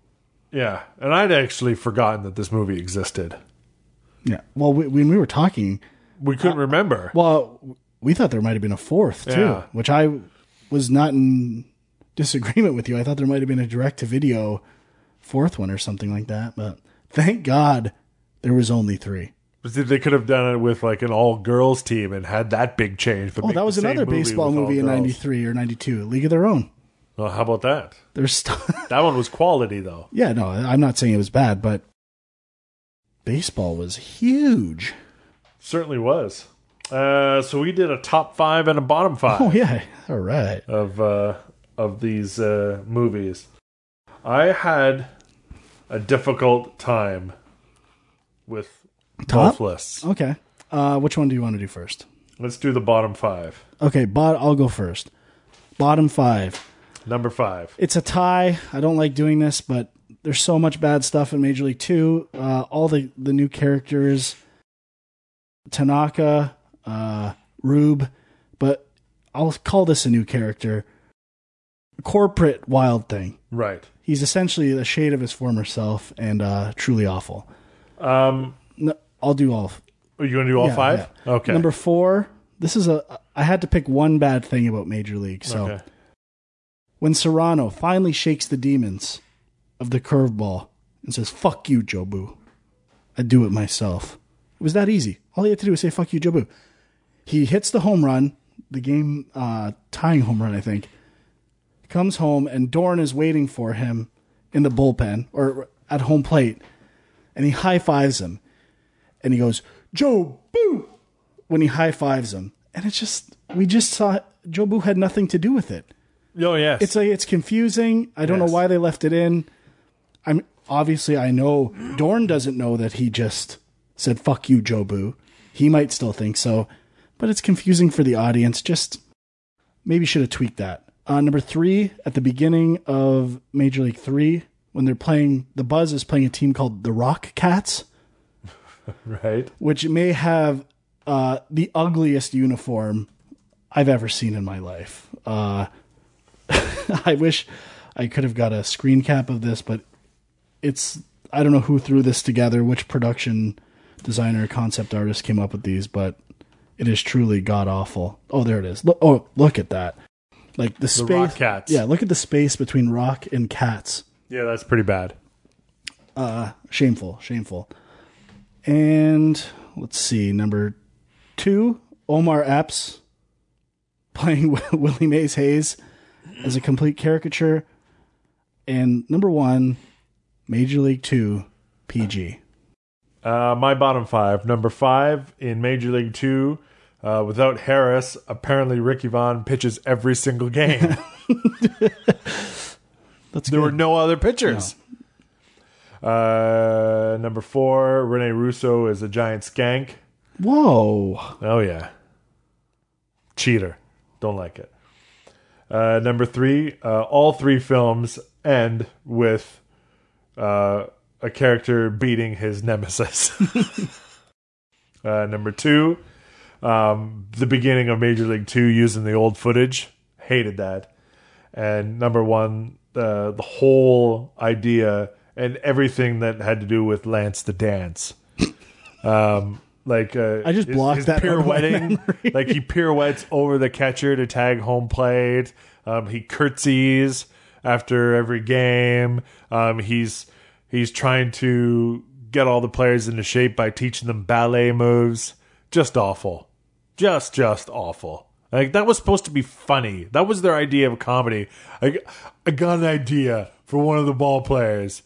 B: yeah, and I'd actually forgotten that this movie existed.
C: Yeah. Well, we, when we were talking,
B: We couldn't remember.
C: well, we thought there might have been a fourth too,
B: Yeah.
C: which I was not in disagreement with you. I thought there might have been a direct to video fourth one or something like that, but thank God there was only three.
B: But see, they could have done it with like an all girls team and had that big change. But
C: Oh, that was another baseball movie in '93 or '92, League of Their Own.
B: Well, how about that?
C: There's st-
B: That one was quality though.
C: Yeah, no, I'm not saying it was bad, but baseball was huge.
B: Certainly was. Uh, so we did a top five and a bottom five.
C: Oh yeah, all right.
B: of uh, of these uh, movies. I had a difficult time with
C: Top?
B: both lists.
C: Okay, uh, which one do you want to do first?
B: Let's do the bottom five.
C: Okay, bot. I'll go first. Bottom five.
B: Number five.
C: It's a tie. I don't like doing this, but there's so much bad stuff in Major League Two. Uh, all the the new characters, Tanaka, uh, Rube, but I'll call this a new character. Corporate wild thing.
B: Right.
C: he's essentially a shade of his former self and uh, truly awful.
B: Um,
C: No, I'll do all.
B: are you gonna do all
C: yeah,
B: five?
C: yeah.
B: Okay.
C: Number four. This is a. I had to pick one bad thing about Major League. So
B: Okay.
C: when Serrano finally shakes the demons of the curveball and says "fuck you, Jobu," I do it myself. It was that easy. All he had to do was say "fuck you, Jobu." He hits the home run, the game uh, tying home run, I think. Comes home and Dorn is waiting for him in the bullpen or at home plate, and he high fives him, and he goes Joe Boo when he high fives him, and it's just we just saw Joe Boo had nothing to do with it
B: No. Oh, Yes.
C: it's like it's confusing. I don't
B: Yes.
C: know why they left it in. I'm obviously I know Dorn doesn't know that he just said "fuck you, Joe Boo." He might still think so, but it's confusing for the audience. Just maybe should have tweaked that. Uh, number three at the beginning of Major League Three when they're playing the Buzz is playing a team called the Rock Cats,
B: right.
C: which may have uh, the ugliest uniform I've ever seen in my life. Uh, I wish I could have got a screen cap of this, but it's I don't know who threw this together, which production designer, concept artist came up with these, but it is truly god awful. Oh, there it is. Look, oh, look at that. Like the, space.
B: rock cats.
C: Yeah, look at the space between rock and cats.
B: Yeah, that's pretty bad.
C: Shameful, shameful. And let's see, number two, Omar Epps playing Wi- Willie Mays Hayes as a complete caricature. And number one, Major League Two, PG.
B: Uh, my bottom five. Number five in Major League Two. Uh, without Harris, apparently Ricky Vaughn pitches every single game.
C: That's
B: There
C: good.
B: were no other pitchers. Uh, number four, Rene Russo is a giant skank.
C: Whoa.
B: Oh yeah, cheater. Don't like it. Uh, number three, uh, all three films end with uh, a character beating his nemesis. uh, number two, um, the beginning of Major League Two using the old footage. Hated that. And number one, uh, the whole idea and everything that had to do with Lance the Dance. Um, like uh,
C: I just
B: his-
C: blocked
B: his
C: that out of my
B: pirouetting.
C: memory.
B: like he pirouettes over the catcher to tag home plate. Um, he curtsies after every game. Um, he's he's trying to get all the players into shape by teaching them ballet moves. Just awful. Just just awful. Like that was supposed to be funny. That was their idea of comedy. I, I got an idea for one of the ball players.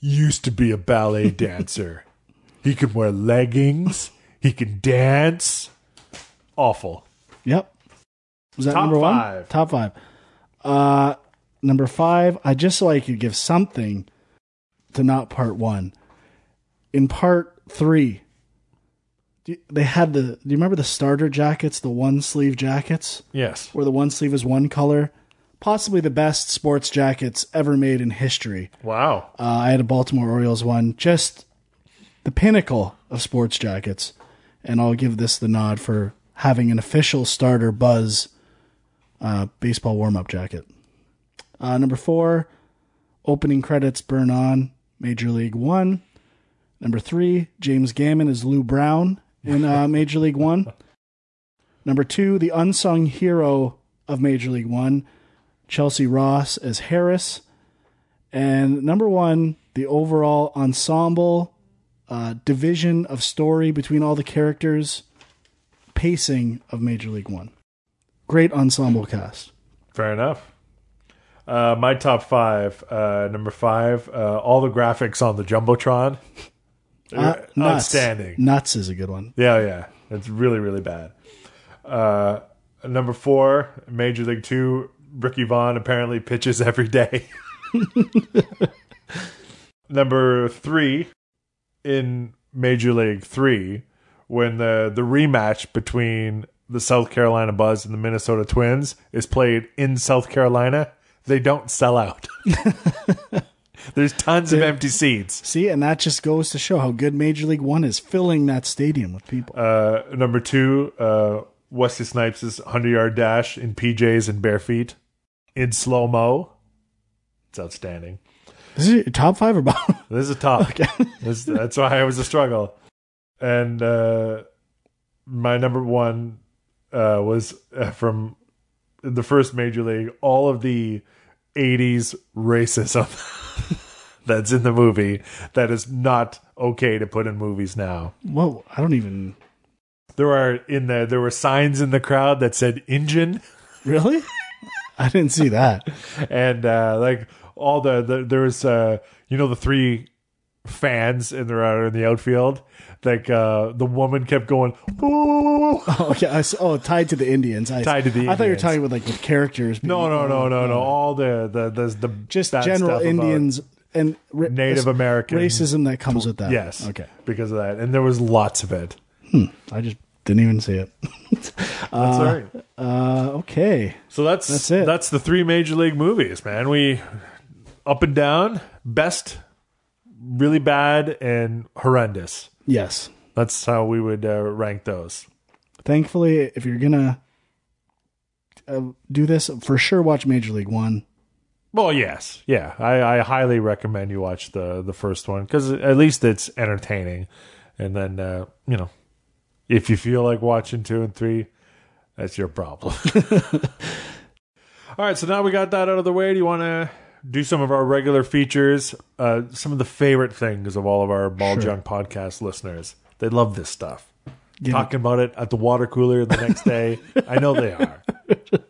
B: Used to be a ballet dancer. He can wear leggings. He can dance. Awful.
C: Yep. Was that
B: Top
C: number one?
B: five.
C: Top five. Uh, number five. I just so I could give something to not part one in part three, do you- they had the. Do you remember the starter jackets, the one sleeve jackets,
B: Yes.
C: where the one sleeve is one color? Possibly the best sports jackets ever made in history.
B: Wow.
C: Uh, I had a Baltimore Orioles one, just the pinnacle of sports jackets. And I'll give this the nod for having an official starter buzz uh, baseball warm up jacket. Uh, number four, opening credits burn on Major League One. Number three, James Gammon is Lou Brown in uh, Major League One. Number two, the unsung hero of Major League One, Chelsea Ross as Harris. And number one, the overall ensemble, uh, division of story between all the characters, pacing of Major League One. Great ensemble cast.
B: Fair enough. Uh, my top five. Uh, number five, uh, all the graphics on the Jumbotron.
C: Uh, Nuts.
B: Outstanding.
C: Nuts is a good one.
B: Yeah, yeah. It's really, really bad. Uh, number four, Major League Two, Ricky Vaughn apparently pitches every day. number three, in Major League Three, when the, the rematch between the South Carolina Buzz and the Minnesota Twins is played in South Carolina, they don't sell out. There's tons of empty seats.
C: See, and that just goes to show how good Major League One is filling that stadium with people.
B: Uh, number two, uh, Wesley Snipes' 100 yard dash in PJs and bare feet in slow mo. It's outstanding.
C: Is it your top five or bottom?
B: This is top. This, that's why it was a struggle. And uh, my number one uh, was uh, from the first major league, all of the 80s racism that's in the movie that is not okay to put in movies now.
C: Whoa, I don't even.
B: There are in the there were signs in the crowd that said "engine"
C: Really? I didn't see that.
B: and uh, like all the, the there was uh, you know the three fans in the out in the outfield. Like uh, the woman kept going "Ooh."
C: Oh, okay. I s oh, tied to the Indians. I,
B: Tied to the
C: I thought you were
B: Indians.
C: talking with like with characters.
B: No, no, no, no, no. All the the the, the
C: just
B: that
C: general
B: stuff about
C: Indians and ra-
B: Native American
C: racism that comes with that.
B: Yes.
C: Okay.
B: Because of that, and there was lots of it.
C: I just didn't even see it.
B: That's all right.
C: Uh, okay.
B: So that's
C: That's it.
B: That's the three major league movies, man. We up and down, best, really bad, and horrendous.
C: Yes.
B: That's how we would uh, rank those.
C: Thankfully, if you're gonna uh, do this, for sure watch Major League One.
B: Well, yes, yeah. I, I highly recommend you watch the the first one because at least it's entertaining, and then uh, you know, if you feel like watching two and three, that's your problem. All right, so now we got that out of the way. Do you want to do some of our regular features? Uh, some of the favorite things of all of our Ball Junk podcast listeners. They love this stuff.
C: Get
B: Talking about it at the water cooler the next day. I know they are.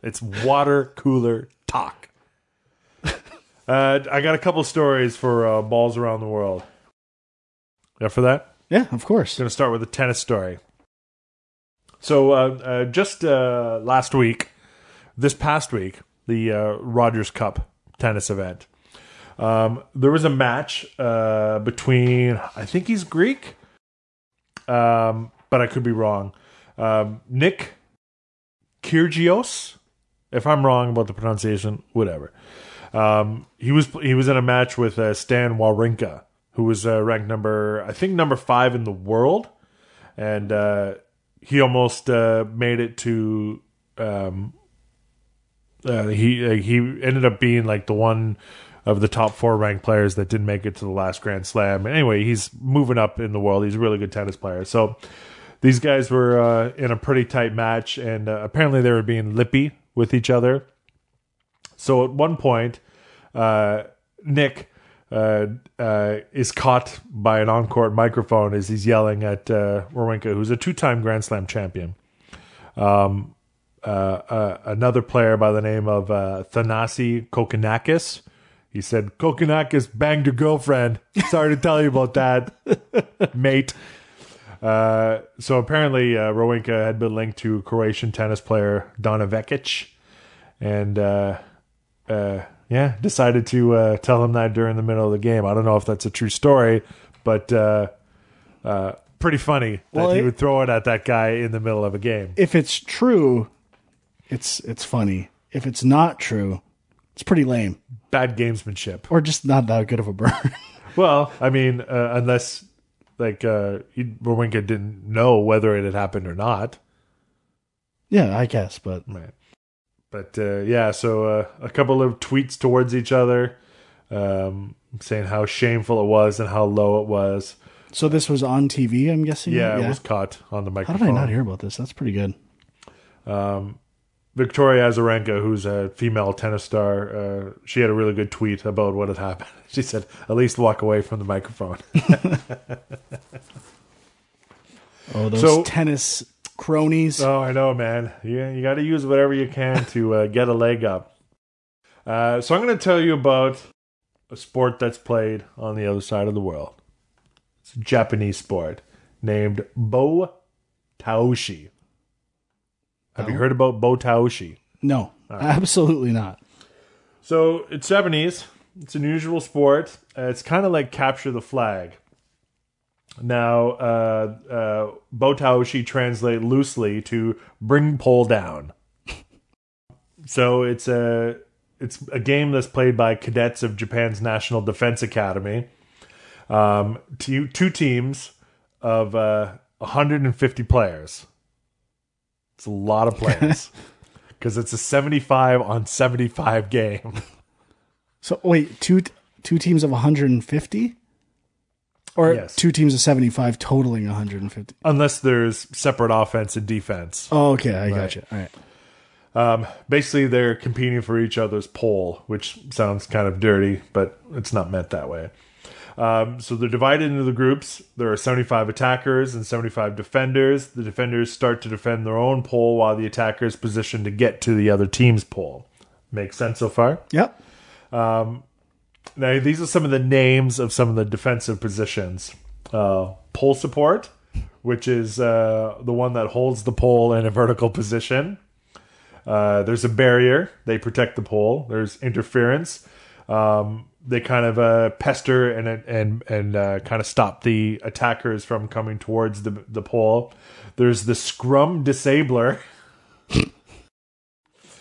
B: It's water cooler talk. Uh, I got a couple stories for uh, balls around the world. Yeah, for that.
C: Yeah, of course.
B: Going to start with a tennis story. So, uh, uh, just uh, last week, this past week, the uh, Rogers Cup tennis event, um, there was a match uh, between, I think he's Greek, um, but I could be wrong. Um, Nick Kyrgios, if I'm wrong about the pronunciation, whatever. Um, he was he was in a match with uh, Stan Wawrinka, who was uh, ranked number I think number five in the world, and uh, he almost uh, made it to. Um, uh, he uh, he ended up being like the one of the top four ranked players that didn't make it to the last Grand Slam. Anyway, he's moving up in the world. He's a really good tennis player. So these guys were uh, in a pretty tight match, and uh, apparently they were being lippy with each other. So at one point, uh, Nick uh, uh, is caught by an encore microphone as he's yelling at uh, Wawrinka, who's a two-time Grand Slam champion. Um, uh, uh, another player by the name of uh, Thanasi Kokonakis. He said, "Kokonakis banged your girlfriend. Sorry to tell you about that, mate." Uh, so apparently, uh, Wawrinka had been linked to Croatian tennis player Donna Vekic, and uh, uh, yeah, decided to uh, tell him that during the middle of the game. I don't know if that's a true story, but uh, uh, pretty funny
C: Well,
B: that he
C: it-
B: would throw it at that guy in the middle of a game.
C: If it's true, it's it's funny. If it's not true, it's pretty lame
B: Bad gamesmanship.
C: or just not that good of a burn.
B: Well, I mean, uh, unless like uh, he- Wawrinka didn't know whether it had happened or not.
C: yeah, I guess, but
B: Right. But uh, yeah, so uh, a couple of tweets towards each other, um, saying how shameful it was and how low it was.
C: so this was on TV, I'm guessing.
B: Yeah, it was caught on the
C: Mm, How
B: microphone. Um,
C: did I not hear about this? That's pretty good.
B: Victoria Azarenka, who's a female tennis star, uh, she had a really good tweet about what had happened. She said, "At least walk away from the microphone."
C: Oh, those
B: So-
C: tennis cronies.
B: Oh, I know, man. You, you got to use whatever you can to uh, get a leg up. Uh, so I'm going to tell you about a sport that's played on the other side of the world. It's a Japanese sport named Bo Taoshi. Have you
C: No.
B: heard about Bo Taoshi?
C: no,
B: uh.
C: absolutely not.
B: So it's Japanese. It's an unusual sport. Uh, it's kind of like capture the flag. Now, uh, uh, botaoshi translate loosely to bring pole down. so it's a it's a game that's played by cadets of Japan's National Defense Academy. Um, two, two teams of uh, 150 players. It's a lot of players because it's a 75 on 75 game.
C: So wait, two two teams of 150, or
B: Yes.
C: two teams of 75, totaling 150.
B: unless there's separate offense and defense.
C: Oh, okay, I gotcha. All right.
B: Basically, they're competing for each other's pole, which sounds kind of dirty, but it's not meant that way. Um, so they're divided into the groups. There are 75 attackers and 75 defenders. The defenders start to defend their own pole while the attackers position to get to the other team's pole. Makes sense so far?
C: Yep.
B: Now, these are some of the names of some of the defensive positions. Uh, pole support, which is uh, the one that holds the pole in a vertical position. Uh, there's a barrier, they protect the pole. There's interference. Um, they kind of uh, pester and and and uh, kind of stop the attackers from coming towards the the pole. There's the scrum disabler.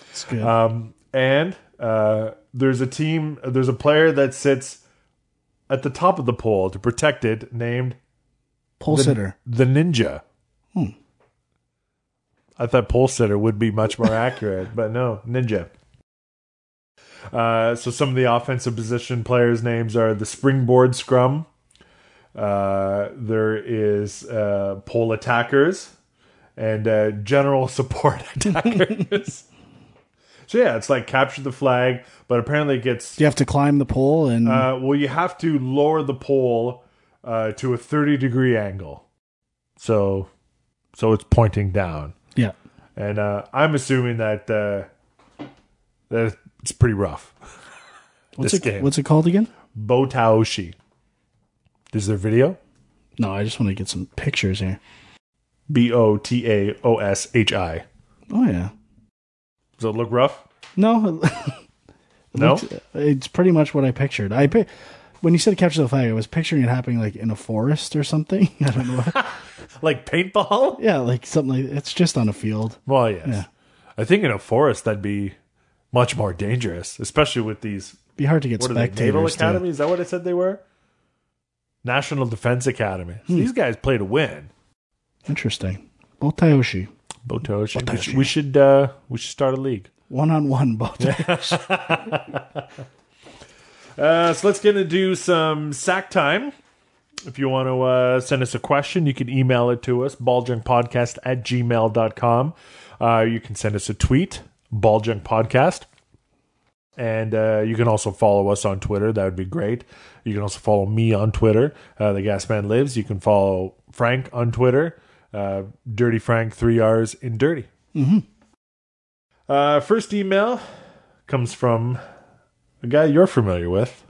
C: That's good.
B: Um, and uh, there's a team, there's a player that sits at the top of the pole to protect it, named
C: Pole
B: the,
C: sitter.
B: the Ninja.
C: Hmm.
B: I thought pole sitter would be much more accurate, but no, Ninja. Uh, so some of the offensive position players' names are the springboard scrum. Uh, there is uh, pole attackers and uh, general support attackers. so yeah, it's like capture the flag, but apparently it gets
C: Do you have to climb the pole and
B: uh, well, you have to lower the pole uh, to a 30 degree angle. So, so it's pointing down.
C: yeah.
B: And uh, I'm assuming that, uh, that it's pretty rough.
C: What's
B: this
C: it
B: game.
C: What's it called again?
B: Botaoshi. Is there video?
C: No, I just want to get some pictures here.
B: B O T A O S H I.
C: Oh yeah.
B: Does it look rough?
C: No. it
B: No?
C: looks- it's pretty much what I pictured. I pi- when you said capture the flag, I was picturing it happening like in a forest or something. I don't know.
B: Like paintball?
C: yeah, like something like it's just on a field.
B: Well, yes.
C: Yeah.
B: I think in a forest that'd be much more dangerous, especially with these
C: Be hard to get
B: What are they? Naval
C: spectators. to-
B: Academy? Is that what it said they were? National Defense Academy. So These guys play to win.
C: Interesting. Botayoshi.
B: Botoshi. We should we should, uh, we should start a league.
C: One on one Botayoshi.
B: Uh, so let's get into some sack time. If you want to uh, send us a question, you can email it to us, balljunkpodcast at gmail.com. Uh, you can send us a tweet, balljunkpodcast. And uh, you can also follow us on Twitter. That would be great. You can also follow me on Twitter, uh, The Gasman Lives. You can follow Frank on Twitter, uh, Dirty Frank, three R's in Dirty. Mm-hmm. Uh, first email comes from a guy you're familiar with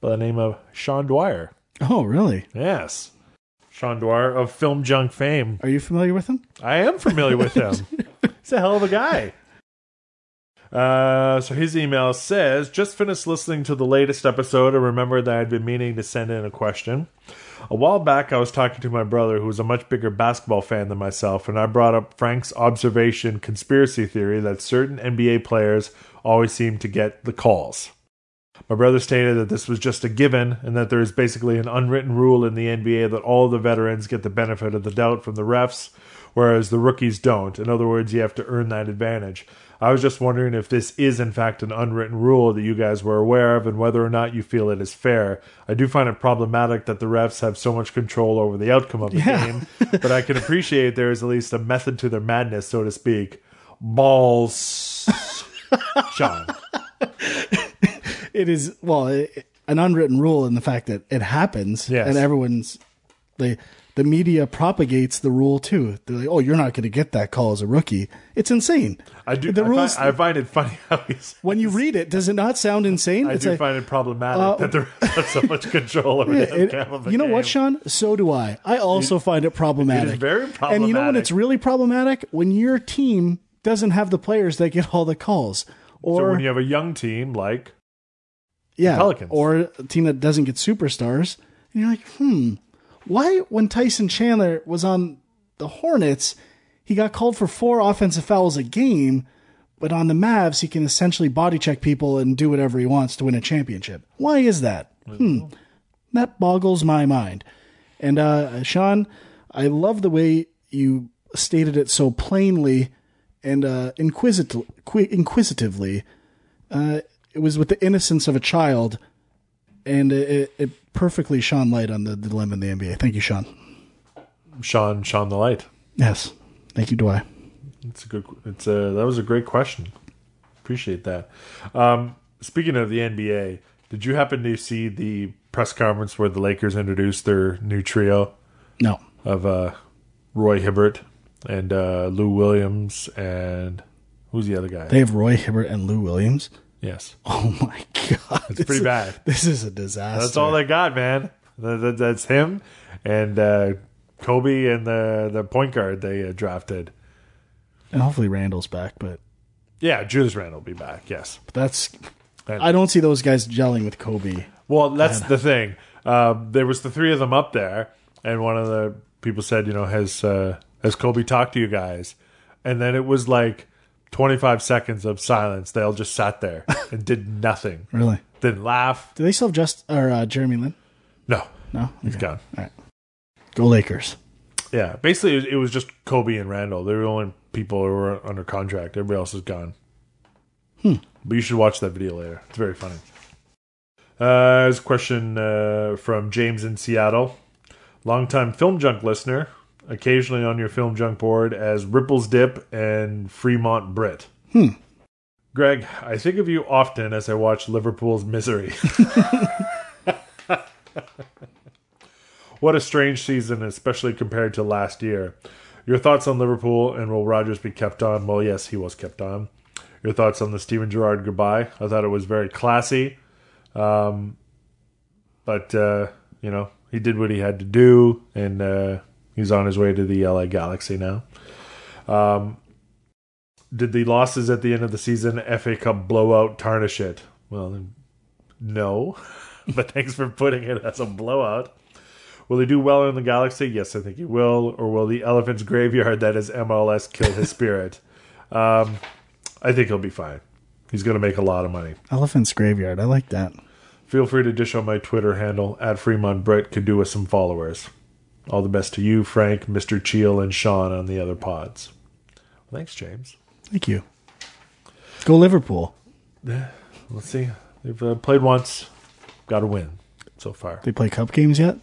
B: by the name of Sean Dwyer.
C: oh, really?
B: Yes. Sean Dwyer of Film Junk fame.
C: Are you familiar with him?
B: I am familiar with him. He's a hell of a guy. Uh, so his email says, just finished listening to the latest episode and remembered that I'd been meaning to send in a question. A while back, I was talking to my brother, who was a much bigger basketball fan than myself, and I brought up Frank's observation conspiracy theory that certain NBA players always seem to get the calls. My brother stated that this was just a given and that there is basically an unwritten rule in the NBA that all the veterans get the benefit of the doubt from the refs, whereas the rookies don't. In other words, you have to earn that advantage. I was just wondering if this is, in fact, an unwritten rule that you guys were aware of and whether or not you feel it is fair. I do find it problematic that the refs have so much control over the outcome of the
C: Yeah.
B: game, but I can appreciate there is at least a method to their madness, so to speak. Balls. Sean.
C: It is well it, an unwritten rule in the fact that it happens,
B: Yes.
C: and everyone's they the media propagates the rule too. They're like, "Oh, you're not going to get that call as a rookie." It's insane.
B: I do.
C: The
B: I,
C: rules
B: find, I find it funny how he's.
C: when you read it, does it not sound insane?
B: I
C: it's
B: do
C: like, uh,
B: find it problematic that there is so much control over the
C: It-
B: outcome of the
C: you know what,
B: game.
C: Sean? So do I. I also find it problematic.
B: very
C: And you know when
B: problematic.
C: it's really problematic? When your team doesn't have the players that get all the calls.
B: So
C: Or
B: when you have a young team like
C: yeah,
B: Pelicans.
C: or a team that doesn't get superstars, and you're like, hmm, why when Tyson Chandler was on the Hornets, he got called for four offensive fouls a game, but on the Mavs he can essentially body check people and do whatever he wants to win a championship. Why is that? Hmm, that boggles my mind. And uh, Sean, I love the way you stated it so plainly and uh, inquisit- qui- inquisitively it was with the innocence of a child, and it, it, it perfectly shone light on the dilemma in the NBA. Thank you, Sean.
B: Sean Sean the Light.
C: Yes, thank you, Dwight.
B: It's a good. It's a that was a great question. Appreciate that. Um, speaking of the NBA, did you happen to see the press conference where the Lakers introduced their new trio
C: No,
B: of uh, Roy Hibbert and uh, Lou Williams and who's the other guy?
C: they have Roy Hibbert and Lou Williams.
B: yes,
C: Oh my god, it's
B: pretty bad.
C: This is a disaster.
B: That's all they got, man. That, that- that's him and uh, Kobe and the the point guard they uh, drafted.
C: and hopefully Randall's back, but,
B: Yeah, Julius Randle will be back. Yes.
C: but that's.
B: And-
C: I don't see those guys gelling with Kobe.
B: Well, that's the thing. Um, there was the three of them up there, and one of the people said, you know, has uh, has Kobe talked to you guys? And then it was like twenty five seconds of silence. They all just sat there and did nothing.
C: Really?
B: Didn't laugh.
C: Do they still have just or uh, Jeremy Lin?
B: No,
C: No,
B: he's gone.
C: go Lakers.
B: Yeah, basically, it- it was just Kobe and Randall. They were the only people who were under contract. Everybody else is gone. But you should watch that video later. It's very funny. Uh, here's a question uh, from James in Seattle. Longtime Film Junk listener, occasionally on your Film Junk board as Ripples Dip and Fremont Brit.
C: Hmm.
B: Greg, I think of you often as I watch Liverpool's misery. What a strange season, especially compared to last year. Your thoughts on Liverpool and will Rodgers be kept on? Well, yes, he was kept on. Your thoughts on the Steven Gerrard goodbye? I thought it was very classy, um, but uh, you know he did what he had to do, and uh, he's on his way to the LA Galaxy now. Um, did the losses at the end of the season FA Cup blowout tarnish it? Well, no, but thanks for putting it as a blowout. Will he do well in the galaxy? Yes, I think he will. Or will the elephant's graveyard that is MLS kill his spirit? um, I think he'll be fine. He's going to make a lot of money.
C: Elephant's Graveyard. I like that.
B: Feel free to dish on my Twitter handle at Fremont Britt could do with some followers. All the best to you, Frank, Mr. Cheel, and Sean on the other pods. Thanks, James.
C: Thank you. Go Liverpool.
B: Let's see. They've uh, played once, got a win so far.
C: They play cup games yet?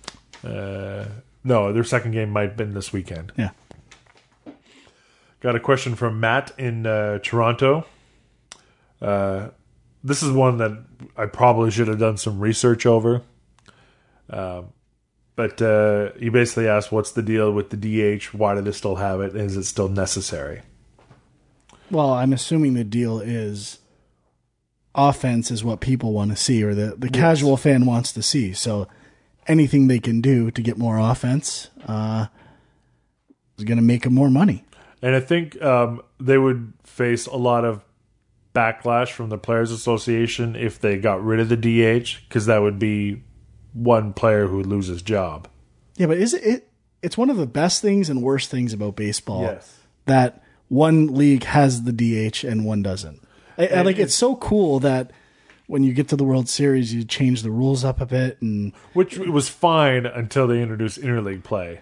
B: Uh, no, their second game might have been this weekend.
C: Yeah.
B: Got a question from Matt in uh, Toronto. Uh, this is one that I probably should have done some research over. Um, but uh, he basically asked, "What's the deal with the DH? Why do they still have it? Is it still necessary?"
C: Well, I'm assuming the deal is offense is what people want to see or the, the casual fan wants to see. So anything they can do to get more offense uh, is going to make them more money.
B: And I think um, they would face a lot of backlash from the Players Association if they got rid of the DH because that would be one player who would lose his job.
C: Yeah, but is it, it? It's one of the best things and worst things about baseball that one league has the DH and one doesn't. I, I, like it's so cool that when you get to the World Series, you change the rules up a bit, and
B: Which was fine until they introduced interleague play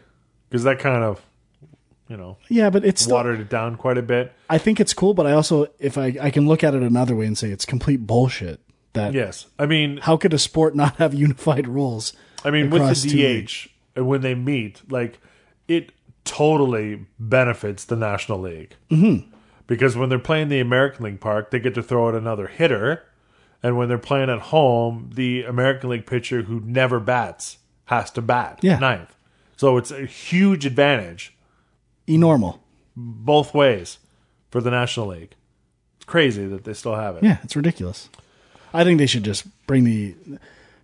B: because that kind of, you know,
C: yeah, but it's still,
B: watered it down quite a bit.
C: I think it's cool, but I also if I I can look at it another way and say it's complete bullshit. That
B: Yes. I mean,
C: how could a sport not have unified rules?
B: I mean, with
C: across
B: the
C: two
B: DH and when they meet, like it totally benefits the National League mm-hmm. because when they're playing the American League park, they get to throw out another hitter, and when they're playing at home, the American League pitcher who never bats has to bat
C: Yeah.
B: ninth. So it's a huge advantage
C: Enormal.
B: both ways for the National League. It's crazy that they still have it.
C: Yeah, it's ridiculous. I think they should just bring the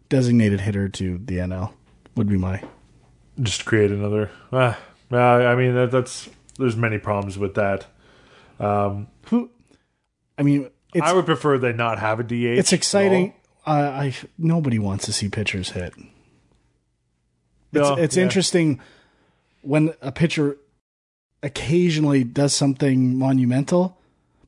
C: designated hitter to the NL. Would be my
B: just create another. Uh, I mean, that, that's there's many problems with that.
C: who. I mean, it's
B: I would prefer they not have a DH.
C: it's exciting. Uh, I nobody wants to see pitchers hit. It's
B: No,
C: it's
B: yeah.
C: interesting when a pitcher occasionally does something monumental,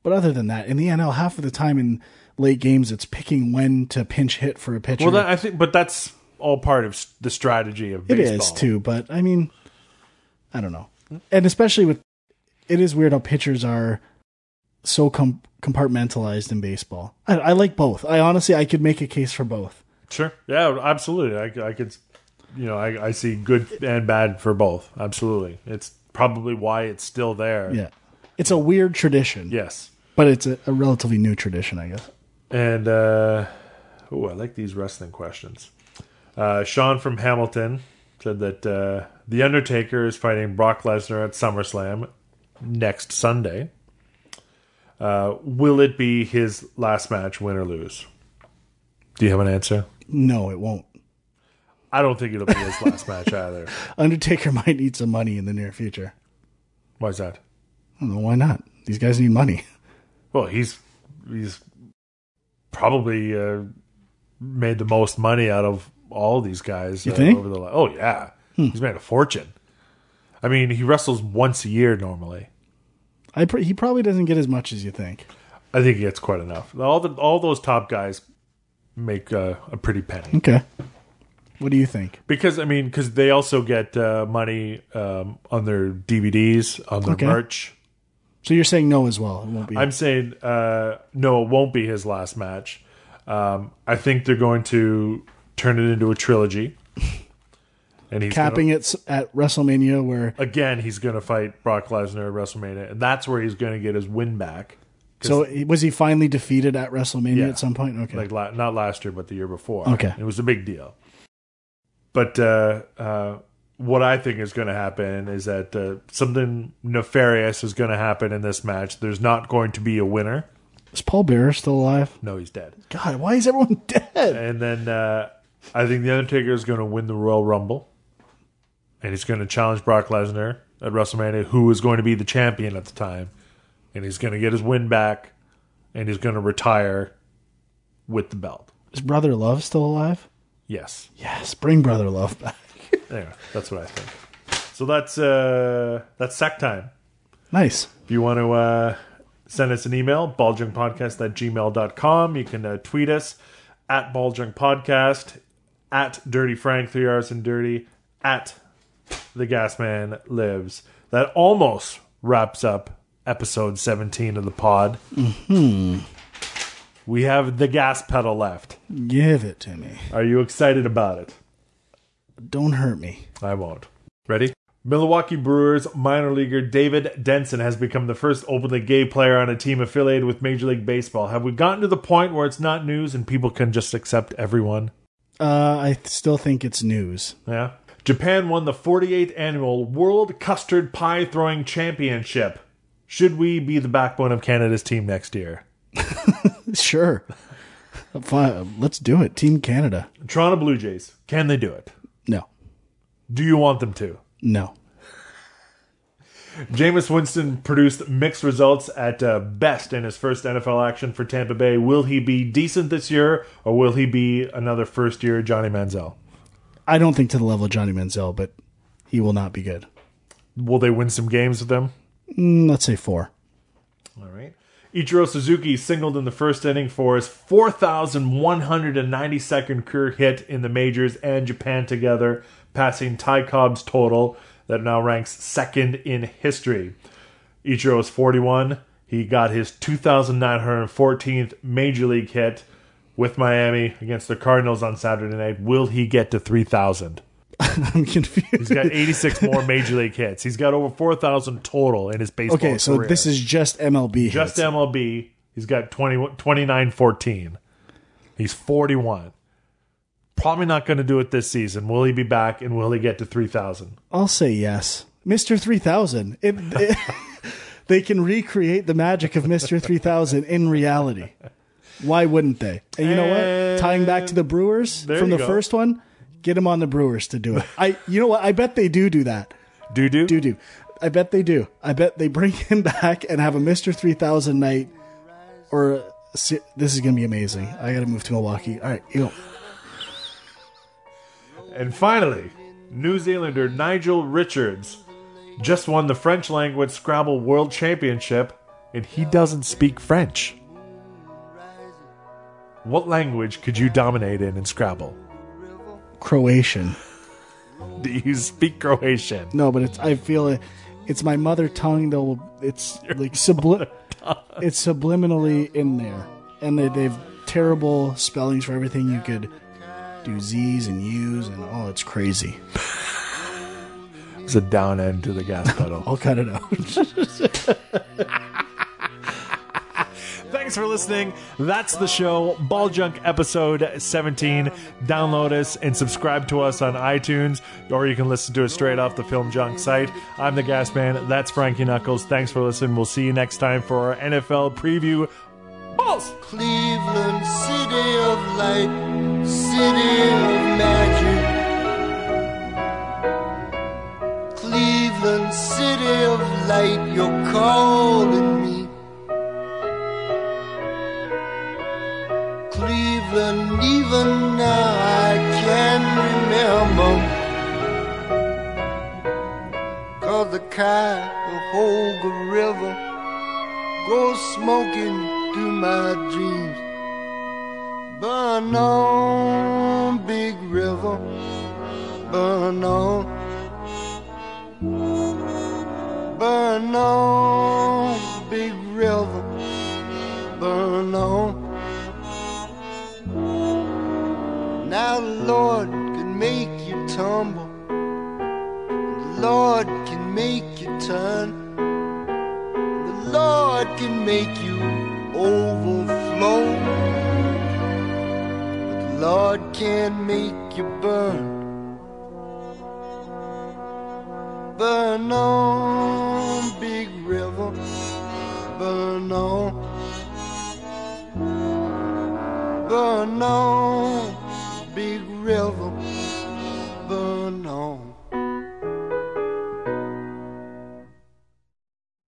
C: but other than that, in the NL, half of the time in late games, it's picking when to pinch hit for a pitcher.
B: Well, that, I think, but that's all part of s- the strategy of
C: It
B: baseball.
C: is too, but I mean, I don't know. And especially with, it is weird how pitchers are so com- compartmentalized in baseball. I, I like both. I honestly, I could make a case for both.
B: Sure. Yeah, absolutely. I, I could, you know, I, I see good and bad for both. Absolutely. It's probably why it's still there.
C: Yeah, it's a weird tradition,
B: Yes.
C: but it's a, a relatively new tradition, I guess.
B: And uh, oh, I like these wrestling questions. Uh, Sean from Hamilton said that uh, the Undertaker is fighting Brock Lesnar at SummerSlam next Sunday. Uh, will it be his last match, win or lose? Do you have an answer?
C: No, it won't.
B: I don't think it'll be his last match either.
C: Undertaker might need some money in the near future.
B: Why is that?
C: I don't know why not. These guys need money.
B: Well, he's he's probably uh, made the most money out of all these guys. You
C: think? Hmm.
B: Over the la- oh yeah, he's made a fortune. I mean, he wrestles once a year normally.
C: I pr- he probably doesn't get as much as you think.
B: I think he gets quite enough. All the all those top guys make uh, a pretty penny
C: Okay, what do you think?
B: because I mean, because they also get uh, money um, on their DVDs, on their
C: Okay.
B: merch.
C: So you're saying no as well. It won't be.
B: I'm saying uh, no, it won't be his last match. Um, I think they're going to turn it into a trilogy, and he's
C: capping it s- at WrestleMania where
B: gonna, again. He's going to fight Brock Lesnar at WrestleMania, and that's where he's going to get his win back.
C: so he- was he finally defeated at WrestleMania
B: Yeah.
C: at some point? Okay.
B: Like la- not last year, but the year before.
C: Okay.
B: it was a big deal. But uh, uh, what I think is going to happen is that uh, something nefarious is going to happen in this match. There's not going to be a winner.
C: is Paul Bearer still alive?
B: No, he's dead.
C: God, why is everyone dead?
B: And then uh, I think The Undertaker is going to win the Royal Rumble. And he's going to challenge Brock Lesnar at WrestleMania, who is going to be the champion at the time. And he's going to get his win back. And he's going to retire with the belt.
C: Is Brother Love still alive?
B: Yes.
C: Yes, bring Brother Love back.
B: Anyway, that's what I think. So that's uh, that's sack time.
C: nice.
B: If you want to uh, send us an email, balljungpodcast at gmail.com. You can uh, tweet us at balljungpodcast, at Dirty Frank, three R's and dirty, at The Gas Man Lives. That almost wraps up episode 17 of the pod. We have the gas pedal left.
C: Give it to me.
B: Are you excited about it?
C: Don't hurt me.
B: I won't. Ready? Milwaukee Brewers minor leaguer David Denson has become the first openly gay player on a team affiliated with Major League Baseball. Have we gotten to the point where it's not news and people can just accept everyone?
C: Uh, I th- still think it's news.
B: Yeah. Japan won the 48th annual World Custard Pie Throwing Championship. Should we be the backbone of Canada's team next year?
C: Sure. Fine. Let's do it. Team Canada.
B: Toronto Blue Jays, can they do it?
C: No.
B: Do you want them to?
C: No.
B: Jameis Winston produced mixed results at uh, best in his first NFL action for Tampa Bay. Will he be decent this year, or will he be another first year Johnny Manziel?
C: I don't think to the level of Johnny Manziel, but he will not be good.
B: Will they win some games with them?
C: Mm, let's say four.
B: All right. Ichiro Suzuki singled in the first inning for his 4,192nd career hit in the majors and Japan together, passing Ty Cobb's total that now ranks second in history. Ichiro was 41. He got his 2,914th major league hit with Miami against the Cardinals on Saturday night. Will he get to 3,000?
C: I'm confused.
B: He's got 86 more major league hits. He's got over 4,000 total in his baseball
C: Okay, so
B: career.
C: this is just MLB.
B: Just
C: hits.
B: MLB. He's got 20, 29 14. He's 41. Probably not going to do it this season. Will he be back and will he get to 3,000?
C: I'll say yes, Mister Three Thousand. It, it- they can recreate the magic of Mister Three Thousand in reality. Why wouldn't they? And you know what? Tying back to the Brewers
B: There
C: from
B: you
C: the
B: go.
C: first one, get them on the Brewers to do it. I, you know what? I bet they do do that.
B: Do do?
C: do do. I bet they do. I bet they bring him back and have a Mister Three Thousand night. Or a se- this is gonna be amazing. I gotta move to Milwaukee. All right, you go.
B: And finally, New Zealander Nigel Richards just won the French language Scrabble World Championship and he doesn't speak French. What language could you dominate in in Scrabble?
C: Croatian.
B: Do you speak Croatian?
C: No, but it's. I feel it. It's my mother tongue, though. It's like subli- It's subliminally in there, and they they've terrible spellings for everything. You could do Z's and U's, and oh, it's crazy.
B: It's a down end to the gas pedal.
C: I'll cut it out.
B: Thanks for listening. That's the show, Ball Junk episode 17. Download us and subscribe to us on iTunes, or you can listen to it straight off the Film Junk site. I'm the Gas Man. That's Frankie Knuckles. Thanks for listening. We'll see you next time for our NFL preview. Balls!
D: Cleveland, city of light, city of magic. Cleveland, city of light, you're calling me. Cleveland, even now I can remember. Cause the Cuyahoga River go smoking through my dreams. Burn on, big river, burn on. Burn on, big river, burn on. Now the Lord can make you tumble, the Lord can make you turn. The Lord can make you overflow. But the Lord can make you burn. Burn on, big river. Burn on. Burn on, big river. Burn on.